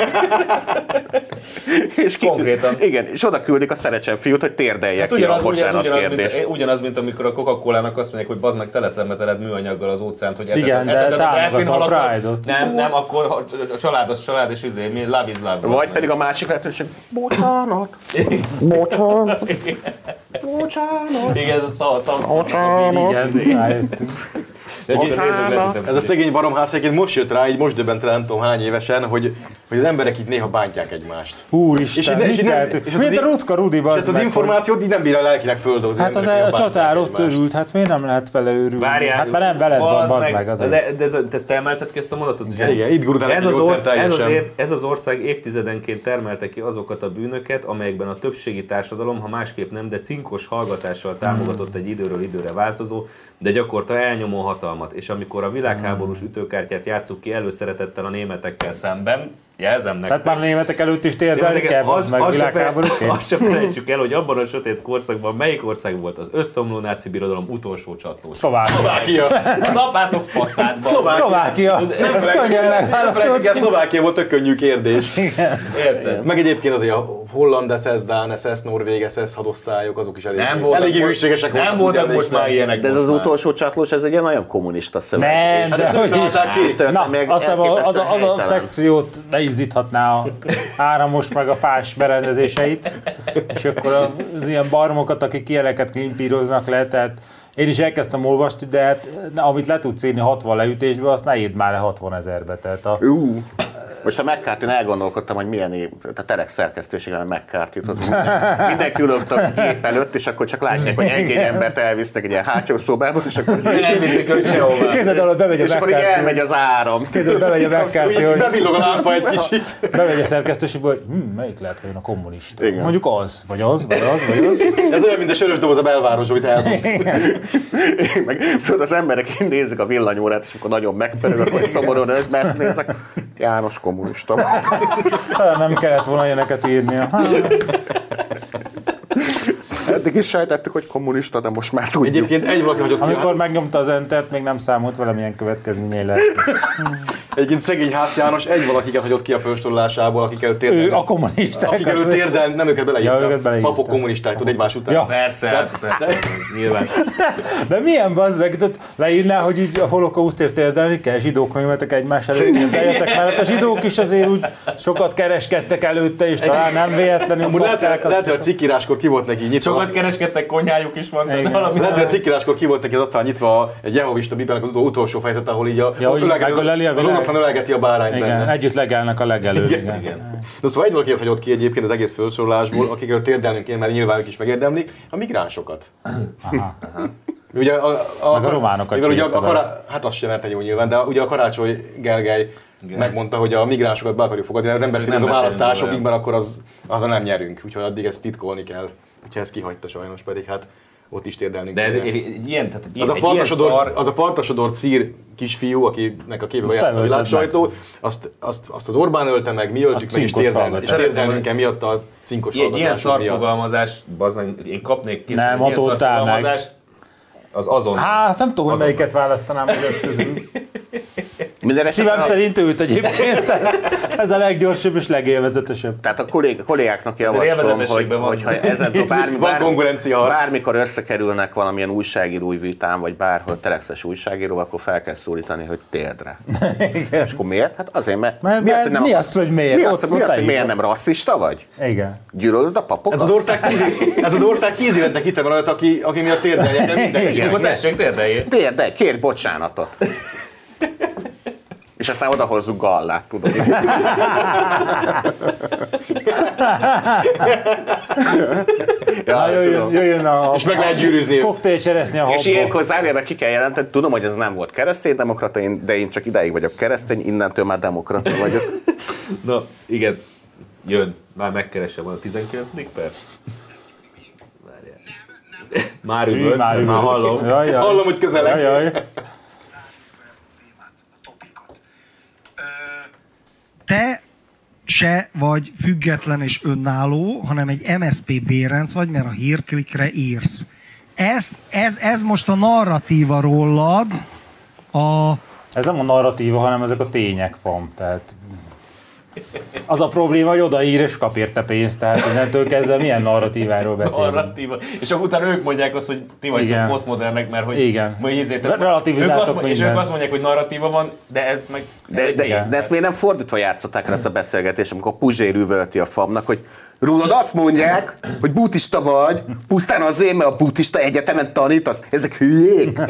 Speaker 4: és ki,
Speaker 1: Konkrétan.
Speaker 4: Igen, és oda küldik a szerecsen fiút, hogy térdelje
Speaker 1: Hát
Speaker 4: ki a
Speaker 1: ugyanaz, ugyanaz,
Speaker 4: bocsánat
Speaker 1: ugyanaz,
Speaker 4: kérdést.
Speaker 1: mint, ugyanaz, mint amikor a Coca-Cola-nak azt mondják, hogy bazd meg, teleszemeteled műanyaggal az óceánt, hogy
Speaker 3: Igen, de támogatom a Pride-ot.
Speaker 1: Nem, nem, akkor ha- a család az család, és izé, mi love is love.
Speaker 4: Vagy pedig a másik lehetőség, bocsánat, bocsánat, bocsánat.
Speaker 1: Igen, ez a szal, szal.
Speaker 3: Igen, rájöttünk.
Speaker 1: De gyere, nézzük le, hogy-
Speaker 2: Ez a szegény baromház egyébként most jött rá, így most döbbent rá nem tudom hány évesen, hogy, hogy az emberek itt néha bántják egymást. És így
Speaker 3: Úristen,
Speaker 2: nem-
Speaker 3: és
Speaker 2: és
Speaker 3: mit
Speaker 2: így nem-
Speaker 3: tehetünk?
Speaker 2: és az
Speaker 3: Mint a
Speaker 2: így-
Speaker 3: Rutka Rudi,
Speaker 2: És
Speaker 3: bazd
Speaker 2: ezt az
Speaker 3: meg,
Speaker 2: információt így nem bírja lelkileg földolni.
Speaker 3: Hát az
Speaker 2: emberek
Speaker 3: a
Speaker 2: néha bántják
Speaker 3: csatár ott
Speaker 2: egymást.
Speaker 3: örült, hát miért nem lehet vele őrülni?
Speaker 1: Várjál,
Speaker 3: hát már nem veled van, bazd meg az
Speaker 1: de, de, ez, a- te ezt emelted ki ezt a mondatot? Zseni?
Speaker 2: Igen, itt gurultál
Speaker 1: ez,
Speaker 2: egy
Speaker 1: az
Speaker 2: gyógyszer
Speaker 1: orsz, ez, az
Speaker 2: teljesen.
Speaker 1: év, ez az ország évtizedenként termelte ki azokat a bűnöket, amelyekben a többségi társadalom, ha másképp nem, de cinkos hallgatással támogatott egy időről időre változó, de gyakorta elnyomó hatalmat. És amikor a világháborús
Speaker 3: Hmm.
Speaker 1: ütőkártyát játsszuk ki előszeretettel a németekkel szemben, jelzem nektek.
Speaker 3: Tehát már a németek előtt is térdelni kell, bazd meg
Speaker 1: se fe-
Speaker 3: világháborúként.
Speaker 1: Azt sem felejtsük el, hogy abban a sötét korszakban melyik ország volt az összeomló náci birodalom utolsó csatlós.
Speaker 3: Szlovákia.
Speaker 2: Szlovákia.
Speaker 1: Az apátok faszádban.
Speaker 3: Szóval- Szlovákia. Ez könnyen megválaszolt.
Speaker 2: Felejtik el, Szlovákia volt tök könnyű kérdés.
Speaker 1: Érted?
Speaker 2: Meg egyébként azért a holland SS, Dán SS, Norvég SS hadosztályok, azok is elég,
Speaker 1: Nem voltak
Speaker 2: eléggé
Speaker 1: most-
Speaker 2: hűségesek
Speaker 1: Nem voltak most már ilyenek.
Speaker 4: De ez az
Speaker 1: most már.
Speaker 4: utolsó csatlós, ez egy ilyen nagyon kommunista szöveg.
Speaker 3: Nem,
Speaker 4: És
Speaker 2: Hát
Speaker 3: de
Speaker 2: ezt ők
Speaker 3: hogy is.
Speaker 2: találták ki.
Speaker 4: ez
Speaker 3: Na,
Speaker 4: még
Speaker 3: azt hiszem az, az, a, az a
Speaker 4: elképesztően
Speaker 3: szekciót leizzíthatná a áramos meg a fás berendezéseit, és akkor az ilyen barmokat, akik ilyeneket klimpíroznak le, tehát én is elkezdtem olvasni, de hát, na, amit le tudsz írni 60 leütésbe, azt ne írd már le 60 ezerbe. Tehát a,
Speaker 4: Ú, Most a McCarthy-n elgondolkodtam, hogy milyen év, a Telex szerkesztőségben McCarthy tudod. Mindenki ülött a gép előtt, és akkor csak látják, hogy egy-egy embert elvisznek egy ilyen hátsó szobába, és akkor
Speaker 1: Elviszik őt sehová.
Speaker 3: Kézed alatt bemegy
Speaker 4: és
Speaker 3: a
Speaker 4: akkor így
Speaker 3: megkártya.
Speaker 4: elmegy az áram.
Speaker 3: Kézed bemegy a megkártya, hogy
Speaker 2: Bevillog a lámpa egy kicsit.
Speaker 3: bemegy a szerkesztőségből, hogy hm, melyik lehet, hogy a kommunista.
Speaker 4: Igen.
Speaker 3: Mondjuk az, vagy az, vagy az, vagy az.
Speaker 2: Ez olyan, mint a sörös doboz a belváros, amit elbúsz.
Speaker 4: Én meg, tudod, az emberek így nézik a villanyórát, és amikor nagyon megperül, akkor szomorúan mert néznek. János kommunista.
Speaker 3: Talán Hát nem kellett volna ilyeneket írnia. Hát,
Speaker 4: Eddig is sejtettük, hogy kommunista, de most már tudjuk.
Speaker 2: Egyébként egy valaki hagyott
Speaker 3: Amikor
Speaker 2: Amikor...
Speaker 3: megnyomta az entert, még nem számolt vele, milyen következményei lehet.
Speaker 2: Egyébként szegény Ház János egy valakiket hagyott ki a főstorlásából, akik előtt
Speaker 3: Ő
Speaker 2: térden.
Speaker 3: a kommunista.
Speaker 2: Akik előtt térden, nem őket beleírtam.
Speaker 3: Ja, őket beleírtam.
Speaker 2: Papok kommunisták, tudod, egymás után.
Speaker 3: Ja.
Speaker 1: Persze, persze, nyilván.
Speaker 3: De milyen bazd meg, tehát leírná, hogy így a holokausztért érdelni kell, zsidók megöltek egymás előtt, érdeljetek mellett. A zsidók is azért úgy sokat kereskedtek előtte, és talán nem véletlenül
Speaker 2: Amúgy lehet,
Speaker 3: kapták
Speaker 2: lehet,
Speaker 3: azt.
Speaker 2: hogy a cikkiráskor ki volt neki nyitva.
Speaker 1: Sokat kereskedtek, konyhájuk is van, de
Speaker 3: Igen.
Speaker 1: valami.
Speaker 2: Lehet, hogy a cikkiráskor ki volt neki az aztán nyitva egy jehovista bibelnek az utolsó fejezet, ahol így a,
Speaker 3: Ja, hogy
Speaker 2: ölelgeti-
Speaker 3: megöleli a
Speaker 2: az
Speaker 3: világ.
Speaker 2: oroszlán ölelgeti a bárányt
Speaker 3: Igen,
Speaker 2: benne.
Speaker 3: együtt legelnek a legelőbb. Igen,
Speaker 2: Igen. Na szóval egy valaki hagyott ki egyébként az egész felsorolásból, akikről térdelnünk kéne, mert nyilván ők is megérdemlik, a migránsokat. Ugye a, a,
Speaker 3: Meg a románokat
Speaker 2: mivel ugye a, a
Speaker 3: sírta
Speaker 2: kará... Hát azt sem érte jó nyilván, de ugye a Karácsony Gergely
Speaker 1: Igen.
Speaker 2: megmondta, hogy a migránsokat be akarjuk fogadni, de nem beszélünk a
Speaker 1: beszélünk
Speaker 2: választásokig,
Speaker 1: róla.
Speaker 2: mert akkor az, azon nem nyerünk, úgyhogy addig ezt titkolni kell. Úgyhogy ezt kihagyta sajnos, pedig hát ott is térdelnünk.
Speaker 1: De ez egy,
Speaker 2: kéne.
Speaker 1: egy, egy ilyen, tehát egy,
Speaker 2: Az a,
Speaker 1: egy ilyen
Speaker 2: partasodor,
Speaker 1: szar,
Speaker 2: az a partasodor cír kisfiú, akinek a képbe járt a
Speaker 3: Szemölted meg.
Speaker 2: világsajtó, azt, azt, azt, az Orbán ölte meg, mi öltük meg, és
Speaker 3: cinkos
Speaker 2: térdelnünk, és
Speaker 3: hallgatás.
Speaker 2: térdelnünk kell miatt a cinkos
Speaker 1: ilyen, ilyen
Speaker 2: hallgatásunk miatt.
Speaker 1: szarfogalmazás, bazdmeg, én kapnék kész,
Speaker 3: Nem,
Speaker 1: ilyen
Speaker 3: hatódtál meg.
Speaker 1: szarfogalmazást, Az azon.
Speaker 3: Hát nem tudom, hogy melyiket választanám az öt közül.
Speaker 4: Minden esetre
Speaker 3: Szívem
Speaker 4: a-
Speaker 3: szerint őt egyébként. Ez a leggyorsabb és legélvezetesebb.
Speaker 4: Tehát a kollég, kollégáknak javaslom, hogy,
Speaker 1: élvezetességben van.
Speaker 4: hogyha ezentúl bármi,
Speaker 2: Van konkurencia harc.
Speaker 4: bármikor összekerülnek valamilyen újságírói vitán, vagy bárhol telexes újságíró, akkor fel kell szólítani, hogy térdre. Igen. És akkor miért? Hát azért, mert,
Speaker 3: Mert-
Speaker 4: mi, az, hogy
Speaker 3: mert mi az, hogy miért?
Speaker 4: Mi az,
Speaker 3: Ott
Speaker 4: mi az,
Speaker 3: ott
Speaker 4: hogy miért nem rasszista vagy?
Speaker 3: Igen.
Speaker 4: Gyűlölöd a papokat?
Speaker 2: Ez az ország tíz, év- ez az ország tíz évetnek hitte van olyat, aki, aki miatt térdelnek, de mindenki.
Speaker 1: Akkor tessék, térdeljél.
Speaker 4: Térde, kérj bocsánatot. És aztán odahozzuk gallát, tudod.
Speaker 3: Na, Hát, jöjjön, jöjjön a
Speaker 2: És meg lehet gyűrűzni őt.
Speaker 3: koktél cseresznye a
Speaker 4: És
Speaker 3: habba.
Speaker 4: ilyenkor zárójelben ki kell jelenteni, tudom, hogy ez nem volt kereszténydemokrata, én- de én csak idáig vagyok keresztény, innentől már demokrata vagyok.
Speaker 1: Na, igen, jön. Már megkeresem, van a 19. perc. Várjál. Már
Speaker 3: Hű,
Speaker 1: üvölt, már,
Speaker 3: üvölt.
Speaker 1: már hallom.
Speaker 3: Jaj, jaj.
Speaker 2: Hallom, hogy közelek.
Speaker 3: Jaj, jaj.
Speaker 5: te se vagy független és önálló, hanem egy MSP bérenc vagy, mert a hírklikre írsz. Ez, ez, ez most a narratíva rólad, a,
Speaker 3: Ez nem a narratíva, hanem ezek a tények van. Tehát az a probléma, hogy odaír és kap érte pénzt, tehát innentől kezdve milyen narratíváról beszélünk.
Speaker 1: Narratíva. És akkor utána ők mondják azt, hogy ti vagytok
Speaker 3: Igen.
Speaker 1: posztmodernek, mert hogy...
Speaker 3: Igen.
Speaker 1: Hogy izétek,
Speaker 3: Relativizáltok
Speaker 1: ők azt, mo- És ők
Speaker 3: mindent.
Speaker 1: azt mondják, hogy narratíva van, de ez meg... ez
Speaker 4: De,
Speaker 1: egy tény.
Speaker 4: de, de ezt még nem fordítva játszották el ezt a beszélgetést, amikor Puzsér üvölti a famnak, hogy rólad azt mondják, hogy bútista vagy, pusztán azért, mert a bútista egyetemen tanítasz. Ezek hülyék.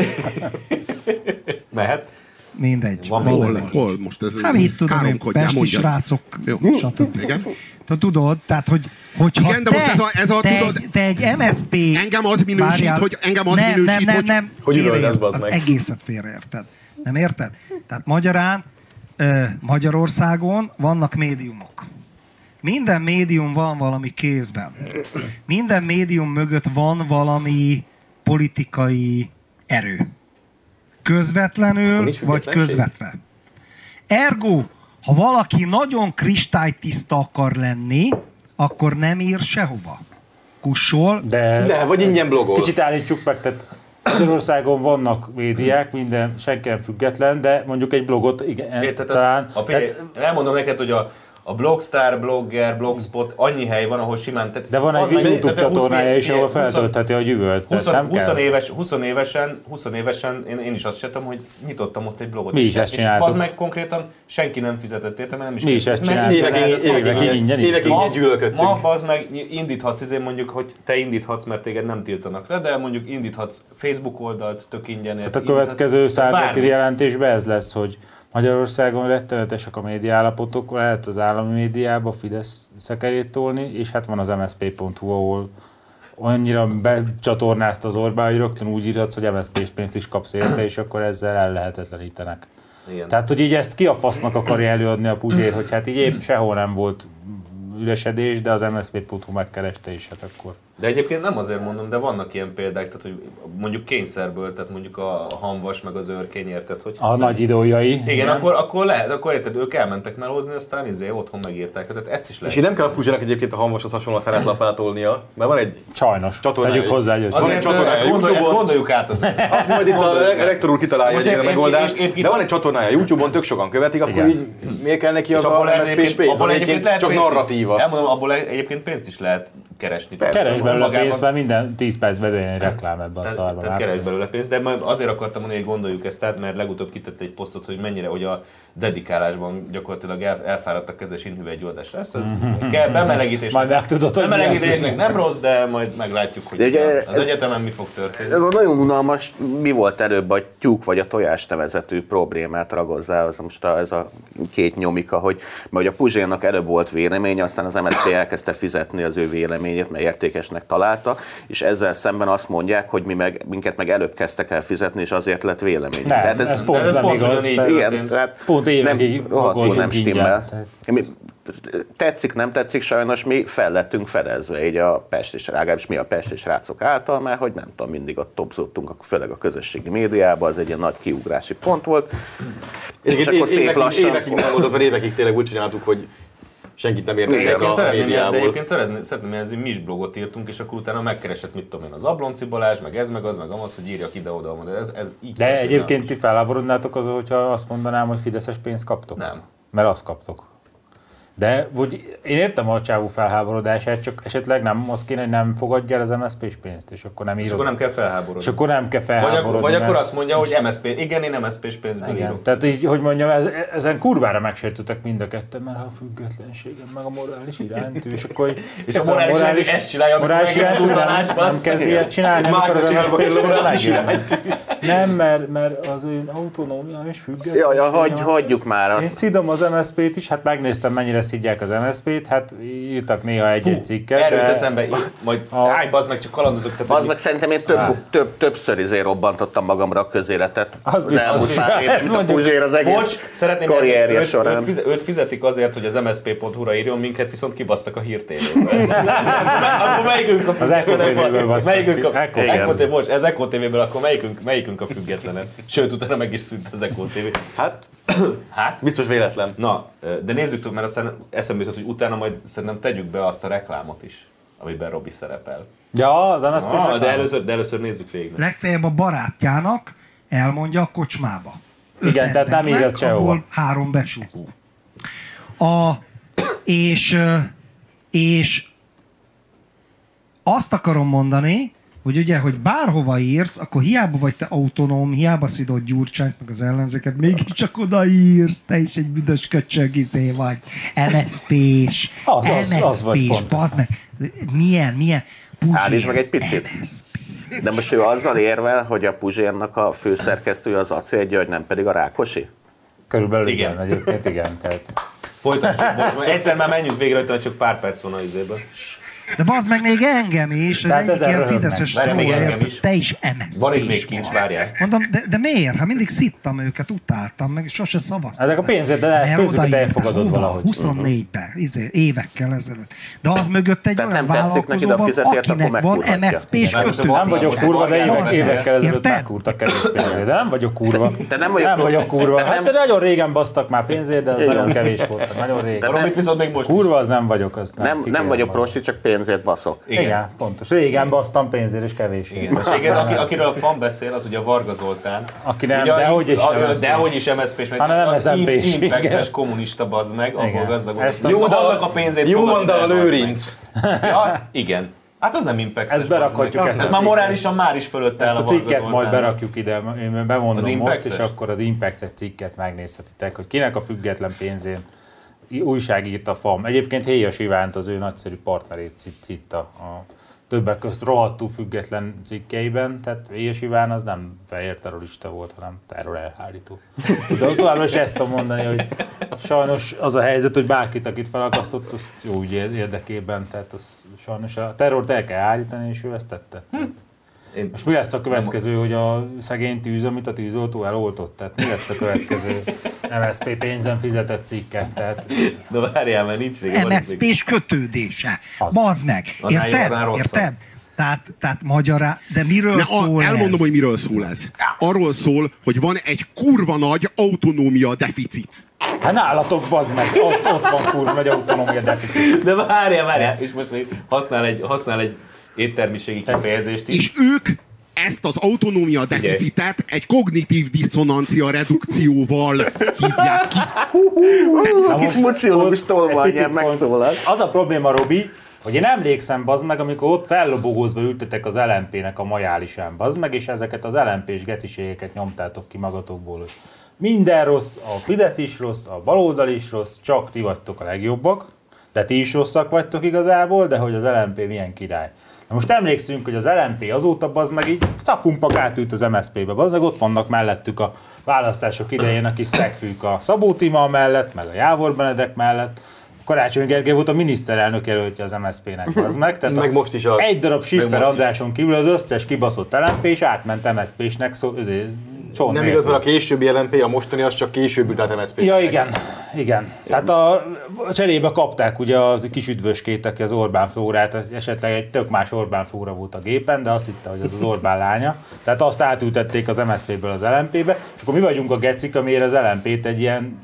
Speaker 1: Mehet.
Speaker 5: mindegy.
Speaker 1: Van
Speaker 5: valami.
Speaker 1: hol?
Speaker 6: Hol, hol most ez?
Speaker 5: Hát mit tudom én,
Speaker 6: káromkodjál,
Speaker 5: pesti
Speaker 6: mondjad.
Speaker 5: srácok,
Speaker 6: Jó.
Speaker 5: stb.
Speaker 6: Igen.
Speaker 5: Te tudod, tehát hogy hogyha
Speaker 6: Igen, de
Speaker 5: te,
Speaker 6: most ez a- ez a-
Speaker 5: te,
Speaker 6: tudod-
Speaker 5: egy, te egy MSP...
Speaker 6: Engem az minősít, hogy- engem az
Speaker 5: nem,
Speaker 6: minősít,
Speaker 5: nem, nem,
Speaker 6: hogy-
Speaker 5: nem,
Speaker 2: Hogy ülöldesz,
Speaker 5: félreért-
Speaker 2: bazd
Speaker 5: Az
Speaker 2: meg.
Speaker 5: egészet félreérted. Nem érted? Tehát magyarán ö, Magyarországon vannak médiumok. Minden médium van valami kézben. Minden médium mögött van valami politikai erő. Közvetlenül
Speaker 2: nincs
Speaker 5: vagy
Speaker 2: függetlenség?
Speaker 5: közvetve. Ergo, ha valaki nagyon kristálytiszta akar lenni, akkor nem ír sehova. Kussol,
Speaker 3: De
Speaker 2: De, vagy ingyen blogol.
Speaker 3: Kicsit állítsuk meg, tehát Magyarországon vannak médiák, minden, senki nem független, de mondjuk egy blogot, igen,
Speaker 1: Miért? Tehát
Speaker 3: talán.
Speaker 1: az, a,
Speaker 3: tehát,
Speaker 1: tehát, elmondom neked, hogy a, a Blogstar, Blogger, Blogspot, annyi hely van, ahol simán... Tehát
Speaker 3: de van
Speaker 1: az
Speaker 3: egy
Speaker 1: meg-
Speaker 3: YouTube
Speaker 1: tehát 20
Speaker 3: csatornája is, ahol
Speaker 1: 20
Speaker 3: feltöltheti a gyűvölt.
Speaker 1: 20,
Speaker 3: tehát nem
Speaker 1: 20,
Speaker 3: kell.
Speaker 1: éves, 20 évesen, 20 évesen én, én is azt csináltam, hogy nyitottam ott egy blogot.
Speaker 3: Mi
Speaker 1: és
Speaker 3: is
Speaker 1: se-
Speaker 3: ezt
Speaker 1: és
Speaker 3: csináltuk.
Speaker 1: Az meg konkrétan senki nem fizetett érte, mert nem is
Speaker 3: Mi is ezt
Speaker 1: mert-
Speaker 3: csináltuk.
Speaker 2: Évekig évekig
Speaker 3: Évekig
Speaker 2: ingyen
Speaker 3: ingyen
Speaker 2: évekig
Speaker 1: Ma-
Speaker 2: ingyen gyűlölködtünk.
Speaker 1: Ma az meg indíthatsz, izé mondjuk, hogy te indíthatsz, mert téged nem tiltanak le, de mondjuk indíthatsz Facebook oldalt, tök ingyen.
Speaker 3: Tehát a következő szárnyati jelentésben ez lesz, hogy Magyarországon rettenetesek a médiállapotok, lehet az állami médiába Fidesz szekerét tolni, és hát van az msp.hu, ahol annyira becsatornázt az Orbán, hogy rögtön úgy írhatsz, hogy MSZP-s pénzt is kapsz érte, és akkor ezzel ellehetetlenítenek.
Speaker 1: Igen.
Speaker 3: Tehát, hogy így ezt ki a fasznak akarja előadni a Puzsér, hogy hát így épp sehol nem volt üresedés, de az MSZP.hu megkereste is, hát akkor.
Speaker 1: De egyébként nem azért mondom, de vannak ilyen példák, tehát hogy mondjuk kényszerből, tehát mondjuk a hamvas meg az őrkény, érted, hogy...
Speaker 3: A nagy idójai.
Speaker 1: Igen, akkor, akkor lehet, akkor érted, ők elmentek melózni, aztán izé otthon megírták, tehát ezt is
Speaker 2: És
Speaker 1: lehet.
Speaker 2: így nem kell a Puzsának egyébként a hamvashoz hasonló szereplapát olnia, mert van egy...
Speaker 3: Sajnos.
Speaker 2: Csatornája.
Speaker 3: Tegyük hozzá, hogy
Speaker 2: Azért-
Speaker 3: Azért...
Speaker 2: egy
Speaker 1: Azért,
Speaker 2: csatorna, ez
Speaker 1: ezt, gondol, ezt
Speaker 2: YouTube-on.
Speaker 1: gondoljuk át az
Speaker 2: Azt majd itt a rektor úr kitalálja
Speaker 1: Most
Speaker 2: egy ilyen
Speaker 1: épp- épp-
Speaker 2: megoldást,
Speaker 1: épp- épp-
Speaker 2: de van egy csatornája YouTube-on, tök sokan követik, akkor
Speaker 3: Igen.
Speaker 2: így miért kell neki az a
Speaker 1: lehet
Speaker 2: MSZP-s pénz,
Speaker 1: abból
Speaker 2: ami egyébként csak
Speaker 1: pénzt is-
Speaker 2: narratíva.
Speaker 1: Elmondom, abból egyébként pénzt is lehet keresni.
Speaker 3: keresd belőle
Speaker 1: Magában-
Speaker 3: pénzt, mert minden 10 percben bejön egy reklám ebbe a hát.
Speaker 1: Tehát,
Speaker 3: szarba.
Speaker 1: tehát
Speaker 3: már.
Speaker 1: keresd belőle pénzt, de majd azért akartam mondani, hogy gondoljuk ezt át, mert legutóbb kitett egy posztot, hogy mennyire, hogy a dedikálásban gyakorlatilag el, elfáradt a kezes inhüvegyoldás lesz. Ez kell bemelegítés.
Speaker 3: Mhm. Majd megtudod, hogy mi az.
Speaker 1: Bemelegítésnek nem rossz, de majd meglátjuk, hogy
Speaker 4: De ugye
Speaker 1: az
Speaker 4: ez-
Speaker 1: egyetemen mi fog történni.
Speaker 4: Ez a nagyon unalmas, mi volt előbb a tyúk vagy a tojás nevezetű problémát ragozzá, az most a, ez a két nyomika, hogy mert hogy a Puzsénak előbb volt véleménye, aztán az MSZP elkezdte fizetni az ő véleményét, mert értékesnek találta, és ezzel szemben azt mondják, hogy mi meg, minket meg előbb kezdtek el fizetni, és azért lett vélemény.
Speaker 3: Nem,
Speaker 4: Tehát
Speaker 3: ez pont
Speaker 1: ez
Speaker 3: nem
Speaker 1: pont
Speaker 3: igaz.
Speaker 1: ugyanígy.
Speaker 3: Tehát-
Speaker 4: igen, tehát
Speaker 3: Pont évekig
Speaker 4: nem, rohadtul nem
Speaker 3: magoltunk
Speaker 4: stimmel.
Speaker 3: ingyen. Tehát-
Speaker 4: Mi, tetszik, nem tetszik, sajnos mi fel lettünk fedezve, így a Pest és legalábbis mi a Pest és Rácok által, mert hogy nem tudom, mindig ott topzottunk, főleg a közösségi médiában, az egy ilyen nagy kiugrási pont volt. És
Speaker 2: Egyébként
Speaker 4: akkor szép
Speaker 2: évekig-
Speaker 4: lassan.
Speaker 2: Évekig nem volt, mert évekig tényleg úgy csináltuk, hogy senkit nem értek
Speaker 1: Egyébként
Speaker 2: a
Speaker 1: szeretném, de
Speaker 2: médiából.
Speaker 1: egyébként szeretném, szeretném jelezni, mi is blogot írtunk, és akkor utána megkeresett, mit tudom én, az Ablonci Balázs, meg ez, meg az, meg amaz, hogy írjak ide-oda, oda. ez, ez így
Speaker 3: De
Speaker 1: történik.
Speaker 3: egyébként ti feláborodnátok azon, hogyha azt mondanám, hogy fideszes pénzt kaptok?
Speaker 1: Nem.
Speaker 3: Mert azt kaptok. De hogy én értem a csávú felháborodását, csak esetleg nem az kéne, hogy nem fogadja el az MSZP s pénzt, és akkor nem írod.
Speaker 1: És akkor nem kell felháborodni.
Speaker 3: és akkor nem kell
Speaker 1: Vagy, akkor,
Speaker 3: felháborodni.
Speaker 1: vagy akkor
Speaker 3: mert-
Speaker 1: azt mondja, hogy MSZP, igen, én MSZP-s pénzből
Speaker 3: igen.
Speaker 1: írok.
Speaker 3: Tehát így, hogy mondjam, ez, ezen kurvára megsértőtek mind a ketten, mert a függetlenségem, meg a morális iránytű, és akkor
Speaker 1: És
Speaker 3: ezen
Speaker 1: a morális iránytű ezt csinálja, amit
Speaker 3: morális
Speaker 1: meg-
Speaker 3: iránytű nem,
Speaker 1: utalás,
Speaker 3: nem
Speaker 1: bassz.
Speaker 3: kezd
Speaker 1: Igen.
Speaker 3: ilyet csinálni, nem akar az
Speaker 2: Mágnes
Speaker 3: MSZP
Speaker 2: irányba, morális
Speaker 3: iránytű. Nem, mert, mert az én autonómiám és függetlenségem.
Speaker 4: Jaj, ja, hagy,
Speaker 3: az-
Speaker 4: hagyjuk már
Speaker 3: Én
Speaker 4: azt.
Speaker 3: szidom az MSZP-t is, hát megnéztem, mennyire szidják az MSZP-t, hát írtak néha egy-egy cikket,
Speaker 1: Erről
Speaker 3: de
Speaker 1: eszembe, így, majd
Speaker 3: A-
Speaker 1: állj, bazd meg, csak kalandozok. Tehát,
Speaker 4: Az
Speaker 1: hogy-
Speaker 4: meg szerintem én több, több, többször izé robbantottam magamra a közéletet.
Speaker 3: Az biztos.
Speaker 4: Az pár
Speaker 3: Ez
Speaker 4: évben, mint a
Speaker 3: mondjuk-
Speaker 4: Puzsér az
Speaker 1: Bocs,
Speaker 4: egész
Speaker 1: szeretném
Speaker 4: karrierje
Speaker 1: jelezni, őt,
Speaker 4: során.
Speaker 1: őt, fize- őt, fizetik azért, hogy az MSZP.hu-ra írjon minket, viszont kibasztak a hírtévéből. akkor melyikünk a
Speaker 3: Eko-tévéből basztak
Speaker 1: Melyikünk
Speaker 3: ki.
Speaker 1: a...
Speaker 3: Eko.
Speaker 1: Eko
Speaker 4: Igen.
Speaker 1: TV, bocs, ez Eko TV-ből, akkor melyikünk, melyikünk a függetlenem? Sőt, utána meg is szűnt az Eko TV.
Speaker 2: Hát,
Speaker 1: Hát,
Speaker 2: biztos véletlen.
Speaker 1: na, de nézzük túl, mert aztán eszembe jutott, hogy utána majd szerintem tegyük be azt a reklámot is, amiben Robi szerepel.
Speaker 3: Ja, az MSZP is
Speaker 1: Ah, de,
Speaker 3: reklám.
Speaker 1: először, de először nézzük végig.
Speaker 5: Legfeljebb a barátjának elmondja a kocsmába. Öt
Speaker 3: Igen, tehát nem
Speaker 5: embernek,
Speaker 3: írjad sehova.
Speaker 5: abból Három besúgó. A, és, ö, és azt akarom mondani, hogy ugye, hogy bárhova írsz, akkor hiába vagy te autonóm, hiába szidod Gyurcsányt, meg az ellenzéket, mégiscsak odaírsz, te is egy büdös köcsög izé vagy, MSZP-s,
Speaker 3: Az, az, az vagy
Speaker 5: MSZP-s,
Speaker 3: pont.
Speaker 5: bazd meg, milyen, milyen,
Speaker 4: Állítsd meg egy picit. De most ő azzal érvel, hogy a Puzsérnak a főszerkesztője az Acél György, nem pedig a Rákosi?
Speaker 3: Hát, Körülbelül
Speaker 1: Igen.
Speaker 3: igen. igen. egyébként igen. Tehát.
Speaker 1: Folytassuk, most már egyszer már menjünk végre, hogy csak pár perc van a izéből.
Speaker 5: De bazd meg még engem is, ez
Speaker 3: Tehát
Speaker 5: egyik
Speaker 3: ezen
Speaker 5: ilyen
Speaker 3: röhögnek.
Speaker 5: fideszes
Speaker 1: Várj, még
Speaker 5: troll,
Speaker 1: engem
Speaker 5: érzed,
Speaker 1: is.
Speaker 5: te is MSZP
Speaker 1: Van itt még kincs, várják.
Speaker 5: Mondom, de, de miért? Hát mindig szittam őket, utáltam meg, és sose szavaztam.
Speaker 3: Ezek a pénzért, de
Speaker 5: Mert
Speaker 3: pénzüket
Speaker 5: odaírták,
Speaker 3: Hát elfogadod
Speaker 5: hova?
Speaker 3: valahogy.
Speaker 5: 24-ben, izé, évekkel ezelőtt. De az mögött egy
Speaker 4: Tehát
Speaker 5: olyan
Speaker 4: nem tetszik neki, de a
Speaker 5: vállalkozó van,
Speaker 4: fizetért, akkor
Speaker 5: akinek van
Speaker 4: megkurhatja.
Speaker 5: MSZP-s
Speaker 1: Igen,
Speaker 5: kötő.
Speaker 1: van-
Speaker 3: Nem vagyok kurva, de évek,
Speaker 5: Azért.
Speaker 3: évekkel ezelőtt
Speaker 5: Érted?
Speaker 3: megkúrtak kevés pénzért. De nem vagyok kurva.
Speaker 4: Te nem vagyok-
Speaker 3: nem vagyok kurva.
Speaker 4: te nem-
Speaker 3: Hát de nagyon régen basztak már pénzért, de az
Speaker 4: Igen.
Speaker 3: nagyon kevés volt. Nagyon
Speaker 1: De
Speaker 3: régen.
Speaker 1: Robit viszont még most
Speaker 3: Kurva az nem vagyok. Azt
Speaker 4: Nem, nem
Speaker 3: kikérem
Speaker 4: vagyok
Speaker 3: magam.
Speaker 4: prosti, csak pénzért baszok.
Speaker 1: Igen.
Speaker 3: Igen. pontos. Régen basztam pénzért, és kevés.
Speaker 1: Igen, és igen aki, akiről a fan beszél, az ugye Varga Zoltán.
Speaker 3: Aki nem,
Speaker 1: ugye,
Speaker 3: dehogy is
Speaker 1: MSZP-s.
Speaker 3: MSZP-s.
Speaker 1: Dehogy is MSZP-s, meg
Speaker 3: Hanem
Speaker 1: az
Speaker 3: MSZP-s,
Speaker 1: im- impexes
Speaker 3: igen.
Speaker 1: kommunista bazd meg, abból
Speaker 3: Igen.
Speaker 1: gazdag.
Speaker 3: Ezt a-
Speaker 1: Jó, de annak a pénzét
Speaker 2: Jó
Speaker 1: fogod
Speaker 2: van, de a
Speaker 1: ide, bazd meg.
Speaker 2: lőrinc.
Speaker 1: Ja, igen. Hát az nem impexes.
Speaker 3: Ezt berakhatjuk,
Speaker 1: bazd meg.
Speaker 3: ezt a
Speaker 1: Ez már
Speaker 3: cikket.
Speaker 1: morálisan már is fölött áll
Speaker 3: Ezt a
Speaker 1: Varga
Speaker 3: cikket majd
Speaker 1: Zoltánnak.
Speaker 3: berakjuk ide, én bemondom
Speaker 1: Az
Speaker 3: most,
Speaker 1: Impexes?
Speaker 3: és akkor az Impexes cikket megnézhetitek, hogy kinek a független pénzén újságírt a FAM. Egyébként Héjas Ivánt az ő nagyszerű partnerét itt, itt a, a többek közt rohadtul független cikkeiben, tehát Héjas Iván az nem fehér terrorista volt, hanem terror elhárító. Tudom, továbbra is ezt tudom mondani, hogy sajnos az a helyzet, hogy bárkit, akit felakasztott, az jó úgy érdekében, tehát az sajnos a terrort el kell állítani, és ő ezt tette.
Speaker 1: Én
Speaker 3: Most mi lesz a következő, hogy a szegény tűz, amit a tűzoltó eloltott? Tehát mi lesz a következő MSZP pénzen fizetett cikke? Tehát
Speaker 1: De várjál, mert nincs vége. van itt még.
Speaker 5: MSZP-s kötődése.
Speaker 3: Az.
Speaker 5: Bazd meg.
Speaker 1: Annál
Speaker 5: Érted?
Speaker 1: jóval rosszabb.
Speaker 5: Érted? Tehát, tehát magyará, de miről
Speaker 6: Ne,
Speaker 5: szól
Speaker 6: a, elmondom,
Speaker 5: ez?
Speaker 6: hogy miről szól ez. Arról szól, hogy van egy kurva nagy autonómia deficit.
Speaker 3: hát nálatok bazd meg, ott, ott van kurva nagy autonómia deficit.
Speaker 1: De várjál, várjál, és most még használ egy, használ egy éttermiségi kifejezést is.
Speaker 6: És ők ezt az autonómia deficitet egy kognitív diszonancia redukcióval hívják ki.
Speaker 3: Na
Speaker 4: Kis muciológus
Speaker 3: ott egy picit
Speaker 4: tolványán
Speaker 3: pont-
Speaker 4: megszólal.
Speaker 3: Az a probléma, Robi, hogy én emlékszem, bazd meg, amikor ott fellobogózva ültetek az LMP-nek a majálisán, bazd meg, és ezeket az LMP-s geciségeket nyomtátok ki magatokból, hogy minden rossz, a Fidesz is rossz, a baloldal is rossz, csak ti vagytok a legjobbak, de ti is rosszak vagytok igazából, de hogy az LMP milyen király. Na most emlékszünk, hogy az LMP azóta bazd meg így cakumpak átült az MSZP-be, bazd meg ott vannak mellettük a választások idején a kis szegfűk a Szabó Tima mellett, meg a Jávor Benedek mellett, Karácsony Gergely volt a miniszterelnök jelöltje az MSZP-nek, az meg. Tehát
Speaker 2: Mhm. Meg
Speaker 3: a-
Speaker 2: most is az.
Speaker 3: Egy darab Schiffer
Speaker 1: most is.
Speaker 3: Andráson kívül az összes kibaszott LMP és átment MSZP-snek, szó, ezért, John
Speaker 2: Nem igaz, mert a későbbi LMP, a mostani az csak később ült át MSZP.
Speaker 3: Ja, igen, igen. Tehát a, a cserébe kapták ugye az kis üdvöskét, aki az Orbán Flórát, az esetleg egy tök más Orbán Flóra volt a gépen, de azt hitte, hogy az az Orbán lánya. Tehát azt átültették az MSZP-ből az LMP-be, és akkor mi vagyunk a gecik, amire az LMP-t egy ilyen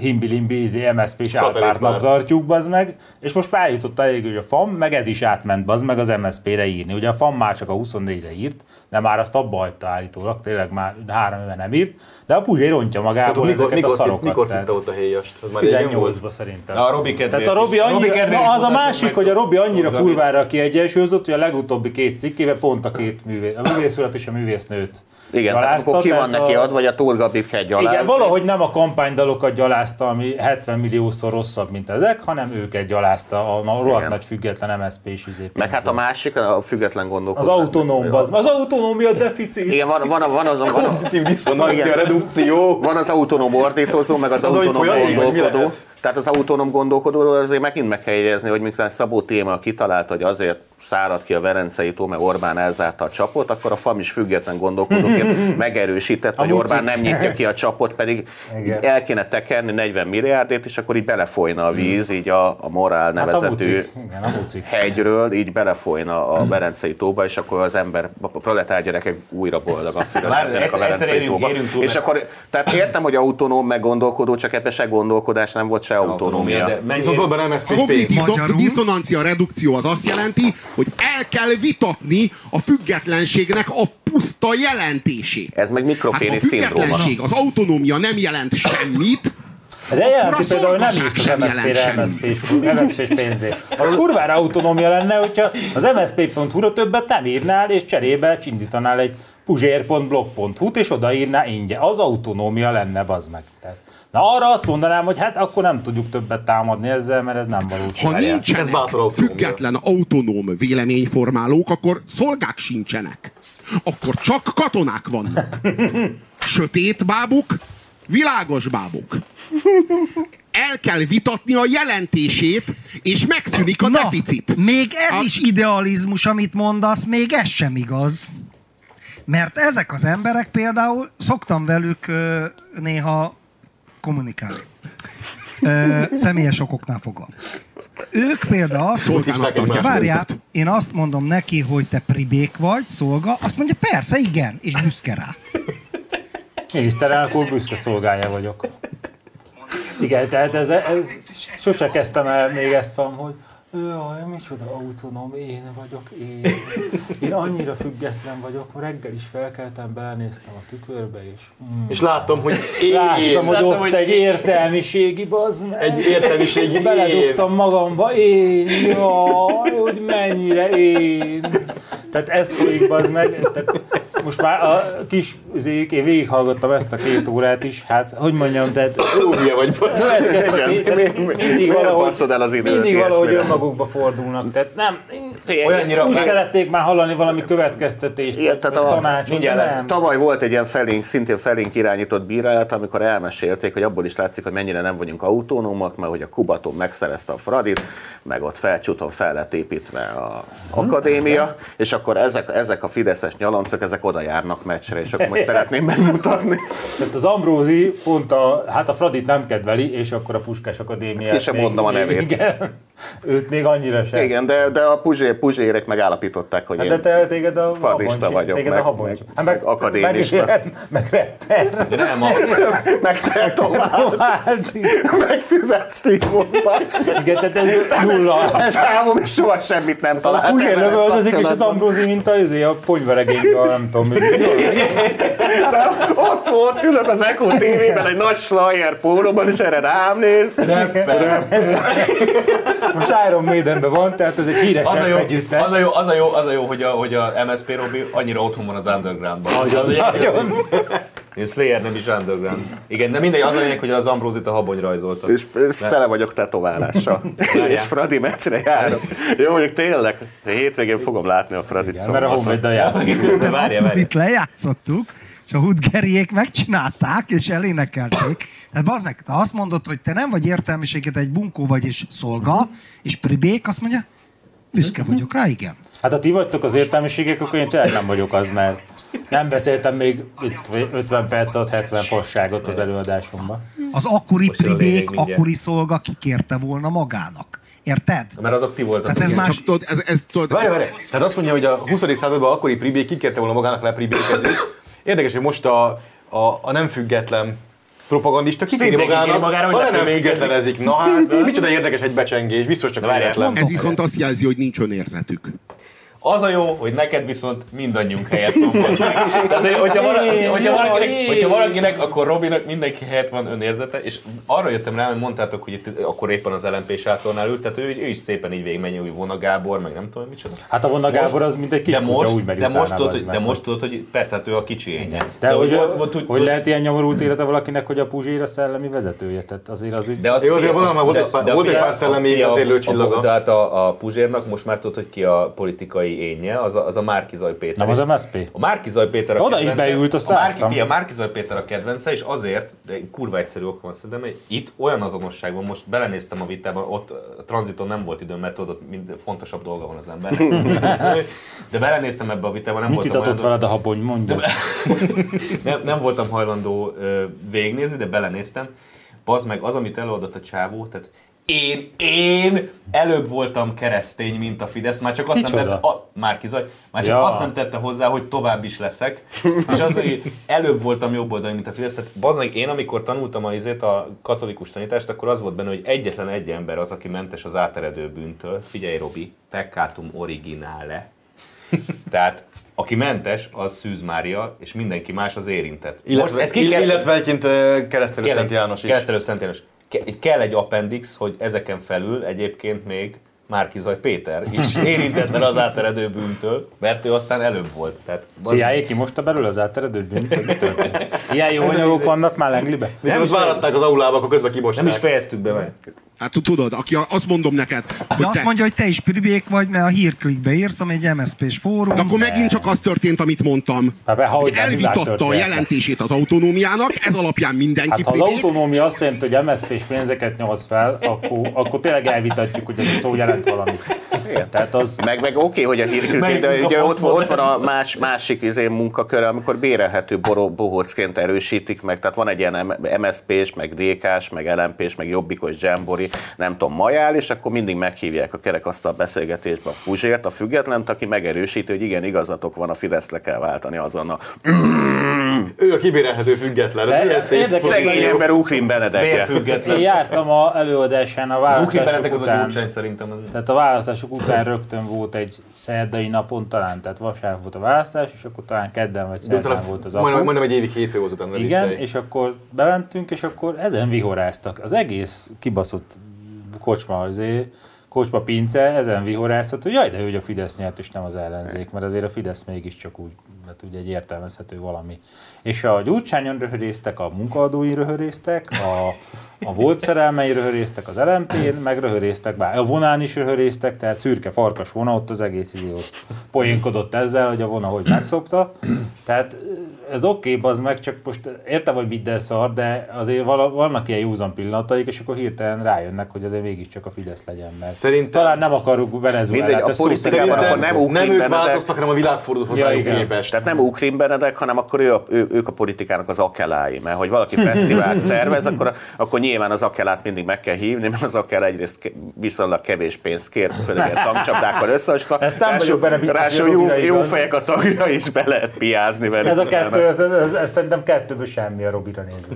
Speaker 3: himbi-limbi, izé, MSZP és
Speaker 2: Szatellit
Speaker 3: átpártnak
Speaker 2: választ.
Speaker 3: tartjuk, bazd meg, és most már eljutott elég, hogy a FAM, meg ez is átment, bazd meg az MSZP-re írni. Ugye a FAM már csak a 24-re írt, de már azt abba hagyta állítólag, tényleg már három éve nem írt, de a Puzsé rontja magát
Speaker 2: Hát, Mikor,
Speaker 3: mikor, ezeket
Speaker 2: mikor,
Speaker 3: mikor, a
Speaker 2: mikor,
Speaker 3: szarokat.
Speaker 2: mikor
Speaker 3: tehát
Speaker 2: szinte ott a héjast? Az már régen volt?
Speaker 3: 18-ban szerintem.
Speaker 1: A Robi kedvéért
Speaker 3: tehát a Robi
Speaker 1: is.
Speaker 3: annyira,
Speaker 1: kedvéért
Speaker 3: na,
Speaker 1: is
Speaker 3: az a
Speaker 1: mutassuk
Speaker 3: másik,
Speaker 1: meg.
Speaker 3: hogy a Robi annyira
Speaker 1: Robi.
Speaker 3: kurvára kiegyensúlyozott, hogy a legutóbbi két cikkébe pont a két művé, a művészulat és a művésznőt
Speaker 4: Igen, tehát
Speaker 3: gyalázta,
Speaker 4: akkor ki van
Speaker 3: tehát
Speaker 4: neki
Speaker 3: a-
Speaker 4: adva, vagy a Tóth Gabit kell gyalázni.
Speaker 3: igen, valahogy nem a kampánydalokat gyalázta, ami 70 milliószor rosszabb, mint ezek, hanem őket gyalázta a, a rohadt
Speaker 4: Igen.
Speaker 3: nagy független MSZP-s izé
Speaker 4: Meg hát a másik, a független
Speaker 3: Az
Speaker 4: gondolkodás.
Speaker 3: autonóm, az, az autonómia deficit.
Speaker 4: Igen, van, van, van, azon, van,
Speaker 2: Kognitív diszonancia
Speaker 4: Igen.
Speaker 2: redukció.
Speaker 4: van az autonóm ordítozó, meg az,
Speaker 2: Az, hogy
Speaker 4: autonóm
Speaker 2: folyadék, vagy mi
Speaker 4: gondolkodó.
Speaker 2: lehet?
Speaker 4: Tehát az autonóm gondolkodóról azért megint meg kell jegyezni, hogy mikor Szabó téma kitalálta, hogy azért szárad ki a Verencei tó, mert Orbán elzárta a csapot, akkor a FAM is független gondolkodóként megerősített, hogy
Speaker 3: mucik.
Speaker 4: Orbán nem nyitja ki a csapot, pedig
Speaker 3: Igen.
Speaker 4: így el kéne tekerni 40 milliárdét, és akkor így belefolyna a
Speaker 2: Hmm.
Speaker 4: víz, így a, a morál
Speaker 3: hát a
Speaker 4: nevezetű
Speaker 3: mucik. Igen, a mucik.
Speaker 4: hegyről így belefolyna a Berencei tóba, és akkor az ember, a proletár gyerekek újra boldogan fülelhetnek
Speaker 1: egyszer-
Speaker 4: a
Speaker 1: egyszer
Speaker 4: Berencei
Speaker 1: érjünk-
Speaker 4: tóba.
Speaker 1: érjünk túl,
Speaker 4: És
Speaker 1: mert-
Speaker 4: akkor, tehát értem, hogy autonóm, meg gondolkodó, csak ebbe se gondolkodás nem volt, se autonómia.
Speaker 1: De menjél-
Speaker 2: Viszont volt benne
Speaker 6: A
Speaker 2: MSZP pénz.
Speaker 6: kognitív do-
Speaker 5: Magyarul?
Speaker 6: diszonancia redukció az azt jelenti, hogy el kell vitatni a függetlenségnek a puszta jelentését.
Speaker 4: Ez meg
Speaker 6: Hát ha a
Speaker 4: mikropénis szindróma.
Speaker 6: függetlenség, az autonómia nem jelent semmit,
Speaker 3: De jelenti
Speaker 6: Akkor a
Speaker 3: például, hogy nem írsz az
Speaker 6: szolgaság sem
Speaker 3: MSZP-re
Speaker 6: jelent
Speaker 3: MSZP-s pénzért. Az kurvára autonómia lenne, hogyha az MSZP.hu-ra többet nem írnál, és cserébe indítanál egy puzsér.blog.hu-t, és odaírná ingyen. Az autonómia lenne, bazd meg. Tehát, na arra azt mondanám, hogy hát akkor nem tudjuk többet támadni ezzel, mert ez nem valóság.
Speaker 6: ha
Speaker 2: Ez
Speaker 6: nincsenek
Speaker 2: bátor autonómia.
Speaker 6: független autonóm véleményformálók, akkor szolgák sincsenek. Akkor csak katonák vannak. Sötét bábuk, világos bábuk. El kell vitatni a jelentését, és megszűnik a
Speaker 5: Na,
Speaker 6: deficit.
Speaker 5: Még ez
Speaker 6: A-
Speaker 5: is idealizmus, amit mondasz, még ez sem igaz. Mert ezek az emberek például, szoktam velük ö, néha kommunikálni. Ö, személyes okoknál fogva. Ők például azt
Speaker 2: Szolgának tartják
Speaker 5: várjál,
Speaker 6: őket.
Speaker 5: én azt mondom neki, hogy te pribék vagy, szolga, azt mondja, persze, igen, és büszke rá.
Speaker 3: Miniszterelnök úr büszke szolgája vagyok. Igen, tehát ez, ez sose kezdtem el még ezt van, hogy Jaj, micsoda autonóm, én vagyok, én. Én annyira független vagyok, reggel is felkeltem, belenéztem a tükörbe, és mm,
Speaker 2: És láttam, hogy én,
Speaker 3: láttam, hogy ott
Speaker 1: hogy
Speaker 3: egy értelmiségi bazd meg.
Speaker 2: Egy értelmiségi én.
Speaker 3: Beledugtam magamba, én, jaj, hogy mennyire én. Tehát ez folyik bazd meg. Tehát most már a kis zék, én végighallgattam ezt a két órát is, hát hogy mondjam, tehát jó hülye vagy, következtetés, tehát mindig
Speaker 4: Miért
Speaker 3: valahogy,
Speaker 4: baszod el az időt
Speaker 3: mindig
Speaker 4: ilyesmire?
Speaker 3: valahogy önmagukba fordulnak, tehát nem, én,
Speaker 1: Olyannyira-
Speaker 3: úgy szerették már hallani valami következtetést,
Speaker 4: Igen,
Speaker 3: vagy
Speaker 4: tehát a-
Speaker 3: tanácsot, de
Speaker 1: mindjárt lesz.
Speaker 3: nem.
Speaker 4: Tavaly volt egy ilyen felénk, szintén felénk irányított bírálat, amikor elmesélték, hogy abból is látszik, hogy mennyire nem vagyunk autónomak, mert hogy a Kubaton megszerezte a Fradit, meg ott felcsúton fel lett építve a
Speaker 3: Hm,
Speaker 4: akadémia, és akkor ezek, ezek a fideszes nyalancok, ezek oda járnak meccsre, és akkor most szeretném megmutatni.
Speaker 3: Tehát az Ambrózi pont a, hát a Fradit nem kedveli, és akkor a Puskás Akadémiát.
Speaker 4: Ki sem
Speaker 3: még-
Speaker 4: mondom a nevét.
Speaker 3: Igen, őt még annyira sem.
Speaker 4: Igen, de, de a puzsé, puzsérek megállapították, hogy
Speaker 3: Hát de
Speaker 4: én...
Speaker 3: te téged a
Speaker 4: fadista
Speaker 3: haboncs-
Speaker 4: vagyok,
Speaker 3: téged
Speaker 4: meg-
Speaker 3: a haboncs.
Speaker 4: meg-
Speaker 3: Hát
Speaker 4: meg akadémista.
Speaker 3: Meg, ilyen, meg rapper.
Speaker 1: De nem, a,
Speaker 4: Megteltolált,
Speaker 3: Hát,
Speaker 4: megfizet Simon,
Speaker 3: Igen, tehát ez nulla.
Speaker 4: A csávom is soha semmit nem
Speaker 3: A
Speaker 4: talált.
Speaker 3: Puzsér
Speaker 4: Hát ebben a
Speaker 3: lövöldözik, és az
Speaker 4: kapcsolatban.
Speaker 3: Ambrózi, mint a, izé, a ponyveregényben, nem tudom, mi.
Speaker 4: De ott volt, ülök az Eko TV-ben egy nagy slayer pólóban, és erre rám néz.
Speaker 3: Most Iron Maidenben van, tehát ez egy híres
Speaker 1: az, a
Speaker 3: rap
Speaker 1: jó,
Speaker 3: együttes.
Speaker 1: az, a jó, az, a jó, az a jó, hogy a, hogy a MSP Robi annyira otthon van az undergroundban. Az egy- Én Slayer nem is underground. Igen, de mindegy, az a lényeg, hogy az Ambrózit a habony rajzolta.
Speaker 4: És, és tele vagyok tetoválással. és Fradi meccsre járok. Jó, mondjuk tényleg, de hétvégén fogom látni a Fradit
Speaker 3: Mert a
Speaker 4: szombaton.
Speaker 3: Honvéddal játszik.
Speaker 1: De várja, várja.
Speaker 5: Itt lejátszottuk, és a Hudgeriék megcsinálták, és elénekelték. Tehát bazd meg, te azt mondod, hogy te nem vagy értelmiséget, egy bunkó vagy és szolga, és pribék azt mondja, büszke vagyok rá, igen.
Speaker 3: Hát ha ti vagytok az értelmiségek, akkor én tényleg nem vagyok az, mert nem beszéltem még itt 50 percet, 70 fasságot az előadásomban.
Speaker 5: Az akkori
Speaker 1: Most jön a lényeg
Speaker 5: pribék,
Speaker 1: mindjárt.
Speaker 5: akkori szolga kikérte volna magának. Érted?
Speaker 1: Mert azok ti voltatok.
Speaker 5: Hát ez
Speaker 1: igen.
Speaker 5: már-
Speaker 6: Csak tudod, ez, ez tudod,
Speaker 2: Várj, várj. Tehát azt mondja, hogy a 20. században akkori pribék kikérte volna magának le pribékezni. Érdekes, hogy most a, a, a nem független propagandista kikéri
Speaker 1: Szintén kikéri
Speaker 2: magának,
Speaker 1: magára, hogy
Speaker 2: magára, ha
Speaker 1: ne
Speaker 2: nem
Speaker 1: pribékezik.
Speaker 2: függetlenezik. Na hát, micsoda érdekes egy becsengés, biztos csak
Speaker 1: Na várjál,
Speaker 2: véletlen.
Speaker 6: ez viszont azt jelzi, hogy nincs önérzetük.
Speaker 1: Az a jó, hogy neked viszont mindannyiunk helyett van valaki. Tehát, hogyha, valaki, hogyha, valakinek, hogyha valakinek, akkor Robinak mindenki helyett van önérzete, és arra jöttem rá, hogy mondtátok, hogy itt akkor éppen az LMP sátornál ült, tehát ő, ő is szépen így végigmegy, hogy Vona Gábor, meg nem tudom, micsoda.
Speaker 3: Hát a Vonna Gábor az mint egy kis
Speaker 1: de
Speaker 3: kutya,
Speaker 1: most,
Speaker 3: úgy megy
Speaker 1: de
Speaker 3: utána,
Speaker 1: most, tudod,
Speaker 3: bazd
Speaker 1: hogy, de
Speaker 3: meg.
Speaker 1: most tudod, hogy persze hát ő a kicsi énje.
Speaker 3: De, de hogy,
Speaker 1: volt-
Speaker 3: hogy,
Speaker 1: volt- tud-
Speaker 3: hogy
Speaker 1: tud-
Speaker 3: lehet ilyen nyomorult élete valakinek, hogy a Puzsér a szellemi vezetője? Tehát azért az úgy...
Speaker 1: De az
Speaker 2: Jó, azért van, mert volt egy pár- volt egy pár szellemi vezérlőcsillaga.
Speaker 1: De hát a, a Puzsérnak most már tudod, hogy ki a politikai énje, az a, az a Márkizaj Péter.
Speaker 3: Nem az
Speaker 1: És-
Speaker 3: MSZP?
Speaker 1: A Márkizaj Péter a
Speaker 3: Oda is beült, azt
Speaker 1: a Márki,
Speaker 3: láttam.
Speaker 1: fia, Márkizaj Péter a kedvence, és azért, de kurva egyszerű ok van szerintem, hogy itt olyan azonosság van, most belenéztem a vitában, ott a tranziton nem volt időm, mert tudod, mind fontosabb dolga van az embernek. De belenéztem ebbe a vitában, nem
Speaker 3: Mit
Speaker 1: voltam
Speaker 3: itatott
Speaker 1: olyan-
Speaker 3: veled a habony, mondja?
Speaker 1: nem, nem voltam hajlandó ö, végignézni, de belenéztem. Bazd meg, az, amit előadott a csávó, tehát én, én előbb voltam keresztény, mint a Fidesz, már csak azt
Speaker 3: Kicsoda?
Speaker 1: nem tette, a, Márki Zaj, már csak
Speaker 3: Ja.
Speaker 1: azt nem tette hozzá, hogy tovább is leszek, és az, hogy előbb voltam jobboldali, mint a Fidesz, tehát bazd meg, én amikor tanultam a, izét, a katolikus tanítást, akkor az volt benne, hogy egyetlen egy ember az, aki mentes az áteredő bűntől, figyelj Robi, peccatum originale, tehát aki mentes, az Szűz Mária, és mindenki más az érintett.
Speaker 2: Illetve,
Speaker 1: Most ez ki kell,
Speaker 2: illetve egyébként eh, keresztelő
Speaker 1: kell,
Speaker 2: Szent János is.
Speaker 1: Keresztelő Szent János. Ke- kell egy appendix, hogy ezeken felül egyébként még Márkizaj Péter is érintetlen az áteredő bűntől, mert ő aztán előbb volt. Tehát,
Speaker 3: CIA ki most a belül az áteredőt bűnt, mi történt? Ilyen jó anyagok vannak már Lenglibe?
Speaker 2: Mikor ott váratták az aulába, akkor közben kibosták.
Speaker 1: nem is fejeztük be meg.
Speaker 6: Hát tudod, aki a- azt mondom neked,
Speaker 5: De
Speaker 6: hogy
Speaker 5: azt
Speaker 6: te,
Speaker 5: mondja, hogy te is pribék vagy, mert a hírklikbe írsz, ami egy MSZP-s fórum.
Speaker 6: de Hát akkor megint csak az történt, amit mondtam.
Speaker 3: Hát, be, ha
Speaker 6: Hogy
Speaker 3: hogy nem,
Speaker 6: elvitatta a
Speaker 3: világtörténet.
Speaker 6: jelentését az autonómiának, ez alapján mindenki
Speaker 3: Hát ha az
Speaker 6: pribék.
Speaker 3: autonómia azt jelenti, hogy MSZP és pénzeket nyolc fel, akkor, akkor tényleg elvitatjuk, hogy ez a szó jelent valamit. Tehát az...
Speaker 4: Meg, meg oké, hogy a hírkülték,
Speaker 1: Melyik
Speaker 4: de
Speaker 1: munka
Speaker 4: ugye ott,
Speaker 1: posztban
Speaker 4: ott van a más, másik izé munkaköre, amikor bérelhető boró, bohócként erősítik meg. Tehát van egy ilyen MSZP-s, meg DK-s, meg LMP-s, meg Jobbikos Zsámbori, nem tudom, majál, és akkor mindig meghívják a kerekasztal beszélgetésbe a Puzsért, a függetlent, aki megerősíti, hogy igen, igazatok van, a Fidesz le kell váltani azonnal.
Speaker 2: Ő a kibérelhető független. Ez milyen szép
Speaker 3: érdekes,
Speaker 2: pozíció.
Speaker 4: Szegény ember Ukrin Benedek.
Speaker 3: Én
Speaker 1: Bérfüggetlen.
Speaker 3: jártam a előadásán a
Speaker 1: Az Ukri Benedek
Speaker 3: választások
Speaker 1: az a
Speaker 3: után.
Speaker 1: gyurcsány szerintem.
Speaker 3: Tehát a választások után rögtön volt egy szerdai napon talán, tehát vasárnap volt a választás, és akkor talán kedden vagy
Speaker 2: De utána
Speaker 3: szerdán volt az
Speaker 2: majdnem,
Speaker 3: akkor.
Speaker 2: majdnem egy évig hétfő volt utána.
Speaker 3: Igen,
Speaker 2: visszaér.
Speaker 3: és akkor bementünk, és akkor ezen vihoráztak. Az egész kibaszott kocsma azért Kocsma Pince ezen vihorázhat, hogy jaj, de hogy a Fidesz nyert, és nem az ellenzék, mert azért a Fidesz mégiscsak úgy, hát ugye egy értelmezhető valami. És a Gyurcsányon röhöréztek, a munkaadói röhöréztek, a, a volt szerelmei röhöréztek az LMP-n, meg röhöréztek bár. A vonán is röhöréztek, tehát szürke farkas vona, ott az egész izé ott poénkodott ezzel, hogy a vona hogy megszopta. Tehát ez oké, okay, az meg csak most értem, hogy minden szar, de azért vala- vannak ilyen józan pillanataik, és akkor hirtelen rájönnek, hogy azért mégiscsak a Fidesz legyen, mert
Speaker 2: Szerintem-
Speaker 3: talán nem akarunk Venezuelát.
Speaker 4: Mindegy, a
Speaker 3: ez szó szerint
Speaker 4: politikában
Speaker 3: nem
Speaker 4: akkor
Speaker 3: akarunk.
Speaker 2: Szerintem
Speaker 4: nem Ukrin
Speaker 2: nem, nem ők
Speaker 4: Benedek.
Speaker 2: változtak, hanem a világ fordult
Speaker 3: Ja,
Speaker 2: hozzájuk
Speaker 3: igen.
Speaker 2: képest.
Speaker 4: Tehát nem Ukrin Benedek, hanem akkor ő, a, ő, ők a politikának az akelái, mert hogy valaki fesztivált szervez, akkor, a- akkor nyilván az akelát mindig meg kell hívni, mert az akel egyrészt ke- viszonylag kevés pénzt kér, főleg ilyen tankcsapdákkal összehasonlítva.
Speaker 3: Ezt nem vagyok benne biztos,
Speaker 4: ráadásul
Speaker 3: hogy
Speaker 4: jó,
Speaker 3: Robira
Speaker 4: jó
Speaker 3: igaz.
Speaker 4: fejek a tagja is be lehet piázni velük.
Speaker 3: Ez a kettő, ez, ez, ez, ez szerintem kettőből semmi a Robira nézve.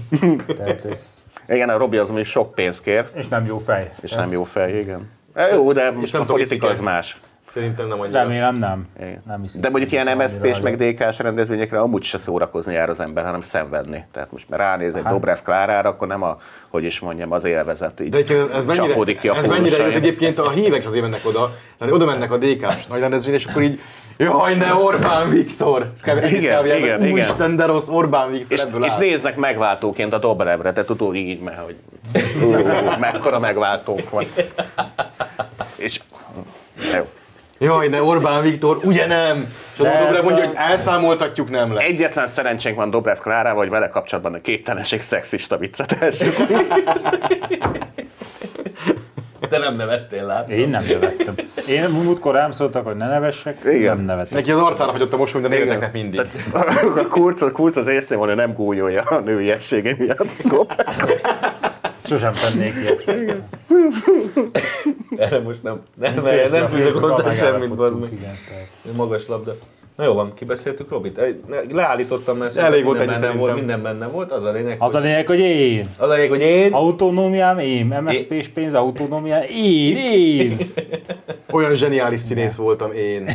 Speaker 3: Tehát ez,
Speaker 4: Igen, a Robi az még sok pénzt kér,
Speaker 3: és nem jó fej.
Speaker 4: és nem jó fej, igen. E, Jó, de
Speaker 2: És
Speaker 4: most
Speaker 2: nem
Speaker 4: a politika az
Speaker 2: toxikai.
Speaker 4: más.
Speaker 2: Szerintem nem annyira.
Speaker 3: Remélem nem.
Speaker 4: Igen.
Speaker 3: nem hiszem,
Speaker 4: De mondjuk ilyen
Speaker 3: annyira
Speaker 4: MSZP-s
Speaker 3: vagyok.
Speaker 4: meg DK-s rendezvényekre amúgy se szórakozni jár az ember, hanem szenvedni. Tehát most már ránéz egy
Speaker 2: Hát-
Speaker 4: Dobrev Klárára, akkor nem a, hogy is mondjam, az élvezet így
Speaker 2: De egyébként ez mennyire,
Speaker 4: csapódik ki a
Speaker 2: ez mennyire igaz
Speaker 4: pólusain.
Speaker 2: egyébként a hívek azért mennek oda, mert oda mennek a DK-s nagy rendezvényre, és akkor így Jaj, ne Orbán Viktor! Ez kb. egész
Speaker 4: Igen,
Speaker 2: kb. ilyen,
Speaker 4: igen,
Speaker 2: hogy
Speaker 4: igen.
Speaker 2: Úristen, de rossz Orbán Viktor
Speaker 4: És,
Speaker 2: ebből
Speaker 4: és
Speaker 2: áll.
Speaker 4: néznek megváltóként a Dobrevre, tehát tudod így megy, hogy ú, mekkora megváltók van. És jó.
Speaker 2: Jaj, ne Orbán Viktor, ugye nem? És az
Speaker 3: De
Speaker 2: Dobrev
Speaker 3: ez
Speaker 2: mondja,
Speaker 3: a-
Speaker 2: hogy elszámoltatjuk, nem lesz.
Speaker 4: Egyetlen szerencsénk van Dobrev Klárával, hogy vele kapcsolatban a képtelenség szexista viccet elsők.
Speaker 7: Te nem nevettél, látod?
Speaker 3: Én nem nevettem. Én múltkor rám szóltak, hogy ne nevessek,
Speaker 4: Igen.
Speaker 3: nem nevettem.
Speaker 2: Neki az arcára fagyott a mosoly, de néznek mindig.
Speaker 4: A kurc, a kurc az észnévonő nem gúnyolja a nőiessége miatt.
Speaker 3: Sosem tennék ilyet.
Speaker 7: Erre most nem, nem, nem, nem fűzök hozzá semmit, bazd meg.
Speaker 3: Igen, tehát.
Speaker 7: Magas labda. Na jó van, kibeszéltük Robit. Ej, ne- Leállítottam, mert
Speaker 2: Elég
Speaker 7: szerintem minden benne
Speaker 2: volt ennyi
Speaker 7: volt,
Speaker 2: szerintem.
Speaker 7: minden benne volt. Az a lényeg,
Speaker 3: Az a
Speaker 7: hogy,
Speaker 3: lényeg, hogy én.
Speaker 7: az a lényeg, hogy én...
Speaker 3: Autonómiám én, MSZP-s pénz, autonómiám én, én.
Speaker 2: Olyan zseniális színész voltam én.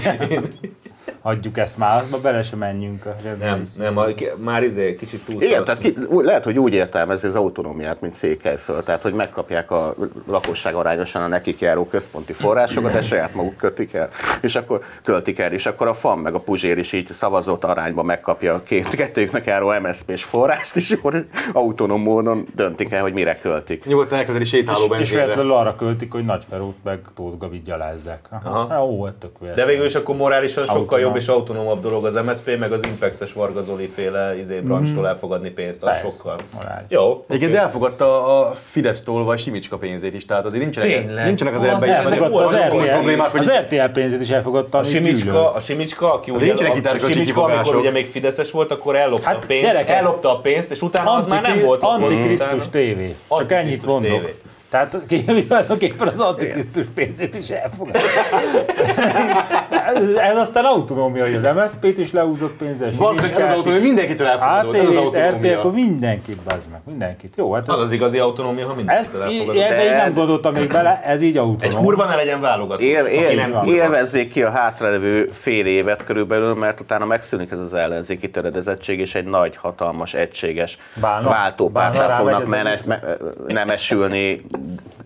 Speaker 3: Hagyjuk ezt már, ma bele se menjünk. A
Speaker 7: Nem, nem, a, ki- már izé, kicsit túl
Speaker 4: Igen, tehát ki, ú- lehet, hogy úgy értelmezi az autonómiát, mint Székelyföld, tehát hogy megkapják a lakosság arányosan a nekik járó központi forrásokat, de saját maguk kötik el, és akkor költik el, és akkor a FAM meg a Puzsér is így szavazott arányba megkapja a két, kettőjüknek járó MSZP-s forrást, és akkor autonóm módon döntik el, hogy mire költik.
Speaker 2: Nyugodtan elkezdeni sétáló
Speaker 3: És, és
Speaker 2: benzinre.
Speaker 3: véletlenül arra költik, hogy Nagyferót meg Tóth Gabit gyalázzák. Aha.
Speaker 7: Aha.
Speaker 3: Aha. Ó, hát tök
Speaker 7: De
Speaker 3: véletlen.
Speaker 7: végül is akkor morálisan sokkal
Speaker 3: Autonóm.
Speaker 7: jobb és autonómabb dolog az MSZP, meg az Impexes Varga Zoli féle izé, brancstól elfogadni pénzt, az
Speaker 3: Persze.
Speaker 7: sokkal.
Speaker 3: Morális.
Speaker 7: Jó.
Speaker 2: Egyébként
Speaker 7: oké.
Speaker 2: elfogadta a Fidesztól vagy Simicska pénzét is, tehát azért nincsenek,
Speaker 7: Tényleg.
Speaker 2: nincsenek az
Speaker 7: Az
Speaker 2: ebben
Speaker 7: elfogadta
Speaker 2: ilyen-
Speaker 3: Elfogadta az
Speaker 7: Olyan
Speaker 3: RTL,
Speaker 2: problémák, hogy-
Speaker 3: az RTL pénzét is elfogadta,
Speaker 7: A
Speaker 3: amit
Speaker 7: Simicska,
Speaker 3: gyűlölt.
Speaker 7: a Simicska, aki ugye,
Speaker 2: nincsenek itt
Speaker 7: a, a
Speaker 2: erkölcsi
Speaker 7: Simicska, amikor
Speaker 2: kifogások.
Speaker 7: ugye még Fideszes volt, akkor ellopta
Speaker 3: Hát,
Speaker 7: a pénzt,
Speaker 3: gyerekek,
Speaker 7: ellopta a pénzt, és utána az már nem
Speaker 3: Antikri-
Speaker 7: volt ott.
Speaker 3: Antikrisztus
Speaker 7: Utána-
Speaker 3: tévé. Csak ennyit
Speaker 7: Antikrisztus
Speaker 3: mondok.
Speaker 7: tévé.
Speaker 3: Tehát tulajdonképpen az antikrisztus pénzét is elfogadja. ez, ez aztán autonómia, hogy az MSZP-t is leúzott pénzes.
Speaker 2: Bazd meg, ez az autó, hogy mindenkitől elfogadott, ez az
Speaker 3: ATV-t, RTL,
Speaker 2: autómia.
Speaker 3: akkor mindenkit, bazd meg, mindenkit. Jó, hát
Speaker 7: Az az
Speaker 3: ez,
Speaker 7: igazi autonómia, ha mindent
Speaker 3: ezt
Speaker 7: elfogadod.
Speaker 3: í- ebbe így nem gondoltam még bele, ez így
Speaker 7: Egy
Speaker 3: autonóm.
Speaker 7: kurva ne legyen válogató.
Speaker 4: Él,
Speaker 7: aki
Speaker 4: él,
Speaker 7: nem kurva.
Speaker 4: élvezzék ki a hátralévő fél évet körülbelül, mert utána megszűnik ez az ellenzéki töredezettség, és egy nagy, hatalmas, egységes
Speaker 3: Bálna- bálna
Speaker 4: váltópártá
Speaker 3: rámegy
Speaker 4: fognak
Speaker 3: az
Speaker 4: menet,
Speaker 3: egész.
Speaker 4: me, nemesülni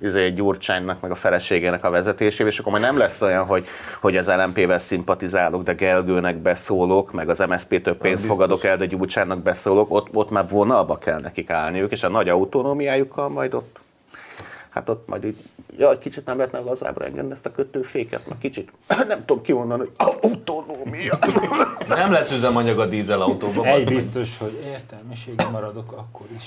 Speaker 4: izé, Gyurcsánynak, meg a feleségének a vezetésével, és akkor majd nem lesz olyan, hogy, hogy az LMP-vel szimpatizálok, de Gelgőnek beszólok, meg az MSZP-től pénzt fogadok el, de Gyurcsánynak beszólok, ott, ott már vonalba kell nekik állniuk, és a nagy autonómiájukkal majd ott Hát ott majd így, ja, kicsit nem lehetne lazábbra engedni ezt a kötőféket, mert kicsit nem tudom kimondani, hogy autonómia.
Speaker 7: Nem lesz üzemanyag a dízelautóban.
Speaker 3: Egy biztos, hogy értelmiségi maradok akkor is.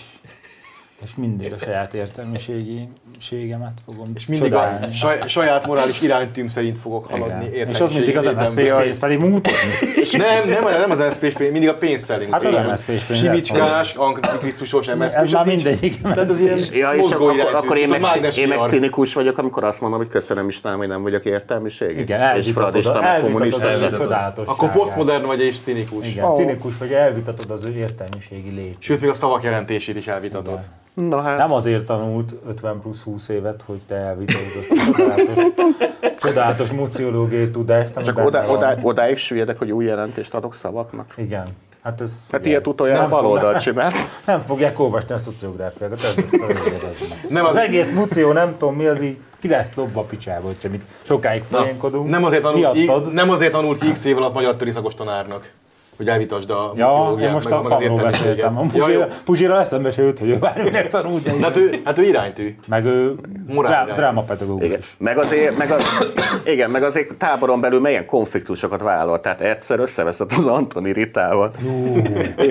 Speaker 3: És mindig a saját értelmiségemet fogom
Speaker 2: És mindig a
Speaker 3: csodálni.
Speaker 2: saj, saját morális iránytűm szerint fogok haladni.
Speaker 3: Igen. És az
Speaker 2: értettség
Speaker 3: mindig az
Speaker 2: évében.
Speaker 3: MSZP pénz felé mutatni.
Speaker 2: Nem, nem, nem az MSZP pénz, mindig a pénz felé.
Speaker 3: Hát az
Speaker 2: Igen.
Speaker 3: MSZP pénz, ezt
Speaker 2: Simicskás, antikrisztusos MSZP.
Speaker 3: Ez már mindegyik
Speaker 2: Tehát az
Speaker 3: MSZP.
Speaker 2: ilyen
Speaker 4: Ja, és
Speaker 2: mozgó
Speaker 4: akkor,
Speaker 2: iránytű.
Speaker 4: akkor én,
Speaker 2: Tudod,
Speaker 4: meg,
Speaker 2: mágnes
Speaker 4: én meg
Speaker 2: vihar.
Speaker 4: cinikus vagyok, amikor azt mondom, hogy köszönöm Istenem, hogy nem vagyok értelmiség.
Speaker 3: Igen,
Speaker 4: és
Speaker 3: elvitatod,
Speaker 4: fradista, meg
Speaker 3: elvitatod
Speaker 4: kommunista.
Speaker 3: az ő
Speaker 4: sem.
Speaker 7: elvitatod.
Speaker 3: csodálatosságát.
Speaker 2: Akkor posztmodern vagy és cinikus.
Speaker 3: Igen, cinikus vagy, elvitatod az ő értelmiségi létét.
Speaker 2: Sőt, még a szavak jelentését is elvitatod.
Speaker 4: Na hát,
Speaker 3: Nem azért tanult 50 plusz 20 évet, hogy te elvitatod azt a csodálatos, csodálatos muciológiai tudást, ami
Speaker 4: csak
Speaker 3: benne
Speaker 4: oda,
Speaker 3: van.
Speaker 4: oda, odáig süllyedek, hogy új jelentést adok szavaknak.
Speaker 3: Igen. Hát ez...
Speaker 4: Hát ilyet utoljára baloldal csinált.
Speaker 3: Nem fogják olvasni a szociográfiákat, ez lesz a véged, az meg.
Speaker 2: Nem,
Speaker 3: az
Speaker 2: az-
Speaker 3: egész mució, nem tudom mi, az így ki lesz lobba a picsába, hogyha mit sokáig poénkodunk.
Speaker 2: Nem azért tanult,
Speaker 3: Miattad.
Speaker 2: ki, nem azért tanult ki x év alatt magyar töri szakos tanárnak, hogy elvitasd a
Speaker 3: Ja, én
Speaker 2: muciológiát,
Speaker 3: most
Speaker 2: meg-
Speaker 3: a
Speaker 2: meg az
Speaker 3: falról
Speaker 2: értelmiséget.
Speaker 3: beszéltem. A
Speaker 2: Ja, jó.
Speaker 3: Puzsira, Puzsira eszembe se jut, hogy ő bárminek tanult. de-
Speaker 2: Hát ő, hát ő iránytű.
Speaker 3: Meg ő
Speaker 2: Morál
Speaker 3: drá-
Speaker 2: irány.
Speaker 3: drámapedagógus
Speaker 4: Igen.
Speaker 3: is.
Speaker 4: Meg azért, meg, a, igen, meg azért táboron belül milyen konfliktusokat vállalt. Tehát egyszer összeveszett az Antoni Ritával.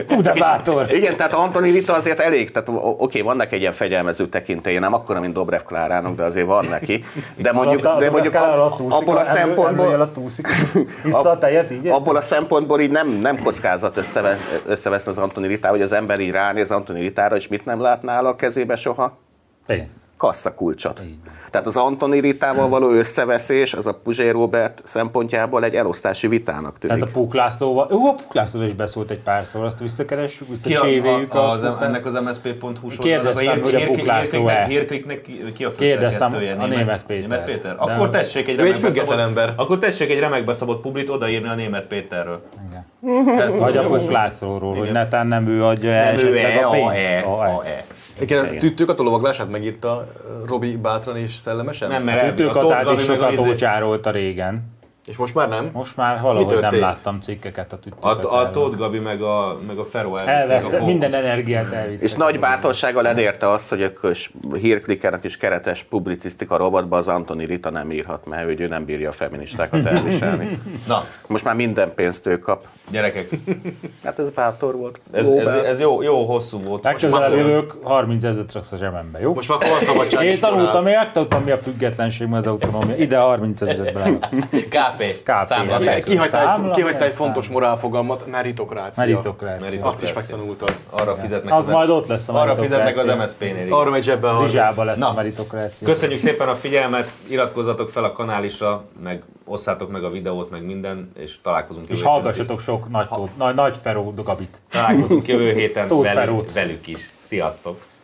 Speaker 3: Hú, de bátor!
Speaker 4: Igen, tehát Antoni Rita azért elég, tehát o- o- oké, van neki egy ilyen fegyelmező tekintélye, nem akkora, mint Dobrev Klárának, de azért van neki. De mondjuk, de mondjuk a- abból a szempontból,
Speaker 3: Vissza a tejet, így?
Speaker 4: abból a szempontból így nem, nem kockázat összeve, összeveszni az Antoni Ritával, hogy az ember így ránéz Antoni Ritára, és mit nem lát nála a kezébe soha?
Speaker 3: Pénzt.
Speaker 4: kasszakulcsot. Tehát az Antoni Ritával való összeveszés, az a Puzsé Robert szempontjából egy elosztási vitának tűnik.
Speaker 3: Tehát a Pók Lászlóval, jó, a Pók László is beszólt egy párszor, azt
Speaker 1: Ki
Speaker 3: visszakeressük,
Speaker 1: a,
Speaker 3: visszacsévéljük
Speaker 1: a, az,
Speaker 3: Pók
Speaker 1: ennek az MSZP.hu
Speaker 3: Kérdeztem,
Speaker 1: sornak,
Speaker 3: hogy a
Speaker 1: Hírklik-
Speaker 3: Puk László-e?
Speaker 1: Hírkliknek- Hírkliknek ki- ki a
Speaker 3: Kérdeztem,
Speaker 1: főszerkesztője?
Speaker 3: a Németh Péter.
Speaker 1: Németh Péter?
Speaker 3: De-
Speaker 1: Akkor tessék egy
Speaker 2: egy
Speaker 1: remekbe
Speaker 2: független
Speaker 1: szabott,
Speaker 2: ember.
Speaker 1: Akkor tessék egy remekbe szabott publit odaírni a Németh Péterről.
Speaker 3: Igen.
Speaker 1: Persze,
Speaker 3: Vagy a
Speaker 1: javaslom.
Speaker 3: Pók Lászlóról, hogy netán nem ő adja el esetleg a pénzt. A-
Speaker 1: e.
Speaker 2: Igen, tűtők a lovaglását megírta ö, Robi bátran és szellemesen?
Speaker 1: Nem,
Speaker 3: Hát
Speaker 1: mert
Speaker 3: Ütők
Speaker 1: a Tóth
Speaker 3: Katát
Speaker 1: Gabi
Speaker 3: is
Speaker 1: meg a
Speaker 3: sokat
Speaker 1: izé-
Speaker 3: ócsárolta régen.
Speaker 2: És most már nem?
Speaker 3: Most már
Speaker 2: Mi
Speaker 3: valahogy nem
Speaker 2: történt?
Speaker 3: láttam cikkeket a
Speaker 1: A, a
Speaker 3: tüttőkatáról.
Speaker 1: Tóth Gabi meg a, meg a Feró elvitték a
Speaker 3: Elveszte,
Speaker 1: fókuszt.
Speaker 3: minden energiát elvitt.
Speaker 4: És nagy bátorsággal elérte azt, hogy a kös- hírklikernek is keretes publicisztika rovatba az Antoni Rita nem írhat, mert hogy ő nem bírja a feministákat elviselni.
Speaker 1: Na,
Speaker 4: Most már minden pénzt ő kap.
Speaker 1: gyerekek,
Speaker 4: Hát ez bátor volt.
Speaker 1: ez,
Speaker 4: Jó,
Speaker 1: ez,
Speaker 4: bár-
Speaker 1: ez jó, jó hosszú volt.
Speaker 3: Legközelebb jövök, 30 ezeret raksz a zsebembe, jó?
Speaker 2: Most már akkor van szabadság
Speaker 3: Én
Speaker 2: is morál.
Speaker 3: tanultam, én megtanultam, mi a függetlenség, mi az autonómia. Ide 30 ezeret belegsz.
Speaker 1: KP.
Speaker 3: KP.
Speaker 1: Számla.
Speaker 3: Igen.
Speaker 1: text.
Speaker 2: Kihagyta egy,
Speaker 3: Számla,
Speaker 2: kihagyta egy
Speaker 3: persze.
Speaker 2: fontos morálfogalmat, meritokrácia.
Speaker 3: Meritokrácia.
Speaker 2: Azt is megtanultad.
Speaker 1: Arra fizetnek
Speaker 3: Az
Speaker 1: az-
Speaker 3: majd ott lesz a
Speaker 1: Arra fizetnek az
Speaker 3: meritokrácia.
Speaker 1: MSZP-nél.
Speaker 2: Arra megy zsebben a harminc.
Speaker 3: Rizsába lesz
Speaker 1: Na.
Speaker 3: a meritokrácia.
Speaker 1: Köszönjük szépen a figyelmet, iratkozzatok fel a kanálisra, meg osszátok meg a videót, meg minden, és találkozunk jövő
Speaker 3: És
Speaker 1: héten.
Speaker 3: hallgassatok sok nagy, Tóth- nagy, nagy Feró Gabit.
Speaker 1: Találkozunk jövő héten
Speaker 3: Tóth
Speaker 1: velük,
Speaker 3: Ferót.
Speaker 1: velük is. Sziasztok!